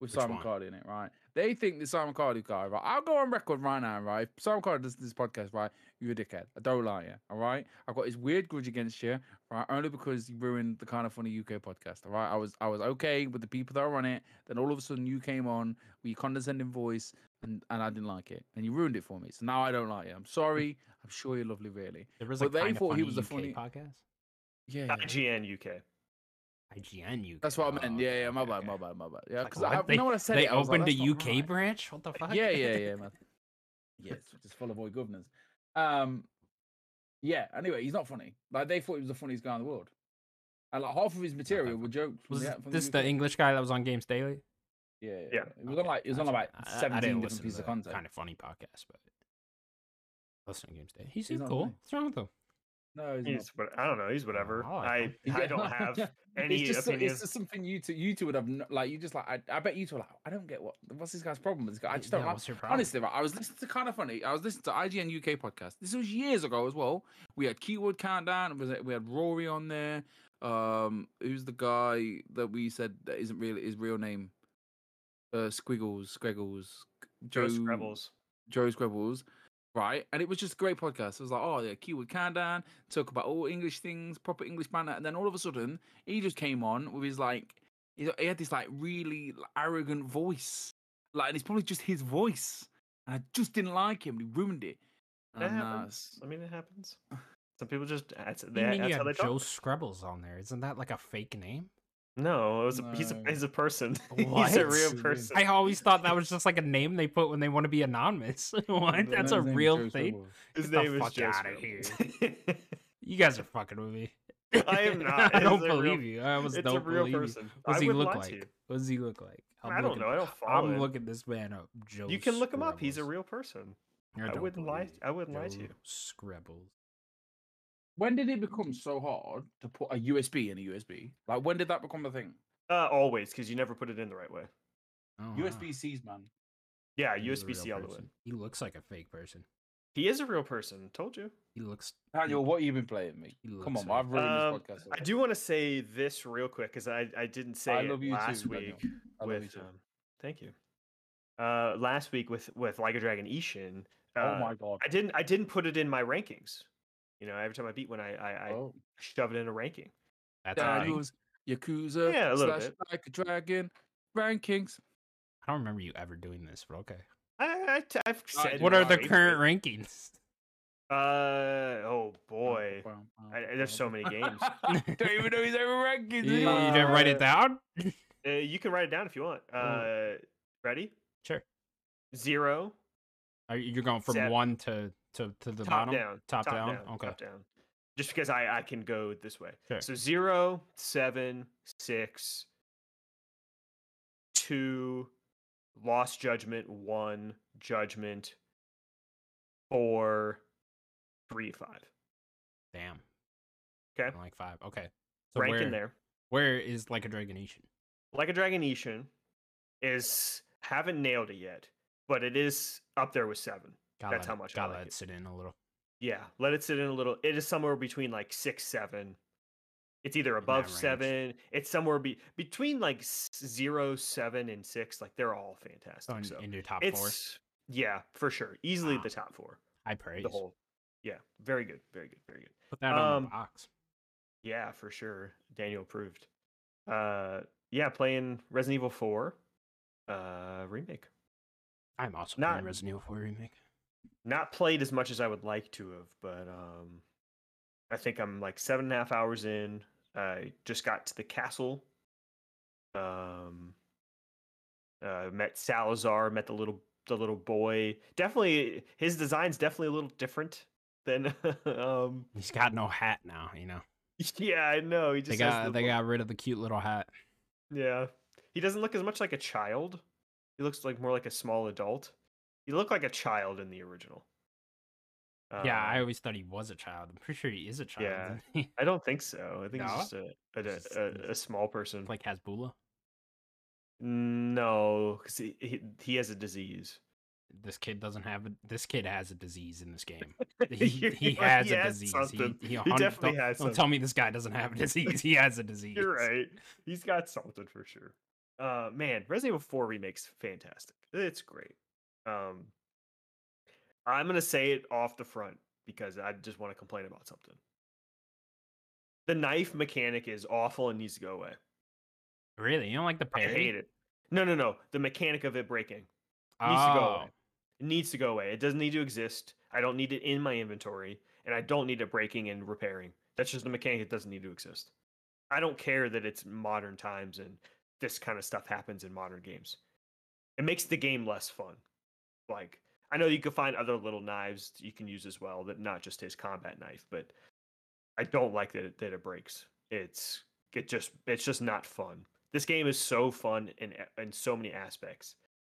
[SPEAKER 3] with
[SPEAKER 1] Which
[SPEAKER 3] Simon
[SPEAKER 1] one?
[SPEAKER 3] Cardi in it, right? They think the Simon Cardi guy, right? I'll go on record right now, right? If Simon Cardi does this podcast, right? You're a dickhead. I don't like you, all right? I've got this weird grudge against you, right? Only because you ruined the kind of funny UK podcast, all right? I was I was okay with the people that were on it. Then all of a sudden you came on with your condescending voice, and and I didn't like it, and you ruined it for me. So now I don't like you. I'm
[SPEAKER 1] <laughs>
[SPEAKER 3] sorry. I'm sure you're lovely, really.
[SPEAKER 1] There was like
[SPEAKER 3] But they
[SPEAKER 1] Kinda
[SPEAKER 3] thought he
[SPEAKER 1] Funny
[SPEAKER 3] was a
[SPEAKER 1] UK
[SPEAKER 3] funny-
[SPEAKER 1] podcast.
[SPEAKER 3] Yeah. yeah.
[SPEAKER 2] IGN UK.
[SPEAKER 1] IGN UK.
[SPEAKER 3] That's what I meant.
[SPEAKER 1] Oh,
[SPEAKER 3] Yeah, yeah, my
[SPEAKER 1] okay,
[SPEAKER 3] bad,
[SPEAKER 1] okay.
[SPEAKER 3] my bad, my bad. Yeah,
[SPEAKER 1] Like,
[SPEAKER 3] because I
[SPEAKER 1] what?
[SPEAKER 3] have you know what I said.
[SPEAKER 1] They
[SPEAKER 3] it, I was like,
[SPEAKER 1] opened
[SPEAKER 3] "That's
[SPEAKER 1] a
[SPEAKER 3] not
[SPEAKER 1] UK
[SPEAKER 3] right." Uh,
[SPEAKER 1] branch. What the fuck? <laughs>
[SPEAKER 3] Yeah, yeah, yeah, man. yeah, it's just full of all governors. Um, yeah. Anyway, he's not funny. Like they thought he was the funniest guy in the world, and like half of his material were jokes. From
[SPEAKER 1] Was
[SPEAKER 3] the, from
[SPEAKER 1] this the
[SPEAKER 3] UK.
[SPEAKER 1] English guy that was on Games Daily?
[SPEAKER 3] Yeah, yeah.
[SPEAKER 2] Yeah.
[SPEAKER 3] It was on like it was on like seventeen different pieces of content.
[SPEAKER 1] Kind of funny podcast, but listen to Games Daily. He's,
[SPEAKER 3] He's
[SPEAKER 1] he's
[SPEAKER 3] not
[SPEAKER 1] cool.
[SPEAKER 3] funny.
[SPEAKER 1] What's wrong with him?
[SPEAKER 3] No, he's
[SPEAKER 2] He's, what I don't know. He's whatever.
[SPEAKER 3] Oh,
[SPEAKER 1] I like
[SPEAKER 2] I
[SPEAKER 1] him.
[SPEAKER 3] <laughs> not.
[SPEAKER 2] I don't have any
[SPEAKER 3] it's just, so-
[SPEAKER 2] opinions.
[SPEAKER 3] it's just something you two, you two would have no, like. You just like I, I bet you two are like I don't get what what's this guy's problem. with This guy I just don't
[SPEAKER 1] Yeah,
[SPEAKER 3] like.
[SPEAKER 1] what's your problem?
[SPEAKER 3] Honestly, right, I was listening to kind of funny. I was listening to IGN UK podcast. This was years ago as well. We had Keyword Countdown. it Was we had Rory on there? Um, who's the guy that we said that isn't really his real name? Uh, Squiggles, Squiggles,
[SPEAKER 2] Joe Scrabbles.
[SPEAKER 3] Joe Scribbles, right? And it was just a great podcast. It was like, oh, yeah, keyword countdown, talk about all English things, proper English manner. And then all of a sudden, he just came on with his like, he he had this like really arrogant voice, like, and it's probably just his voice. And I just didn't like him. He ruined it.
[SPEAKER 2] That
[SPEAKER 3] And, uh,
[SPEAKER 2] happens.
[SPEAKER 1] <laughs>
[SPEAKER 3] s-
[SPEAKER 2] I mean, it happens. Some people just that's,
[SPEAKER 1] You
[SPEAKER 2] they,
[SPEAKER 1] mean
[SPEAKER 2] that's
[SPEAKER 1] you
[SPEAKER 2] how they
[SPEAKER 1] have Joe
[SPEAKER 2] talk.
[SPEAKER 1] Scrubbles on there? Isn't that like a fake
[SPEAKER 3] <laughs>
[SPEAKER 1] name?
[SPEAKER 2] No, it was a, he's a
[SPEAKER 3] No.
[SPEAKER 2] he's a person. <laughs> he's a
[SPEAKER 1] What?
[SPEAKER 2] real
[SPEAKER 3] Really?
[SPEAKER 2] person.
[SPEAKER 1] I always thought that was just like a name they put when they want to be anonymous. <laughs> what?
[SPEAKER 3] the
[SPEAKER 1] That's
[SPEAKER 3] man's
[SPEAKER 1] a
[SPEAKER 3] name is
[SPEAKER 1] real
[SPEAKER 3] Joe
[SPEAKER 1] thing.
[SPEAKER 3] Scribbles.
[SPEAKER 2] His
[SPEAKER 1] Get the
[SPEAKER 2] name is
[SPEAKER 1] fuck
[SPEAKER 2] Joe
[SPEAKER 1] outta
[SPEAKER 2] <laughs> Scrabbles.
[SPEAKER 1] You guys are fucking with me.
[SPEAKER 2] I am
[SPEAKER 1] <laughs>
[SPEAKER 2] not.
[SPEAKER 1] I
[SPEAKER 2] It
[SPEAKER 1] don't
[SPEAKER 2] is a real-
[SPEAKER 1] believe you. I almost
[SPEAKER 2] it's
[SPEAKER 1] don't
[SPEAKER 2] a real
[SPEAKER 1] believe you.
[SPEAKER 2] person.
[SPEAKER 1] What does
[SPEAKER 2] I
[SPEAKER 1] he
[SPEAKER 2] would
[SPEAKER 1] look
[SPEAKER 2] lie to
[SPEAKER 1] like?
[SPEAKER 2] you.
[SPEAKER 1] What does he look like? I'm
[SPEAKER 2] I don't
[SPEAKER 1] looking-
[SPEAKER 2] know. I don't
[SPEAKER 1] <laughs>
[SPEAKER 2] follow
[SPEAKER 1] I'm
[SPEAKER 2] him.
[SPEAKER 1] looking this man up. Joe.
[SPEAKER 2] You can look him up. He's a
[SPEAKER 1] Scribbles.
[SPEAKER 2] real person. I
[SPEAKER 1] don't
[SPEAKER 2] wouldn't lie.
[SPEAKER 1] believe you.
[SPEAKER 2] I wouldn't lie to
[SPEAKER 1] Joe
[SPEAKER 2] you.
[SPEAKER 1] Scribbles.
[SPEAKER 3] When did it become so hard to put a USB in a USB? Like, when did that become a thing?
[SPEAKER 2] Uh, always, because you never put it in the right way.
[SPEAKER 1] Oh, wow.
[SPEAKER 3] USB C's, man.
[SPEAKER 2] Yeah,
[SPEAKER 1] He's a
[SPEAKER 2] USB C
[SPEAKER 1] real
[SPEAKER 2] all the way.
[SPEAKER 1] person. He looks like a fake person.
[SPEAKER 2] He is a real person. Told you.
[SPEAKER 1] He looks.
[SPEAKER 3] Daniel, what have you been playing me?
[SPEAKER 1] He
[SPEAKER 3] Come
[SPEAKER 1] looks
[SPEAKER 3] on,
[SPEAKER 1] like-
[SPEAKER 3] I've ruined
[SPEAKER 2] Um,
[SPEAKER 3] this podcast.
[SPEAKER 2] I do want to say this real quick because I, I didn't say
[SPEAKER 3] I
[SPEAKER 2] it
[SPEAKER 3] love you too,
[SPEAKER 2] last
[SPEAKER 3] Daniel.
[SPEAKER 2] week
[SPEAKER 3] I love you
[SPEAKER 2] with
[SPEAKER 3] too.
[SPEAKER 2] um, thank you. Uh, last week with with Like a Dragon Ishin. Uh,
[SPEAKER 3] oh my god.
[SPEAKER 2] I didn't I didn't put it in my rankings. You know, every time I beat one, I I, I
[SPEAKER 3] Oh.
[SPEAKER 2] shove it in a ranking.
[SPEAKER 1] That's
[SPEAKER 2] Yeah,
[SPEAKER 1] fake.
[SPEAKER 2] you-
[SPEAKER 3] Daniels, Yakuza,
[SPEAKER 2] Yeah, a little
[SPEAKER 3] slash
[SPEAKER 2] bit.
[SPEAKER 3] like a dragon, rankings.
[SPEAKER 1] I don't remember you ever doing this, but okay.
[SPEAKER 2] I, I t- I've said
[SPEAKER 1] What are the
[SPEAKER 2] mine,
[SPEAKER 1] current
[SPEAKER 2] <laughs>
[SPEAKER 1] rankings?
[SPEAKER 2] but, Uh oh boy, I, I- there's so many games.
[SPEAKER 3] <laughs> Don't even know his own
[SPEAKER 1] You,
[SPEAKER 3] rankings.
[SPEAKER 1] you
[SPEAKER 3] anymore.
[SPEAKER 1] didn't write it
[SPEAKER 2] Uh,
[SPEAKER 1] down?
[SPEAKER 2] Uh, you can write it down if you want. Uh, ready?
[SPEAKER 1] Sure.
[SPEAKER 2] Zero.
[SPEAKER 1] Are you- you're going from
[SPEAKER 2] Seven.
[SPEAKER 1] one to to to the
[SPEAKER 2] top
[SPEAKER 1] bottom,
[SPEAKER 2] down,
[SPEAKER 1] top, down. Okay.
[SPEAKER 2] top down. Just because I I can go this way.
[SPEAKER 1] Sure.
[SPEAKER 2] So zero, seven, six, two, lost judgment, one judgment, four, three, five.
[SPEAKER 1] Damn.
[SPEAKER 2] Okay.
[SPEAKER 1] I'm like five. Okay.
[SPEAKER 2] Rank
[SPEAKER 1] where,
[SPEAKER 2] in there.
[SPEAKER 1] Where is like a Dragonation?
[SPEAKER 2] Like a Dragon Ishin is haven't nailed it yet, but it is up there with seven.
[SPEAKER 1] Gotta let
[SPEAKER 2] That's how
[SPEAKER 1] it-
[SPEAKER 2] much I
[SPEAKER 1] Gotta
[SPEAKER 2] like
[SPEAKER 1] let
[SPEAKER 2] it.
[SPEAKER 1] sit in a little.
[SPEAKER 2] Yeah, let it sit in a little. It is somewhere between like six, seven. It's either
[SPEAKER 1] In that
[SPEAKER 2] above
[SPEAKER 1] range.
[SPEAKER 2] seven. It's somewhere be, between like s- zero, seven, and six. Like they're all
[SPEAKER 1] So in,
[SPEAKER 2] fantastic. So
[SPEAKER 1] in your top four,
[SPEAKER 2] it's yeah, for sure, easily
[SPEAKER 1] Ah,
[SPEAKER 2] the top four.
[SPEAKER 1] I praise.
[SPEAKER 2] The whole, yeah, very good, very good, very good.
[SPEAKER 1] Put that on the
[SPEAKER 2] um,
[SPEAKER 1] box.
[SPEAKER 2] Yeah, for sure. Daniel approved. Uh, yeah, playing Resident Evil Four, uh, remake.
[SPEAKER 1] I'm also
[SPEAKER 2] not-
[SPEAKER 1] playing Resident Evil 4 remake.
[SPEAKER 2] not played as much as I would like to have, but um, I think I'm like seven and a half hours in. I just got to the castle. Um, uh, met Salazar, met the little the little boy. Definitely, his design's definitely a little different than. <laughs> um,
[SPEAKER 1] He's got no hat now. You know
[SPEAKER 2] yeah, I know. He just
[SPEAKER 1] they
[SPEAKER 2] has
[SPEAKER 1] got
[SPEAKER 2] the
[SPEAKER 1] they
[SPEAKER 2] little-
[SPEAKER 1] got rid of the cute little hat.
[SPEAKER 2] yeah. He doesn't look as much like a child. He looks like more like a small adult. He looked like a child in the original.
[SPEAKER 1] yeah,
[SPEAKER 2] Um,
[SPEAKER 1] I always thought he was a child. I'm pretty sure he is a child.
[SPEAKER 2] Yeah.
[SPEAKER 1] isn't <laughs> he?
[SPEAKER 2] I don't think so. I think it's
[SPEAKER 1] No?
[SPEAKER 2] just a a,
[SPEAKER 1] Just-
[SPEAKER 2] a, a small person.
[SPEAKER 1] like Hasbula.
[SPEAKER 2] no, because he, he he has a disease. <laughs>
[SPEAKER 1] This kid doesn't have a, this kid has a disease in this
[SPEAKER 2] <laughs>
[SPEAKER 1] game. He,
[SPEAKER 2] You're
[SPEAKER 1] he
[SPEAKER 2] right,
[SPEAKER 1] has
[SPEAKER 2] he
[SPEAKER 1] a
[SPEAKER 2] had
[SPEAKER 1] disease.
[SPEAKER 2] something.
[SPEAKER 1] He,
[SPEAKER 2] He
[SPEAKER 1] a hundred-
[SPEAKER 2] definitely
[SPEAKER 1] don't,
[SPEAKER 2] has <laughs>
[SPEAKER 1] Don't tell me this guy doesn't have a disease. He has a disease.
[SPEAKER 2] You're right. He's got something for sure. uh man, Resident Evil 4 remake's fantastic. It's great. Um I'm gonna say it off the front because I just want to complain about something. The knife mechanic is awful and needs to go away.
[SPEAKER 1] Really? You don't like the
[SPEAKER 2] I
[SPEAKER 1] parry?
[SPEAKER 2] hate it. No, no, no. The mechanic of it breaking
[SPEAKER 1] Oh.
[SPEAKER 2] needs to go away. It needs to go away. It doesn't need to exist. I don't need it in my inventory, and I don't need it breaking and repairing. That's just a mechanic that doesn't need to exist. I don't care that it's modern times and this kind of stuff happens in modern games. It makes the game less fun. Like I know you can find other little knives that you can use as well, that not just his combat knife, but I don't like that it, that it breaks. It's it just it's just not fun. This game is so fun in a- in so many aspects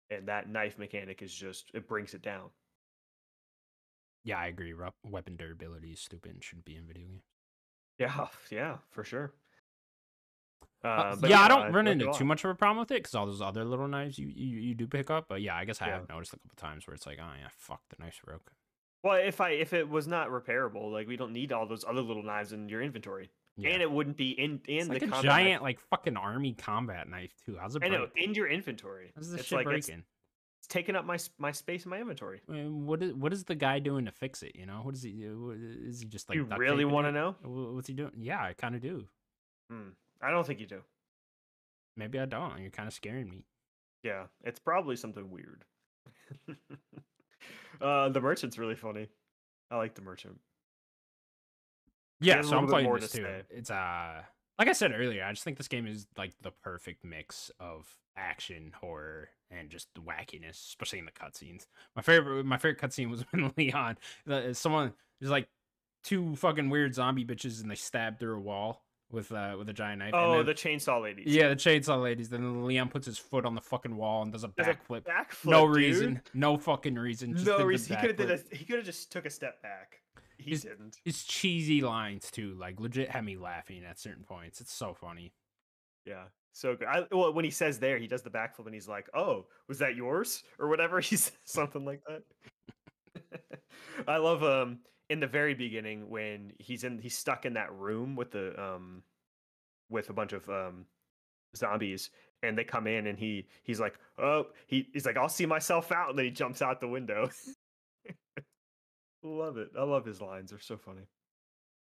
[SPEAKER 2] and that knife mechanic is just it brings it down.
[SPEAKER 1] Yeah, I agree. Rep- weapon durability is stupid and shouldn't be in video games.
[SPEAKER 2] Yeah, <laughs> yeah, for sure. Uh,
[SPEAKER 1] Uh,
[SPEAKER 2] but
[SPEAKER 1] yeah, I don't run
[SPEAKER 2] no,
[SPEAKER 1] into
[SPEAKER 2] go
[SPEAKER 1] too
[SPEAKER 2] on.
[SPEAKER 1] much of a problem with it because all those other little knives you, you, you do pick up. But yeah, I guess I
[SPEAKER 2] Yeah.
[SPEAKER 1] have noticed a couple times where it's like, oh yeah, fuck, the knife's broke.
[SPEAKER 2] Well, if I if it was not repairable, like we don't need all those other little knives in your inventory,
[SPEAKER 1] Yeah.
[SPEAKER 2] and it wouldn't be in in
[SPEAKER 1] it's
[SPEAKER 2] the
[SPEAKER 1] like a
[SPEAKER 2] combat knife-
[SPEAKER 1] giant, like fucking army combat knife too. How's it
[SPEAKER 2] I
[SPEAKER 1] break?
[SPEAKER 2] know in your inventory.
[SPEAKER 1] How's this
[SPEAKER 2] it's
[SPEAKER 1] shit
[SPEAKER 2] like it's,
[SPEAKER 1] breaking?
[SPEAKER 2] it's taking up my s- my space in my inventory.
[SPEAKER 1] I mean, What is what is the guy doing to fix it? You know, what is he? uh, what- Is he just like?
[SPEAKER 2] you really want to
[SPEAKER 1] want
[SPEAKER 2] know?
[SPEAKER 1] What's he doing? Yeah, I kind of do.
[SPEAKER 2] Hmm. I don't think you do.
[SPEAKER 1] Maybe I don't. You're kind of scaring me.
[SPEAKER 2] Yeah, it's probably something weird. <laughs> uh, the merchant's really funny. I like the merchant.
[SPEAKER 1] Yeah,
[SPEAKER 2] has a
[SPEAKER 1] so
[SPEAKER 2] little
[SPEAKER 1] I'm
[SPEAKER 2] bit
[SPEAKER 1] playing
[SPEAKER 2] more
[SPEAKER 1] this
[SPEAKER 2] to
[SPEAKER 1] too.
[SPEAKER 2] say.
[SPEAKER 1] It's uh like I said earlier, I just think this game is like the perfect mix of action, horror, and just the wackiness, especially in the cutscenes. My favorite my favorite cutscene was <laughs> when Leon the, someone there's like two fucking weird zombie bitches and they stab through a wall with uh with a giant knife. and
[SPEAKER 2] Oh,
[SPEAKER 1] then-
[SPEAKER 2] the chainsaw ladies.
[SPEAKER 1] yeah, the chainsaw ladies. Then Leon puts his foot on the fucking wall and does a
[SPEAKER 2] There's a
[SPEAKER 1] backflip.
[SPEAKER 2] backflip,
[SPEAKER 1] No
[SPEAKER 2] dude.
[SPEAKER 1] reason, no fucking reason. just
[SPEAKER 2] no
[SPEAKER 1] did the
[SPEAKER 2] reason. He could have did
[SPEAKER 1] backflip.
[SPEAKER 2] a, He could have just took a step back. He
[SPEAKER 1] He's-
[SPEAKER 2] didn't.
[SPEAKER 1] It's cheesy lines too. Like legit had me laughing at certain points. It's so funny.
[SPEAKER 2] Yeah. So good. I, well, when he says there, he does the backflip and he's like, "Oh, was that yours?" or whatever. <laughs> He says something like that. <laughs> I love um in the very beginning when he's in he's stuck in that room with the um with a bunch of um zombies and they come in and he he's like, "Oh, he, he's like, I'll see myself out." And then he jumps out the window. <laughs> love it. I love his lines. They're so funny.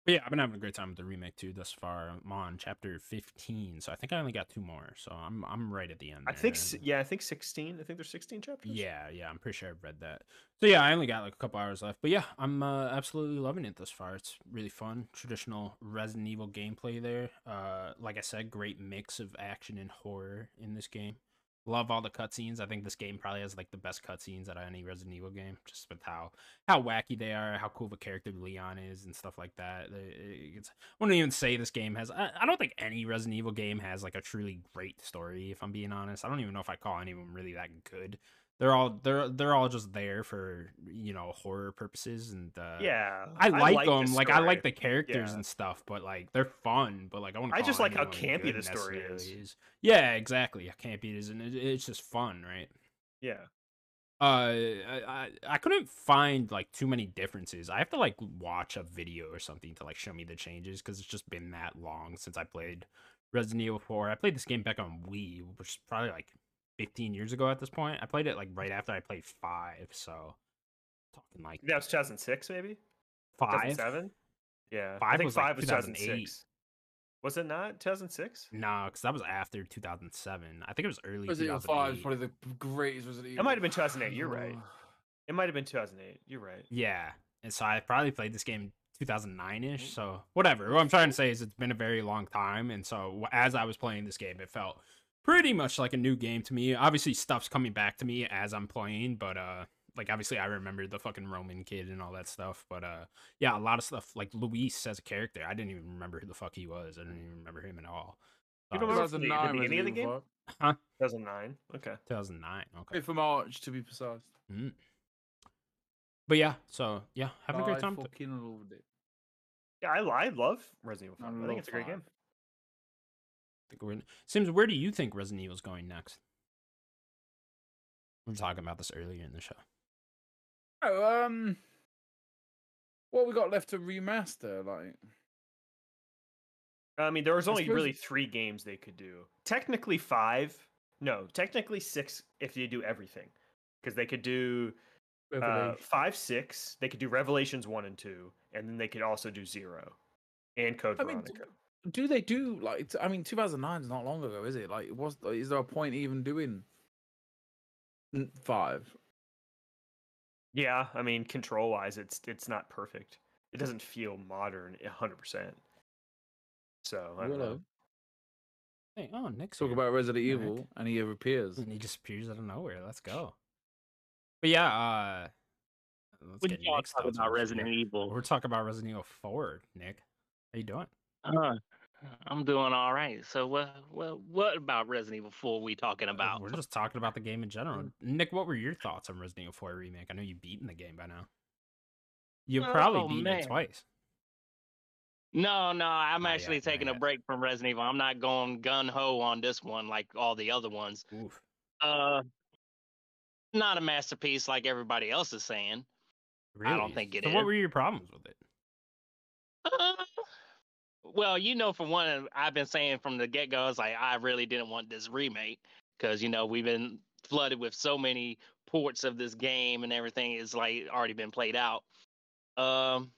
[SPEAKER 1] But yeah, I've been having a great time with the remake too thus far. I'm on chapter fifteen, so I think I only got two more. So I'm I'm right at the end.
[SPEAKER 2] I think
[SPEAKER 1] there.
[SPEAKER 2] s- yeah, I think 16. I think there's 16 chapters.
[SPEAKER 1] Yeah, yeah, I'm pretty sure I've read that. So yeah, I only got like a couple hours left, but yeah, I'm uh, absolutely loving it thus far. It's really fun, traditional Resident Evil gameplay there. Uh, like I said, great mix of action and horror in this game. Love all the cutscenes. I think this game probably has like the best cutscenes out of any Resident Evil game, just with how how wacky they are, how cool of a character Leon is, and stuff like that. They- It's, I wouldn't even say this game has. I, I don't think any Resident Evil game has like a truly great story. If I'm being honest, I don't even know if I call any of them really that good they're all they're they're all just there for you know horror purposes and uh
[SPEAKER 2] Yeah.
[SPEAKER 1] i like,
[SPEAKER 2] the
[SPEAKER 1] them like i like
[SPEAKER 2] story.
[SPEAKER 1] the characters
[SPEAKER 2] Yeah.
[SPEAKER 1] and stuff but like they're fun but like i want
[SPEAKER 2] I just like how campy the story is.
[SPEAKER 1] yeah exactly how campy it is and it, it's just fun right
[SPEAKER 2] Yeah.
[SPEAKER 1] uh I, I i couldn't find like too many differences i have to like watch a video or something to like show me the changes because it's just been that long since i played resident evil 4 i played this game back on wii which is probably like 15 years ago at this point i played it like right after i played five so talking like
[SPEAKER 2] That was 2006, maybe?
[SPEAKER 1] five
[SPEAKER 2] 2007? Yeah. I
[SPEAKER 1] Five
[SPEAKER 2] think
[SPEAKER 1] was, like,
[SPEAKER 2] five was
[SPEAKER 1] 2008.
[SPEAKER 2] 2006. Was it not 2006?
[SPEAKER 1] no because that was after 2007 i think it was early
[SPEAKER 3] Resident Evil 5 is
[SPEAKER 1] 2008.
[SPEAKER 3] probably the greatest Resident Evil.
[SPEAKER 2] might have been 2008, you're right. It might have been 2008. You're right.
[SPEAKER 1] Yeah. And so I probably played this game 2009 ish. So whatever. What I'm trying to say is it's been a very long time. And so wh- as I was playing this game, it felt pretty much like a new game to me. Obviously, stuff's coming back to me as I'm playing, but uh, like obviously I remember the fucking Roman kid and all that stuff. But uh, yeah, a lot of stuff like Luis as a character. I didn't even remember who the fuck he was. I didn't even remember him at all.
[SPEAKER 2] You
[SPEAKER 1] Uh,
[SPEAKER 2] don't remember from the- the
[SPEAKER 3] 2009
[SPEAKER 2] beginning of the
[SPEAKER 3] Resident Evil
[SPEAKER 2] 2009. Okay.
[SPEAKER 1] 2009. Okay.
[SPEAKER 3] 5. 5th of March, to be precise.
[SPEAKER 1] But yeah, so yeah, having a
[SPEAKER 3] I
[SPEAKER 1] great time. with it.
[SPEAKER 3] fucking loved it.
[SPEAKER 2] Yeah, I, I love Resident Evil 5.
[SPEAKER 3] I
[SPEAKER 2] I think
[SPEAKER 3] love
[SPEAKER 2] it's a great
[SPEAKER 3] five.
[SPEAKER 2] game.
[SPEAKER 1] think we're in- Sims, where do you think Resident Evil's going next? We were talking about this earlier in the show.
[SPEAKER 3] Oh, um, what we got left to remaster? Like,
[SPEAKER 2] I mean, there was
[SPEAKER 3] I
[SPEAKER 2] only
[SPEAKER 3] suppose-
[SPEAKER 2] really three games they could do. Technically five, No, technically six if you do everything, because they could do uh,
[SPEAKER 4] Revelation.
[SPEAKER 2] five, six. They could do Revelations one and two, and then they could also do zero, and Code
[SPEAKER 4] I mean,
[SPEAKER 2] Veronica.
[SPEAKER 4] do they do like? t- I mean, 2009 is not long ago, is it? Like, was is there a point even doing n- five?
[SPEAKER 2] yeah, I mean, control wise, it's it's not perfect. It doesn't feel modern, hundred percent. So I don't know.
[SPEAKER 4] Willow.
[SPEAKER 1] Hey, oh, next
[SPEAKER 4] Talk
[SPEAKER 1] year.
[SPEAKER 4] about Resident
[SPEAKER 1] Nick.
[SPEAKER 4] Evil, and he
[SPEAKER 2] <laughs>
[SPEAKER 4] appears.
[SPEAKER 1] and he just appears out of nowhere. Let's go. But yeah, uh, let's
[SPEAKER 5] What
[SPEAKER 1] get
[SPEAKER 5] did y'all
[SPEAKER 1] Nick's
[SPEAKER 5] talk
[SPEAKER 1] thoughts
[SPEAKER 5] about
[SPEAKER 1] on this one.
[SPEAKER 5] Resident Evil?
[SPEAKER 1] We're talking about Resident Evil Four. Nick, how you doing?
[SPEAKER 5] Uh, I'm doing all right. So what what what about Resident Evil 4 we talking
[SPEAKER 1] Uh,
[SPEAKER 5] about?
[SPEAKER 1] We're just talking about the game in general.
[SPEAKER 5] Mm.
[SPEAKER 1] Nick, what were your thoughts on Resident Evil 4 Remake? I know you've beaten the game by now. You've probably
[SPEAKER 5] Oh,
[SPEAKER 1] beaten
[SPEAKER 5] man.
[SPEAKER 1] it twice.
[SPEAKER 5] No, no, I'm
[SPEAKER 1] Not yet,
[SPEAKER 5] actually
[SPEAKER 1] not
[SPEAKER 5] taking a
[SPEAKER 1] yet.
[SPEAKER 5] break from Resident Evil. I'm not going gun ho on this one like all the other ones.
[SPEAKER 1] Oof.
[SPEAKER 5] Uh not a masterpiece like everybody else is saying.
[SPEAKER 1] Really?
[SPEAKER 5] don't think it
[SPEAKER 1] so What
[SPEAKER 5] is.
[SPEAKER 1] were your problems with it?
[SPEAKER 5] Uh, well, you know, for one, I've been saying from the get go, I was like, I really didn't want this remake because, you know, we've been flooded with so many ports of this game and everything is like already been played out. Um,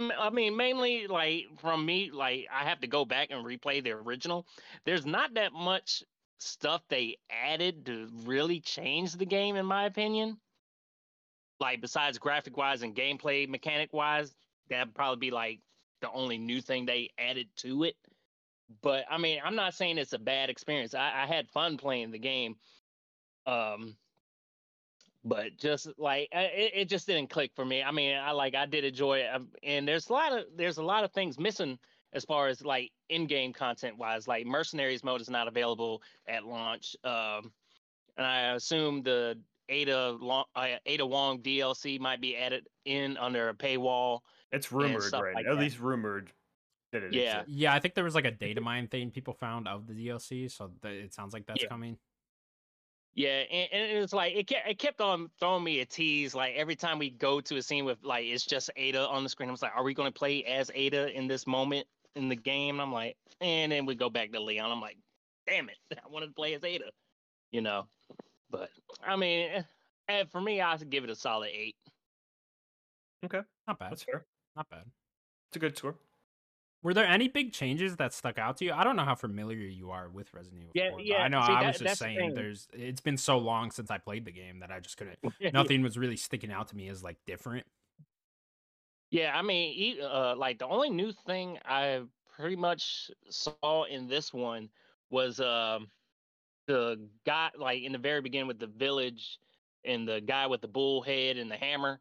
[SPEAKER 5] m- I mean, mainly like from me, like I have to go back and replay the original. There's not that much stuff they added to really change the game, in my opinion. Like, besides graphic wise and gameplay mechanic wise, that'd probably be like the only new thing they added to it. But I mean, I'm not saying it's a bad experience. I, I had fun playing the game. Um, but just like I- it, it just didn't click for me. I mean, I like I did enjoy it, um, and there's a lot of there's a lot of things missing as far as like in-game content wise. Like Mercenaries mode is not available at launch, um, and I assume the Ada Long, uh, Ada Wong DLC might be added in under a paywall.
[SPEAKER 2] It's rumored,
[SPEAKER 5] stuff
[SPEAKER 2] right?
[SPEAKER 5] like
[SPEAKER 2] At
[SPEAKER 5] that.
[SPEAKER 2] least rumored that it
[SPEAKER 5] Yeah.
[SPEAKER 2] exists.
[SPEAKER 1] Yeah, I think there was like a data mine thing people found of the DLC, so th- it sounds like that's
[SPEAKER 5] Yeah.
[SPEAKER 1] coming.
[SPEAKER 5] Yeah, and, and it was like it kept it kept on throwing me a tease. Like every time we go to a scene with like it's just Ada on the screen, I was like, "Are we going to play as Ada in this moment in the game?" And I'm like, and then we go back to Leon. I'm like, "Damn it, <laughs> I wanted to play as Ada," you know. But I mean, eh, eh, for me, I would give it a solid eight.
[SPEAKER 1] Not bad.
[SPEAKER 2] That's fair.
[SPEAKER 1] Not bad.
[SPEAKER 2] It's a good score.
[SPEAKER 1] Were there any big changes that stuck out to you? I don't know how familiar you are with Resident Evil.
[SPEAKER 5] Yeah,
[SPEAKER 1] 4, but
[SPEAKER 5] yeah,
[SPEAKER 1] I know.
[SPEAKER 5] see,
[SPEAKER 1] I
[SPEAKER 5] that-
[SPEAKER 1] was just
[SPEAKER 5] that's the
[SPEAKER 1] saying,
[SPEAKER 5] thing.
[SPEAKER 1] there's. It's been so long since I played the game that I just
[SPEAKER 5] <laughs>
[SPEAKER 1] couldn't. Nothing was really sticking out to me as like different.
[SPEAKER 5] Yeah, I mean, e- uh, like the only new thing I pretty much saw in this one was um, the guy, like in the very beginning with the village and the guy with the bull head and the hammer.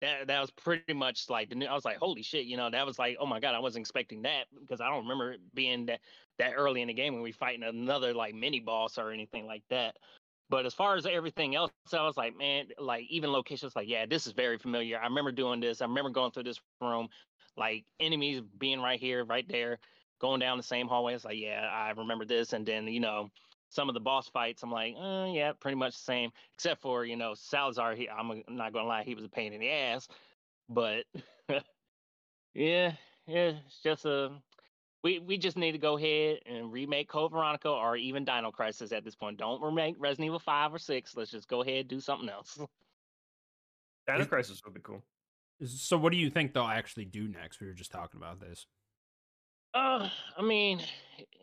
[SPEAKER 5] That that was pretty much like the new. I was like, holy shit, you know, that was like, oh my god, I wasn't expecting that because I don't remember it being that that early in the game when we fighting another like mini boss or anything like that. But as far as everything else, I was like, man, like even locations, like, yeah, this is very familiar. I remember doing this. I remember going through this room, like enemies being right here, right there, going down the same hallway. It's like, yeah, I remember this. And then, you know, some of the boss fights, I'm like, uh, yeah, pretty much the same, except for, you know, Salazar. He, I'm not going to lie, he was a pain in the ass. But <laughs> yeah, yeah, it's just a. We, we just need to go ahead and remake Code Veronica or even Dino Crisis at this point. Don't remake Resident Evil 5 or 6. Let's just go ahead and do something else.
[SPEAKER 2] Dino
[SPEAKER 1] Is-
[SPEAKER 2] Crisis would be cool.
[SPEAKER 1] So, what do you think they'll actually do next? We were just talking about this.
[SPEAKER 5] Uh, I mean,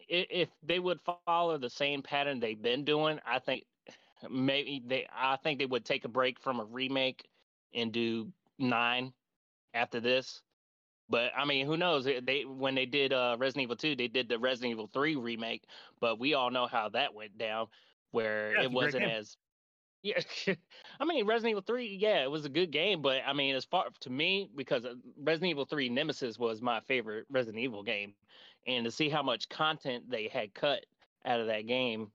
[SPEAKER 5] if, if they would follow the same pattern they've been doing, I think maybe they. I think they would take a break from a remake and do nine after this. But I mean, who knows? They- They when they did uh, Resident Evil two, they did the Resident Evil three remake, but we all know how that went down, where
[SPEAKER 2] Yeah, it's a
[SPEAKER 5] it
[SPEAKER 2] great
[SPEAKER 5] wasn't
[SPEAKER 2] game.
[SPEAKER 5] as. Yeah, <laughs> I mean Resident Evil three. Yeah, it was a good game, but I mean, as far to me, because uh, Resident Evil three Nemesis was my favorite Resident Evil game, and to see how much content they had cut out of that game,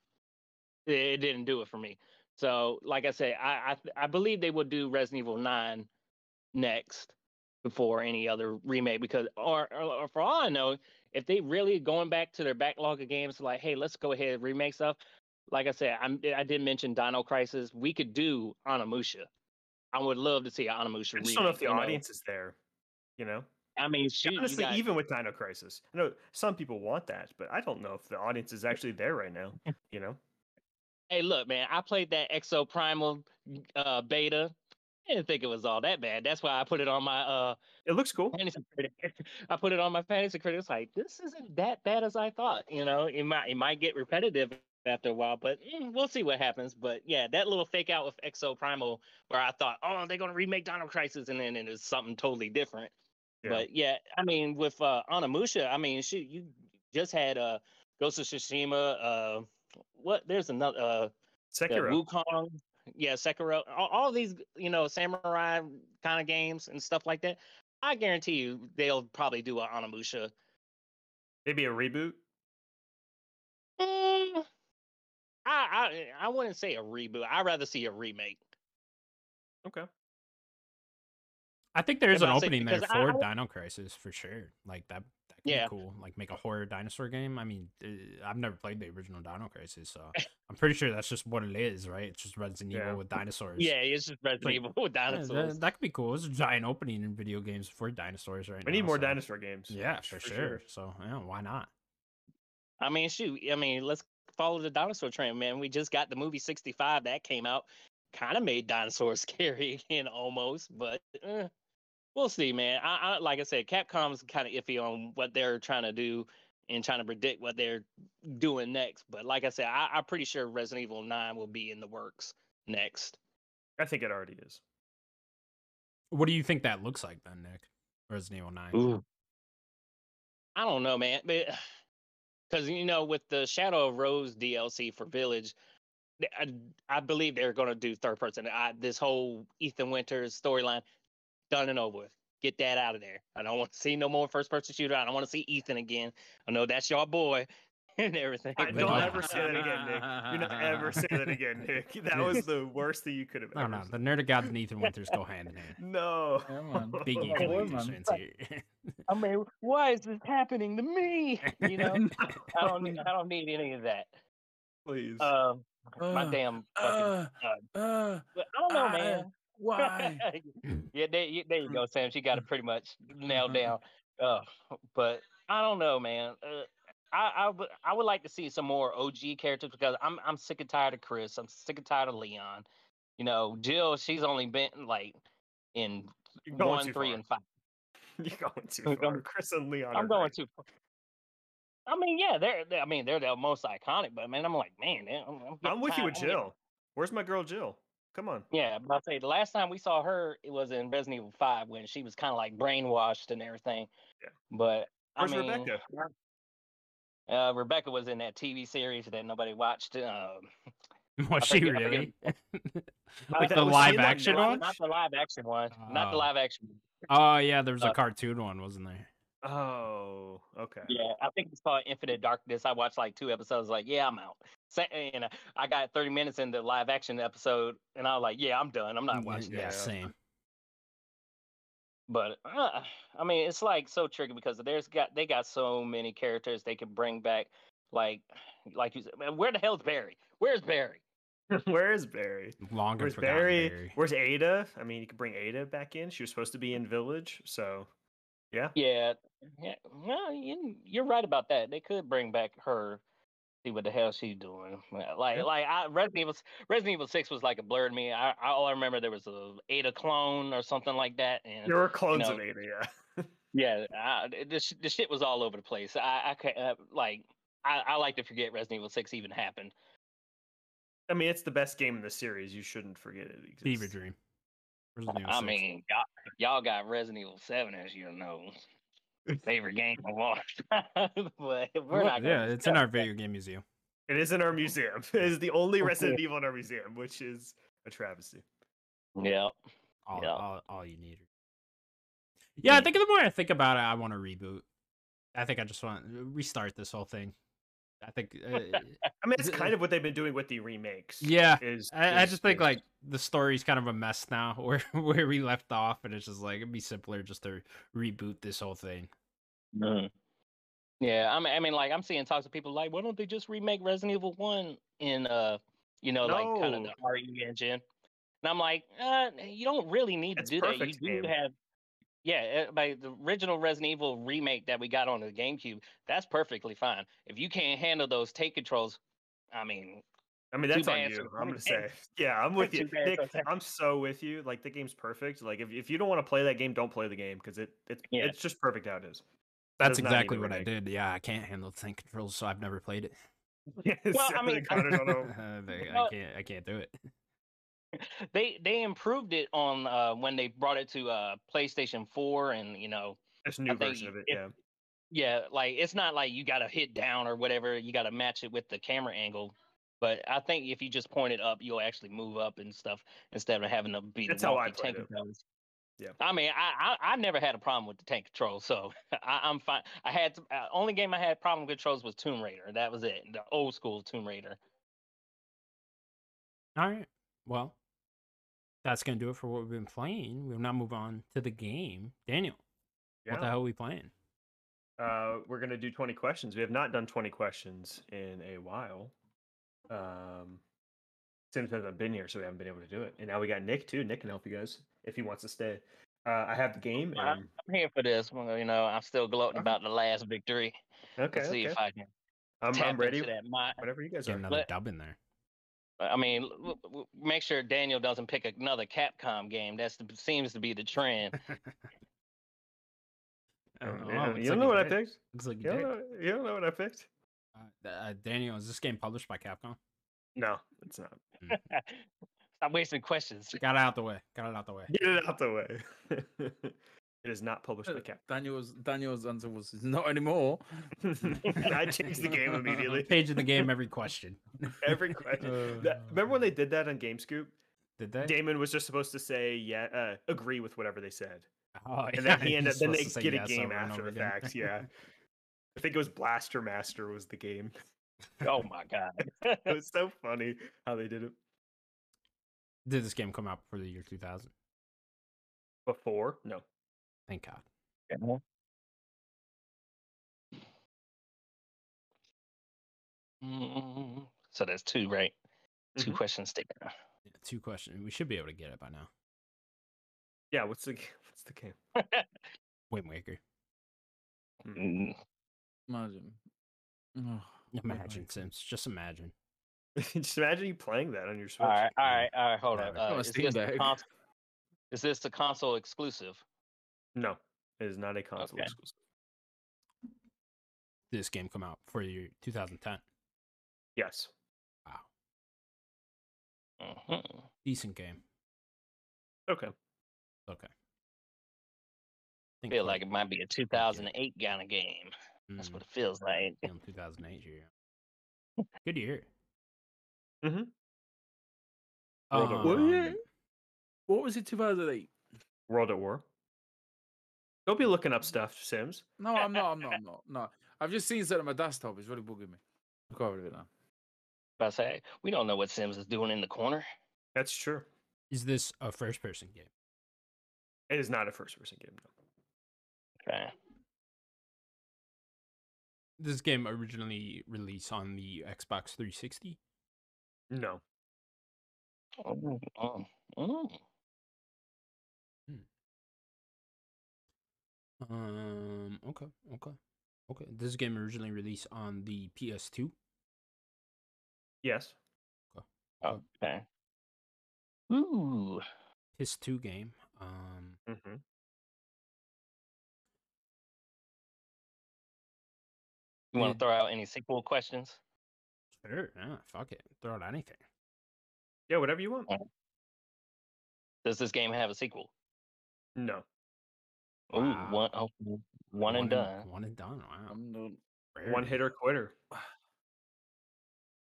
[SPEAKER 5] it, it didn't do it for me. So, like I said, I I, th- I believe they will do Resident Evil nine next before any other remake because, or, or, or for all I know, if they really going back to their backlog of games, like hey, let's go ahead and remake stuff. Like I said, I'm, I did mention Dino Crisis. We could do Onimusha. I would love to see an Onimusha.
[SPEAKER 2] I just don't know
[SPEAKER 5] remake,
[SPEAKER 2] if the
[SPEAKER 5] you
[SPEAKER 2] audience is there. You know,
[SPEAKER 5] I mean, shoot, you
[SPEAKER 2] Honestly,
[SPEAKER 5] got-
[SPEAKER 2] even with Dino Crisis, I know some people want that, but I don't know if the audience is actually there right now. You know,
[SPEAKER 5] hey, look, man, I played that Exo Primal uh, beta. I didn't think it was all that bad. That's why I put it on my uh
[SPEAKER 2] it looks cool.
[SPEAKER 5] fantasy critic. <laughs> I put it on my fantasy critic. It's like this isn't that bad as I thought. You know, it might it might get repetitive after a while, but mm, we'll see what happens. But yeah, that little fake out with Exo Primal, where I thought, oh, they're gonna remake Dino Crisis, and then it was something totally different.
[SPEAKER 2] Yeah.
[SPEAKER 5] But yeah, I mean, with uh, Onimusha, I mean, shoot, you just had uh, Ghost of Tsushima. Uh, what? There's another. Uh, yeah,
[SPEAKER 2] Sekiro.
[SPEAKER 5] Wukong, yeah, Sekiro, all, all these you know samurai kind of games and stuff like that. I guarantee you they'll probably do a Onimusha.
[SPEAKER 2] Maybe a reboot.
[SPEAKER 5] Mm, I, I I wouldn't say a reboot. I'd rather see a remake.
[SPEAKER 2] Okay.
[SPEAKER 1] I think there is an
[SPEAKER 5] Yeah, but I say-
[SPEAKER 1] opening there
[SPEAKER 5] because I-
[SPEAKER 1] for Dino Crisis for sure. Like that, that could
[SPEAKER 5] Yeah.
[SPEAKER 1] be cool. Like make a horror dinosaur game. I mean, uh, I've never played the original Dino Crisis, so I'm pretty sure that's just what it is, right? It's just Resident
[SPEAKER 2] Yeah.
[SPEAKER 1] Evil
[SPEAKER 2] <laughs>
[SPEAKER 1] with dinosaurs.
[SPEAKER 5] Yeah, it's just Resident
[SPEAKER 1] Like,
[SPEAKER 5] Evil <laughs> with
[SPEAKER 1] Yeah,
[SPEAKER 5] dinosaurs.
[SPEAKER 1] that, that could be cool. It's a giant opening in video games for dinosaurs right now.
[SPEAKER 2] We need more
[SPEAKER 1] so-
[SPEAKER 2] dinosaur games.
[SPEAKER 1] Yeah, for, sure. So yeah, why not?
[SPEAKER 5] I mean, shoot, I mean, let's follow the dinosaur trend, man. We just got the movie 65 that came out, kind of made dinosaurs <laughs> scary again almost, but eh, we'll see, man. I, I like I said, Capcom's kind of iffy on what they're trying to do and trying to predict what they're doing next. But like I said, I, I'm pretty sure Resident Evil 9 will be in the works next.
[SPEAKER 2] I think it already is.
[SPEAKER 5] <laughs>
[SPEAKER 1] What do you think that looks like then, Nick? Resident Evil Nine.
[SPEAKER 2] <laughs>
[SPEAKER 5] I don't know, man, but <sighs> because you know, with the Shadow of Rose DLC for Village, th- I, I believe they're going to do third person. I, this whole Ethan Winters storyline done and over with. Get that out of there. I don't want to see no more first person shooter. I don't want to see Ethan again. I know that's your boy <laughs> and everything.
[SPEAKER 2] I
[SPEAKER 5] but <laughs>
[SPEAKER 2] don't
[SPEAKER 5] yeah.
[SPEAKER 2] ever say that again, Nick. You're not ever
[SPEAKER 5] <laughs>
[SPEAKER 2] say that again,
[SPEAKER 1] <laughs>
[SPEAKER 2] Nick. <laughs> That was the worst thing you could have
[SPEAKER 1] No,
[SPEAKER 2] ever.
[SPEAKER 1] no, the
[SPEAKER 2] said.
[SPEAKER 1] Nerd of Gods and Ethan Winters go hand in
[SPEAKER 2] <laughs>
[SPEAKER 1] hand.
[SPEAKER 2] No.
[SPEAKER 3] Yeah, man.
[SPEAKER 2] <laughs>
[SPEAKER 1] Big
[SPEAKER 3] Oh,
[SPEAKER 1] Ethan
[SPEAKER 3] boy,
[SPEAKER 1] Winters
[SPEAKER 3] man.
[SPEAKER 1] fans here. <laughs>
[SPEAKER 5] I mean, why is this happening to me? You know, I don't. need- I don't need any of that.
[SPEAKER 2] Please.
[SPEAKER 5] Um, my
[SPEAKER 4] Uh,
[SPEAKER 5] damn. Fucking,
[SPEAKER 4] Uh,
[SPEAKER 5] uh,
[SPEAKER 4] uh,
[SPEAKER 5] but I don't know,
[SPEAKER 4] uh,
[SPEAKER 5] man.
[SPEAKER 4] why?
[SPEAKER 5] <laughs> yeah, there, you, there you go, Sam. She got it pretty much nailed
[SPEAKER 2] Mm-hmm.
[SPEAKER 5] down. Uh, but I don't know, man. Uh, I, I, would- I would like to see some more OG characters because I'm I'm sick and tired of Chris. I'm sick and tired of Leon. You know, Jill. She's only been like in
[SPEAKER 2] You're going
[SPEAKER 5] one,
[SPEAKER 2] too
[SPEAKER 5] three,
[SPEAKER 2] far.
[SPEAKER 5] and five.
[SPEAKER 2] <laughs> You're going too
[SPEAKER 5] I'm
[SPEAKER 2] far.
[SPEAKER 5] going-
[SPEAKER 2] Chris and Leon.
[SPEAKER 5] I'm
[SPEAKER 2] are
[SPEAKER 5] going
[SPEAKER 2] great.
[SPEAKER 5] too. far. I mean, yeah, they're, they I mean, they're the most iconic. But man, I'm like, man, I'm, I'm, getting
[SPEAKER 2] I'm with you
[SPEAKER 5] tired-
[SPEAKER 2] with
[SPEAKER 5] I'm getting-
[SPEAKER 2] Jill. Where's my girl Jill? Come on.
[SPEAKER 5] Yeah, but I say the last time we saw her, it was in Resident Evil Five when she was kind of like brainwashed and everything.
[SPEAKER 2] Yeah.
[SPEAKER 5] But
[SPEAKER 2] Where's
[SPEAKER 5] I mean,
[SPEAKER 2] Rebecca?
[SPEAKER 5] Uh, Rebecca was in that TV series that nobody watched. Um,
[SPEAKER 1] <laughs> Was she
[SPEAKER 5] forget- I
[SPEAKER 1] really?
[SPEAKER 5] forget-
[SPEAKER 1] <laughs> like
[SPEAKER 2] that
[SPEAKER 1] the
[SPEAKER 2] was she
[SPEAKER 1] live
[SPEAKER 2] in that
[SPEAKER 1] action
[SPEAKER 2] Nerd
[SPEAKER 5] not,
[SPEAKER 1] one?
[SPEAKER 5] not the live action one. not the
[SPEAKER 1] Oh.
[SPEAKER 5] live action. one.
[SPEAKER 1] Oh yeah, there was a
[SPEAKER 5] Uh,
[SPEAKER 1] cartoon one, wasn't there?
[SPEAKER 2] Oh, okay.
[SPEAKER 5] Yeah, I think it's called Infinite Darkness. I watched like two episodes. Like, yeah, I'm out. Sa- And uh, I got 30 minutes in the live action episode, and I was like, yeah, I'm done. I'm not
[SPEAKER 1] Yeah,
[SPEAKER 5] watching.
[SPEAKER 1] yeah,
[SPEAKER 5] that.
[SPEAKER 1] same.
[SPEAKER 5] But uh, I mean, it's like so tricky because there's got they got so many characters they could bring back. Like, like you said, man, where the hell's Barry? Where's Barry?
[SPEAKER 2] <laughs> Where is Barry?
[SPEAKER 1] Longer
[SPEAKER 2] Where's
[SPEAKER 1] forgotten
[SPEAKER 2] Barry?
[SPEAKER 1] Barry.
[SPEAKER 2] Where's Ada? I mean, you could bring Ada back in. She was supposed to be in Village, so yeah.
[SPEAKER 5] Yeah, yeah. Well, you, you're right about that. They could bring back her. See what the hell she's doing. Well, Like,
[SPEAKER 2] Yeah.
[SPEAKER 5] like I, Resident Evil, Resident Evil Six was like a blur to me. I, I all I remember there was a Ada clone or something like that, and
[SPEAKER 2] There were clones of
[SPEAKER 5] know,
[SPEAKER 2] Ada. Yeah.
[SPEAKER 5] Yeah, I, the, sh- the shit was all over the place. I, I can't, uh, like, I, I like to forget Resident Evil Six even happened.
[SPEAKER 2] I mean, it's the best game in the series. You shouldn't forget it exists.
[SPEAKER 1] Fever Dream. Resident Evil
[SPEAKER 5] I
[SPEAKER 1] 6.
[SPEAKER 5] mean, y'all, y'all got Resident Evil Seven as you know, favorite game of all time. <laughs> but we're
[SPEAKER 1] Well,
[SPEAKER 5] not. gonna
[SPEAKER 1] yeah, it's in
[SPEAKER 5] discuss
[SPEAKER 1] our
[SPEAKER 5] that.
[SPEAKER 1] video game museum.
[SPEAKER 2] It is in
[SPEAKER 1] <laughs>
[SPEAKER 2] our museum. It is the
[SPEAKER 1] Oh,
[SPEAKER 2] only Resident Evil in our museum, which is a travesty.
[SPEAKER 5] Yeah,
[SPEAKER 1] All,
[SPEAKER 5] Yeah.
[SPEAKER 1] all, all you need. Yeah, I
[SPEAKER 5] Yeah.
[SPEAKER 1] think the more I think about it, I want to reboot. I think I just want to restart this whole thing. I think,
[SPEAKER 5] <laughs>
[SPEAKER 1] uh,
[SPEAKER 2] I mean,
[SPEAKER 1] Is
[SPEAKER 2] it's
[SPEAKER 1] it-
[SPEAKER 2] kind of what they've been doing with the remakes.
[SPEAKER 1] yeah,
[SPEAKER 2] Is
[SPEAKER 1] I, I
[SPEAKER 2] is-
[SPEAKER 1] just think
[SPEAKER 2] is-
[SPEAKER 1] like the story's kind of a mess now, <laughs> where where we left off, and it's just like it'd be simpler just to reboot this whole thing.
[SPEAKER 5] Mm. yeah. I mean, I mean, like, I'm seeing talks of people like, why don't they just remake Resident Evil One in, uh, you know, like kind of
[SPEAKER 2] No.
[SPEAKER 5] E the RE engine? And I'm like, uh, you don't really need to
[SPEAKER 2] It's
[SPEAKER 5] do that. You
[SPEAKER 2] perfect
[SPEAKER 5] do
[SPEAKER 2] game.
[SPEAKER 5] have, Yeah, it, like the original Resident Evil remake that we got on the GameCube, that's perfectly fine. If you can't handle those take controls, I mean,
[SPEAKER 2] I mean, that's on
[SPEAKER 5] bad
[SPEAKER 2] you.
[SPEAKER 5] for
[SPEAKER 2] I'm
[SPEAKER 5] the
[SPEAKER 2] gonna say, <laughs>
[SPEAKER 5] game.
[SPEAKER 2] yeah, I'm with you,
[SPEAKER 5] Too bad
[SPEAKER 2] Nick.
[SPEAKER 5] for the-
[SPEAKER 2] I'm so with you. Like the game's perfect. Like if, if you don't want to play that game, don't play the game because it, it
[SPEAKER 5] Yeah.
[SPEAKER 2] it's just perfect how it is. <laughs>
[SPEAKER 1] That's
[SPEAKER 2] does not need a
[SPEAKER 1] exactly what I
[SPEAKER 2] remake.
[SPEAKER 1] did. Yeah, I can't handle tank controls, so I've never played it.
[SPEAKER 2] Yeah,
[SPEAKER 5] Well,
[SPEAKER 2] so
[SPEAKER 5] I
[SPEAKER 2] they
[SPEAKER 5] mean,
[SPEAKER 2] got it on
[SPEAKER 1] <laughs>
[SPEAKER 2] a-
[SPEAKER 1] They- I
[SPEAKER 5] Well-
[SPEAKER 1] can't. I can't do it.
[SPEAKER 5] they they improved it on uh, when they brought it to uh, PlayStation Four, and you know,
[SPEAKER 2] this new
[SPEAKER 5] think
[SPEAKER 2] version of it.
[SPEAKER 5] if-
[SPEAKER 2] Yeah,
[SPEAKER 5] yeah, like it's not like you got to hit down or whatever. You got to match it with the camera angle. But I think if you just point it up, you'll actually move up and stuff instead of having to be the
[SPEAKER 2] That's how I
[SPEAKER 5] wonky
[SPEAKER 2] played
[SPEAKER 5] tank
[SPEAKER 2] it.
[SPEAKER 5] controls.
[SPEAKER 2] Yeah.
[SPEAKER 5] I mean, I, I I never had a problem with the tank control, so <laughs> I, I'm fine. I had to, uh, only game I had problem with controls was Tomb Raider. That was it, the old school Tomb Raider.
[SPEAKER 1] All right. Well, that's gonna do it for what we've been playing. We'll now move on to the game. Daniel, what the
[SPEAKER 2] Yeah.
[SPEAKER 1] hell are we playing?
[SPEAKER 2] Uh, we're gonna do 20 questions. We have not done 20 questions in a while. Um, since I've been here, so we haven't been able to do it. And now we got Nick too. Nick can help you guys if he wants to stay. Uh, I have the game.
[SPEAKER 5] Uh,
[SPEAKER 2] and-
[SPEAKER 5] I'm here for this. well, You know, I'm still gloating
[SPEAKER 2] Okay.
[SPEAKER 5] about the last victory.
[SPEAKER 2] okay,
[SPEAKER 5] Let's see
[SPEAKER 2] okay.
[SPEAKER 5] if I can
[SPEAKER 2] I'm,
[SPEAKER 5] tap
[SPEAKER 2] I'm ready.
[SPEAKER 5] into that. My,
[SPEAKER 2] Whatever you guys
[SPEAKER 1] Get
[SPEAKER 2] are.
[SPEAKER 1] another
[SPEAKER 5] Let-
[SPEAKER 1] dub in
[SPEAKER 2] <laughs>
[SPEAKER 1] there.
[SPEAKER 5] I mean, l- l- w- make sure Daniel doesn't pick another Capcom game. That's the, seems to be the <laughs> trend.
[SPEAKER 1] Oh, wow,
[SPEAKER 2] Oh, yeah,
[SPEAKER 1] looks
[SPEAKER 2] you
[SPEAKER 1] like
[SPEAKER 2] don't know what I
[SPEAKER 1] did.
[SPEAKER 2] picked.
[SPEAKER 1] Looks like
[SPEAKER 2] You
[SPEAKER 1] you
[SPEAKER 2] don't
[SPEAKER 1] did.
[SPEAKER 2] know, you don't know what I picked.
[SPEAKER 1] Uh, th- uh, Daniel, is this game published by Capcom?
[SPEAKER 2] No, it's not.
[SPEAKER 5] Stop wasting questions.
[SPEAKER 1] Got it out the way. Got it out the way.
[SPEAKER 2] Get it out the way. <laughs> it is not published
[SPEAKER 5] Uh.
[SPEAKER 2] by Cap. <laughs>
[SPEAKER 4] Daniel's Daniel's answer was <laughs> not anymore.
[SPEAKER 2] I changed the game immediately.
[SPEAKER 5] <laughs>
[SPEAKER 1] Page in the game, every question.
[SPEAKER 2] <laughs>
[SPEAKER 1] Uh,
[SPEAKER 2] Every question. That- remember when they did that on GameScoop?
[SPEAKER 1] did they?
[SPEAKER 2] Damon was just supposed to say yeah, uh, agree with whatever they said,
[SPEAKER 1] <laughs> Oh,
[SPEAKER 2] and then
[SPEAKER 1] yeah, <laughs>
[SPEAKER 2] he
[SPEAKER 1] you're
[SPEAKER 2] ended up. Then
[SPEAKER 1] supposed
[SPEAKER 2] they
[SPEAKER 1] to say
[SPEAKER 2] get a
[SPEAKER 1] yes
[SPEAKER 2] game
[SPEAKER 1] over and
[SPEAKER 2] after
[SPEAKER 1] over
[SPEAKER 2] the
[SPEAKER 1] again.
[SPEAKER 2] fact. Yeah, I think it was Blaster Master was the game. <laughs>
[SPEAKER 5] Oh my god. <laughs>
[SPEAKER 2] It was so funny how they did it
[SPEAKER 1] <laughs> Did this game come out before the year 2000?
[SPEAKER 2] before. No,
[SPEAKER 1] Thank God.
[SPEAKER 5] Mm, so that's two, right? 2
[SPEAKER 2] Mhm.
[SPEAKER 5] questions there.
[SPEAKER 1] Yeah, two questions. We should be able to get it by now.
[SPEAKER 2] yeah. What's the g- what's the game? <laughs>
[SPEAKER 1] Wind Waker.
[SPEAKER 5] Mm,
[SPEAKER 4] Imagine. Oh,
[SPEAKER 1] Imagine, Sims. Just imagine.
[SPEAKER 2] just imagine you playing that on your Switch.
[SPEAKER 5] All right, all right, all right. Hold
[SPEAKER 1] Yeah,
[SPEAKER 5] on.
[SPEAKER 1] but- Got
[SPEAKER 5] Uh,
[SPEAKER 4] a
[SPEAKER 5] is,
[SPEAKER 4] Steam
[SPEAKER 5] this the
[SPEAKER 4] Deck.
[SPEAKER 5] cons- is this the console exclusive?
[SPEAKER 2] No, it is not a console
[SPEAKER 5] Okay.
[SPEAKER 2] exclusive.
[SPEAKER 1] Did this game come out before the year 2010?
[SPEAKER 2] Yes.
[SPEAKER 1] Wow.
[SPEAKER 5] Mhm.
[SPEAKER 1] Decent game.
[SPEAKER 2] Okay.
[SPEAKER 1] Okay.
[SPEAKER 5] I
[SPEAKER 1] Think
[SPEAKER 5] feel
[SPEAKER 1] like-
[SPEAKER 5] like it might be a 2008 kind of game. That's
[SPEAKER 1] Mm.
[SPEAKER 5] what it feels like.
[SPEAKER 1] Yeah, 2008 year. Good year.
[SPEAKER 2] Mhm. World at War.
[SPEAKER 1] Um,
[SPEAKER 4] Ah. What was it? 2008.
[SPEAKER 2] World at War. Don't be looking up stuff, Sims.
[SPEAKER 4] No, I'm not. I'm not. I'm not. No, I've just seen something on my desktop. It's really bugging me. I've got rid of it now.
[SPEAKER 5] But I say we don't know what Sims is doing in the corner.
[SPEAKER 2] That's true.
[SPEAKER 1] is this a first person game?
[SPEAKER 2] It is not a first person game. No.
[SPEAKER 5] Okay.
[SPEAKER 1] This game originally released on the Xbox 360.
[SPEAKER 2] No.
[SPEAKER 5] Mm, mm, mm.
[SPEAKER 1] Um, okay, okay, okay. This game originally released on the PS2.
[SPEAKER 2] Yes.
[SPEAKER 1] Oh.
[SPEAKER 5] Okay. Ooh.
[SPEAKER 1] PS2 game. Um,
[SPEAKER 2] Mm-hmm.
[SPEAKER 5] You want
[SPEAKER 1] Did-
[SPEAKER 5] to throw out any sequel questions?
[SPEAKER 1] sure, yeah, fuck it. Throw out anything.
[SPEAKER 2] Yeah, whatever you
[SPEAKER 5] Oh,
[SPEAKER 2] want.
[SPEAKER 5] Does this game have a sequel?
[SPEAKER 2] No.
[SPEAKER 5] Ooh, one,
[SPEAKER 1] Wow.
[SPEAKER 5] oh, one and done. <laughs>
[SPEAKER 1] One and done.
[SPEAKER 2] Oh,
[SPEAKER 3] Um,
[SPEAKER 1] Wow.
[SPEAKER 4] I'm not.
[SPEAKER 2] One
[SPEAKER 1] rarity.
[SPEAKER 2] hitter quitter.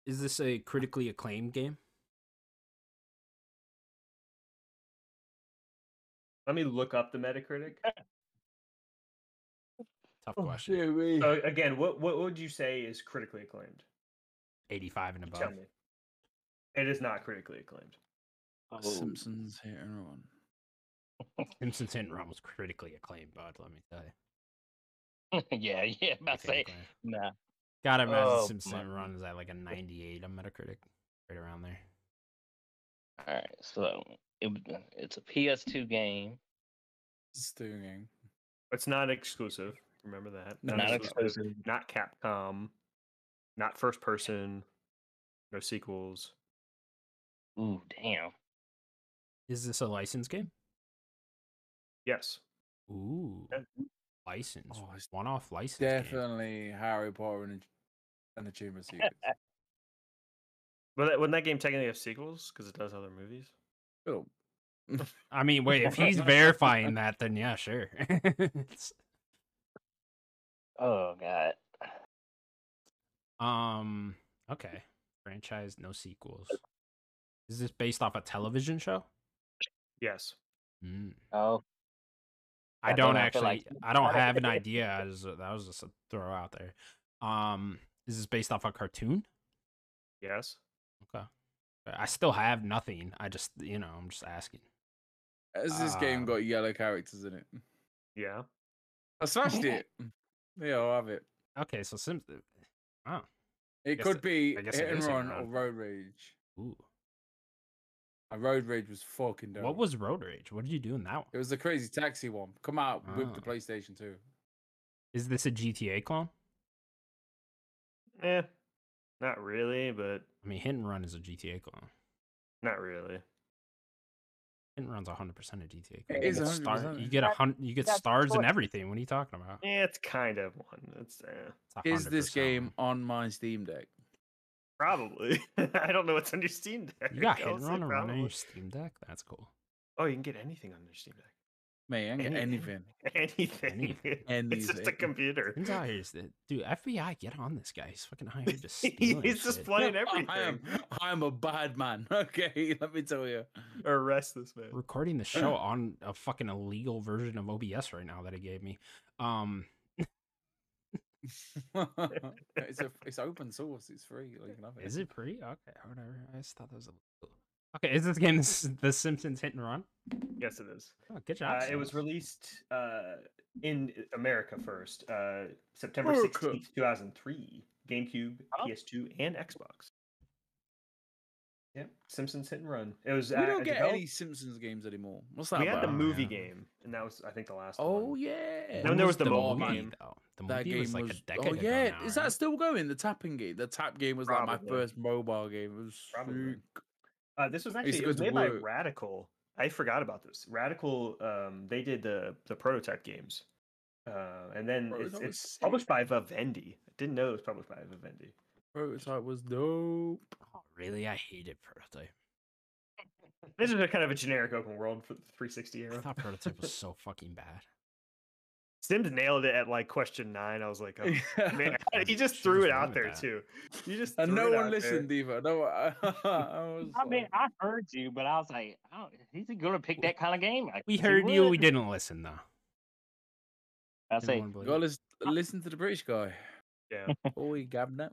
[SPEAKER 1] Is this a critically acclaimed game?
[SPEAKER 2] Let me look up the Metacritic.
[SPEAKER 1] Tough
[SPEAKER 4] Oh,
[SPEAKER 1] question.
[SPEAKER 4] dear me.
[SPEAKER 2] So again, what what would you say is critically acclaimed?
[SPEAKER 1] 85 and
[SPEAKER 2] You
[SPEAKER 1] above.
[SPEAKER 2] Tell me. It is not critically acclaimed.
[SPEAKER 5] Oh,
[SPEAKER 4] Simpsons hit and run.
[SPEAKER 1] Simpsons Hit and Run was critically acclaimed, bud. Let me tell you.
[SPEAKER 5] yeah, yeah. I
[SPEAKER 1] Critically
[SPEAKER 5] say,
[SPEAKER 1] acclaimed.
[SPEAKER 5] nah.
[SPEAKER 1] God, I imagine
[SPEAKER 5] Oh,
[SPEAKER 1] Simpsons
[SPEAKER 5] my
[SPEAKER 1] Hit and Run is at like a 98 on Metacritic, right around there.
[SPEAKER 5] All right, so it, w- it's a PS2 game.
[SPEAKER 3] Stinging.
[SPEAKER 2] It's not exclusive. Remember that.
[SPEAKER 3] No,
[SPEAKER 5] Not
[SPEAKER 3] it's-
[SPEAKER 5] exclusive.
[SPEAKER 2] Not Capcom. Not first person. No sequels.
[SPEAKER 5] Ooh, damn.
[SPEAKER 1] Is this a licensed game?
[SPEAKER 2] Yes.
[SPEAKER 1] Ooh,
[SPEAKER 2] Yeah.
[SPEAKER 1] license.
[SPEAKER 3] Oh, it's
[SPEAKER 1] One-off license. game.
[SPEAKER 3] definitely Harry Potter and, the- and the Chamber of
[SPEAKER 1] <laughs>
[SPEAKER 3] Secrets.
[SPEAKER 2] Well, that, wouldn't that game technically have sequels because it does other movies?
[SPEAKER 3] Cool.
[SPEAKER 1] I mean, wait, if he's verifying that, then yeah, sure. <laughs> It's-
[SPEAKER 5] Oh god.
[SPEAKER 1] um, okay. Franchise, no sequels. Is this based off a television show?
[SPEAKER 2] Yes.
[SPEAKER 1] Mm.
[SPEAKER 5] Oh,
[SPEAKER 1] I,
[SPEAKER 5] I
[SPEAKER 1] don't
[SPEAKER 5] don't
[SPEAKER 1] actually.
[SPEAKER 5] feel like-
[SPEAKER 1] I don't have an idea. I just, that was just a throw out there. Um, is this based off a cartoon?
[SPEAKER 2] Yes.
[SPEAKER 1] Okay. I still have nothing. I just, you know, I'm just asking.
[SPEAKER 3] Has this
[SPEAKER 1] Ah.
[SPEAKER 3] game got yellow characters in it?
[SPEAKER 2] Yeah.
[SPEAKER 3] I smashed
[SPEAKER 1] <laughs>
[SPEAKER 3] it. Yeah, I'll have it.
[SPEAKER 1] Okay, so Sims. uh, Wow.
[SPEAKER 3] It
[SPEAKER 1] guess
[SPEAKER 3] could
[SPEAKER 1] it-
[SPEAKER 3] be
[SPEAKER 1] I
[SPEAKER 3] hit
[SPEAKER 1] guess it
[SPEAKER 3] and
[SPEAKER 1] is a
[SPEAKER 3] run or
[SPEAKER 1] road
[SPEAKER 3] road rage.
[SPEAKER 1] Ooh.
[SPEAKER 3] A road rage was fucking dope.
[SPEAKER 1] What was Road Rage? What did you do in that
[SPEAKER 3] It
[SPEAKER 1] one?
[SPEAKER 3] was the crazy taxi one. Come out with the
[SPEAKER 1] Ah.
[SPEAKER 3] PlayStation 2.
[SPEAKER 1] Is this a GTA clone?
[SPEAKER 2] Eh. Not really, but
[SPEAKER 1] I mean, Hit and Run is a GTA clone.
[SPEAKER 2] not really.
[SPEAKER 1] Hit and Run's 100% a GTA clone.
[SPEAKER 3] It
[SPEAKER 1] You
[SPEAKER 3] is
[SPEAKER 1] get
[SPEAKER 3] 100%.
[SPEAKER 1] you get a
[SPEAKER 5] That-
[SPEAKER 1] hun- you get
[SPEAKER 5] that's
[SPEAKER 1] stars and
[SPEAKER 5] what-
[SPEAKER 1] everything. What are you talking about?
[SPEAKER 2] Yeah, Eh, it's kind of one. It's eh.
[SPEAKER 1] It's a
[SPEAKER 3] Is this
[SPEAKER 1] 100%
[SPEAKER 3] game
[SPEAKER 1] one.
[SPEAKER 3] on my Steam Deck?
[SPEAKER 2] probably. <laughs> I don't know what's on your Steam Deck.
[SPEAKER 1] You got Hit
[SPEAKER 2] I'll
[SPEAKER 1] and
[SPEAKER 2] say
[SPEAKER 1] Run around on
[SPEAKER 2] probably.
[SPEAKER 1] your Steam Deck? That's cool.
[SPEAKER 2] Oh, you can get anything on your Steam Deck. <laughs>
[SPEAKER 3] Mate, I ain't
[SPEAKER 1] <laughs>
[SPEAKER 3] got anything.
[SPEAKER 2] Anything. Anything. <laughs> It's just a
[SPEAKER 3] Anything.
[SPEAKER 2] computer.
[SPEAKER 1] Turns
[SPEAKER 2] <laughs>
[SPEAKER 1] out here's the dude. FBI, get on this guy. He's fucking hired to steal.
[SPEAKER 2] He's just playing everything.
[SPEAKER 3] <laughs> I am, I am a bad man. <laughs> Okay, let me tell you.
[SPEAKER 2] Arrest this man.
[SPEAKER 1] recording the show on a fucking illegal version of OBS right now that he gave me. Um,
[SPEAKER 3] <laughs> it's a, it's open source. It's free. Like, you can have it.
[SPEAKER 1] is it free? Okay, whatever. I just thought that was illegal. Okay, is this game s- The Simpsons Hit and Run?
[SPEAKER 2] Yes, it is.
[SPEAKER 1] Oh, good job.
[SPEAKER 2] Uh, it was
[SPEAKER 1] Sims.
[SPEAKER 2] released uh, in America first, uh, September
[SPEAKER 3] America.
[SPEAKER 2] 16th, 2003. GameCube,
[SPEAKER 5] Huh?
[SPEAKER 2] PS2, and Xbox. Yep, Simpsons Hit and Run. It was.
[SPEAKER 3] We
[SPEAKER 2] uh,
[SPEAKER 3] don't get
[SPEAKER 2] developed-
[SPEAKER 3] any Simpsons games anymore. What's that
[SPEAKER 2] We had the
[SPEAKER 3] about?
[SPEAKER 1] Oh,
[SPEAKER 2] movie
[SPEAKER 1] yeah.
[SPEAKER 2] game, and that was, I think, the last one.
[SPEAKER 3] Oh yeah.
[SPEAKER 2] Then there was the mobile
[SPEAKER 1] movie,
[SPEAKER 2] game.
[SPEAKER 1] Though. The movie
[SPEAKER 3] That game
[SPEAKER 1] was
[SPEAKER 3] was,
[SPEAKER 1] like a decade
[SPEAKER 3] oh
[SPEAKER 1] ago
[SPEAKER 3] yeah,
[SPEAKER 1] now,
[SPEAKER 3] is
[SPEAKER 1] right?
[SPEAKER 3] that still going? The tapping game, the tap game was like my
[SPEAKER 2] Probably.
[SPEAKER 3] first mobile game. It was
[SPEAKER 2] Probably.
[SPEAKER 3] sick.
[SPEAKER 2] Uh, this was actually
[SPEAKER 3] to
[SPEAKER 2] it
[SPEAKER 3] go
[SPEAKER 2] was
[SPEAKER 3] to
[SPEAKER 2] made by
[SPEAKER 3] work.
[SPEAKER 2] Radical. I forgot about this. Radical, um, they did the the prototype games, uh, and then
[SPEAKER 3] Bro,
[SPEAKER 2] it's,
[SPEAKER 3] that was
[SPEAKER 2] it's
[SPEAKER 3] sick.
[SPEAKER 2] published by Vivendi. I didn't know it was published by Vivendi.
[SPEAKER 3] prototype was dope.
[SPEAKER 1] Oh, really? I hated Prototype.
[SPEAKER 2] This is a kind of a generic open world for the 360
[SPEAKER 1] I
[SPEAKER 2] era.
[SPEAKER 1] thought Prototype was so fucking bad.
[SPEAKER 2] <laughs> Sims nailed it at like question nine. I was like, oh.
[SPEAKER 3] <laughs>
[SPEAKER 2] man, <laughs> he just
[SPEAKER 1] She
[SPEAKER 2] threw
[SPEAKER 1] was
[SPEAKER 2] it
[SPEAKER 1] wrong
[SPEAKER 2] out
[SPEAKER 1] with
[SPEAKER 2] there
[SPEAKER 1] that.
[SPEAKER 2] too. You just
[SPEAKER 3] and
[SPEAKER 2] threw
[SPEAKER 3] no
[SPEAKER 2] it
[SPEAKER 3] one
[SPEAKER 2] out there.
[SPEAKER 3] listened either. No, one- <laughs> I, was
[SPEAKER 5] I mean,
[SPEAKER 3] like-
[SPEAKER 5] I heard you, but I was like, oh, he's gonna pick that kind of game. I
[SPEAKER 1] We
[SPEAKER 5] guess he
[SPEAKER 1] heard you. We
[SPEAKER 5] would.
[SPEAKER 1] didn't listen though.
[SPEAKER 5] I
[SPEAKER 1] Didn't
[SPEAKER 5] say,
[SPEAKER 1] wanna believe
[SPEAKER 3] you gotta
[SPEAKER 1] it.
[SPEAKER 3] listen, listen to the British guy.
[SPEAKER 2] Yeah.
[SPEAKER 3] Oi, Gabnet.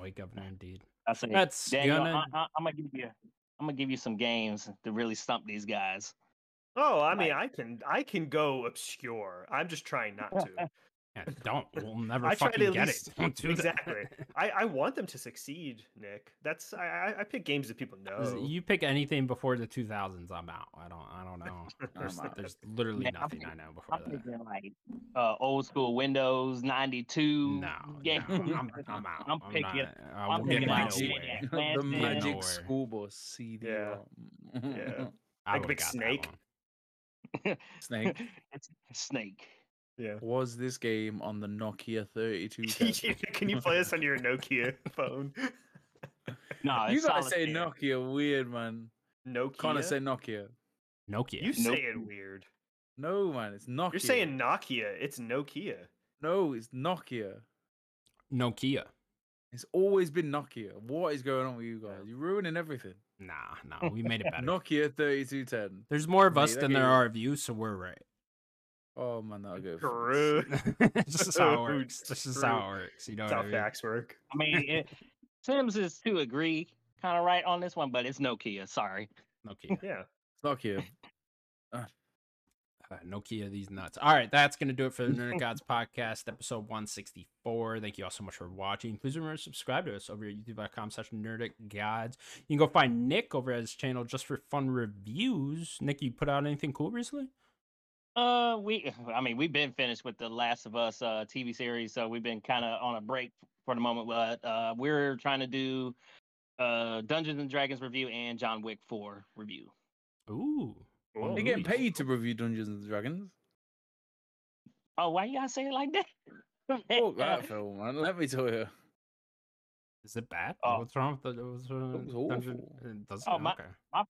[SPEAKER 1] Oi, Governor, <laughs> indeed.
[SPEAKER 5] I say,
[SPEAKER 1] That's
[SPEAKER 5] Daniel,
[SPEAKER 1] gonna-
[SPEAKER 5] I, I, I'm gonna give you, I'm gonna give you some games to really stump these guys.
[SPEAKER 2] Oh, I
[SPEAKER 3] <laughs>
[SPEAKER 2] mean, I can I can go obscure. I'm just trying not
[SPEAKER 3] <laughs>
[SPEAKER 2] to.
[SPEAKER 1] Yeah, don't. We'll never
[SPEAKER 2] I tried
[SPEAKER 1] fucking
[SPEAKER 2] at
[SPEAKER 1] get
[SPEAKER 2] least-
[SPEAKER 1] it. <laughs> Don't do
[SPEAKER 2] exactly.
[SPEAKER 1] That.
[SPEAKER 2] I, I want them to succeed, Nick. That's I I- I pick games that people
[SPEAKER 1] <laughs> Is-
[SPEAKER 2] know.
[SPEAKER 1] You pick anything before the 2000s, I'm out. I don't. I don't
[SPEAKER 2] <laughs>
[SPEAKER 1] know. There's,
[SPEAKER 3] out.
[SPEAKER 1] there's literally
[SPEAKER 5] Man, I'm
[SPEAKER 1] nothing I
[SPEAKER 5] thinking-
[SPEAKER 1] know before
[SPEAKER 5] I'm
[SPEAKER 1] that.
[SPEAKER 5] thinking like uh, old school Windows '92.
[SPEAKER 1] No,
[SPEAKER 5] game.
[SPEAKER 1] no, <laughs>
[SPEAKER 5] <laughs>
[SPEAKER 1] I'm, I'm out.
[SPEAKER 5] I'm
[SPEAKER 1] I'm
[SPEAKER 5] picking-
[SPEAKER 1] not- I
[SPEAKER 5] I'm
[SPEAKER 1] will
[SPEAKER 5] picking
[SPEAKER 1] get
[SPEAKER 5] out
[SPEAKER 1] nowhere.
[SPEAKER 3] <laughs>
[SPEAKER 5] Jack.
[SPEAKER 3] the
[SPEAKER 5] Listen.
[SPEAKER 3] magic
[SPEAKER 1] Nowhere.
[SPEAKER 3] school bus CD.
[SPEAKER 2] Yeah.
[SPEAKER 1] I
[SPEAKER 2] Like a
[SPEAKER 1] would've
[SPEAKER 2] big
[SPEAKER 1] got that
[SPEAKER 2] snake.
[SPEAKER 1] one.
[SPEAKER 3] <laughs>
[SPEAKER 5] <laughs>
[SPEAKER 3] Snake.
[SPEAKER 5] It's a Snake.
[SPEAKER 2] Yeah.
[SPEAKER 3] Was this game on the Nokia <laughs>
[SPEAKER 2] <laughs>
[SPEAKER 3] 32?
[SPEAKER 2] can you play this on your Nokia <laughs> phone?
[SPEAKER 5] No,
[SPEAKER 3] you
[SPEAKER 5] it's
[SPEAKER 3] gotta say
[SPEAKER 5] solitaire.
[SPEAKER 3] Nokia, weird man.
[SPEAKER 2] Nokia.
[SPEAKER 3] Can't I say Nokia.
[SPEAKER 1] Nokia.
[SPEAKER 2] you say
[SPEAKER 5] Nope.
[SPEAKER 2] it weird.
[SPEAKER 3] No man, it's Nokia.
[SPEAKER 2] You're saying Nokia. It's Nokia.
[SPEAKER 3] no, it's Nokia.
[SPEAKER 1] Nokia.
[SPEAKER 2] <laughs>
[SPEAKER 3] It's always been Nokia. What is going on with you guys? You're ruining everything.
[SPEAKER 1] Nah, nah. We made it better.
[SPEAKER 3] Nokia 3210.
[SPEAKER 1] There's more of
[SPEAKER 3] Mate,
[SPEAKER 1] us
[SPEAKER 3] that
[SPEAKER 1] than there
[SPEAKER 3] game-
[SPEAKER 1] are of you, so we're right. <laughs>
[SPEAKER 3] Oh man, that'll go. for
[SPEAKER 2] True.
[SPEAKER 3] <laughs>
[SPEAKER 1] this is how it works. This is how it works. You know
[SPEAKER 2] That's
[SPEAKER 1] what
[SPEAKER 2] how
[SPEAKER 1] I mean?
[SPEAKER 2] facts work.
[SPEAKER 5] I mean, it, Sims is to agree, kind of right on this one, but it's Nokia. Sorry.
[SPEAKER 1] Nokia.
[SPEAKER 2] Yeah.
[SPEAKER 1] <laughs>
[SPEAKER 3] Nokia.
[SPEAKER 1] Uh, Nokia, these nuts. All right, that's going to do it for the
[SPEAKER 3] <laughs>
[SPEAKER 1] Nerd Gods podcast, episode 164. Thank you all so much for watching. Please remember to subscribe to us over at youtube.com slash nerdic gods. You can go find Nick over at his channel just for fun reviews. Nick, you put out anything cool recently?
[SPEAKER 5] Uh, we, <laughs> I mean, we've been finished with the Last of Us uh, TV series, so we've been kind of on a break for the moment. But uh, we're trying to do uh Dungeons and Dragons review and John Wick Four review.
[SPEAKER 1] Ooh.
[SPEAKER 2] Ooh.
[SPEAKER 3] You're getting
[SPEAKER 1] Movies.
[SPEAKER 3] paid to review Dungeons and Dragons.
[SPEAKER 5] Oh, why you gotta say it like that?
[SPEAKER 3] Fuck that
[SPEAKER 1] <laughs>
[SPEAKER 3] film, man. Let me tell you.
[SPEAKER 1] Is it bad?
[SPEAKER 5] Oh.
[SPEAKER 1] What's wrong with the what's wrong
[SPEAKER 3] It
[SPEAKER 1] with
[SPEAKER 3] was
[SPEAKER 1] Dungeon-
[SPEAKER 3] awful.
[SPEAKER 1] It doesn't
[SPEAKER 5] Oh, my-
[SPEAKER 1] okay.
[SPEAKER 5] <laughs>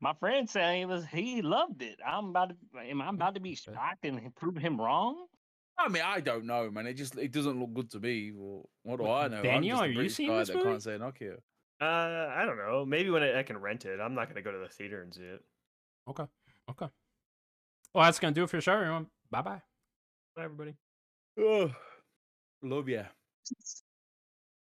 [SPEAKER 5] My friend said he was he loved it. I'm about to am I about to be
[SPEAKER 1] Okay.
[SPEAKER 5] shocked and prove him wrong?
[SPEAKER 3] I mean, I don't know, man. It just it doesn't look good to me. Well, what do I know? I'm
[SPEAKER 1] Daniel,
[SPEAKER 3] just a
[SPEAKER 1] are you
[SPEAKER 3] British
[SPEAKER 1] seeing
[SPEAKER 3] guy
[SPEAKER 1] this
[SPEAKER 3] that
[SPEAKER 1] movie?
[SPEAKER 3] can't say knock here.
[SPEAKER 2] Uh, I don't know. Maybe when I, I can rent it. I'm not gonna go to the theater and see it.
[SPEAKER 1] Okay. Okay. Well, that's gonna do it for the show, everyone. Bye bye.
[SPEAKER 2] Bye, everybody.
[SPEAKER 3] Ugh. Love ya.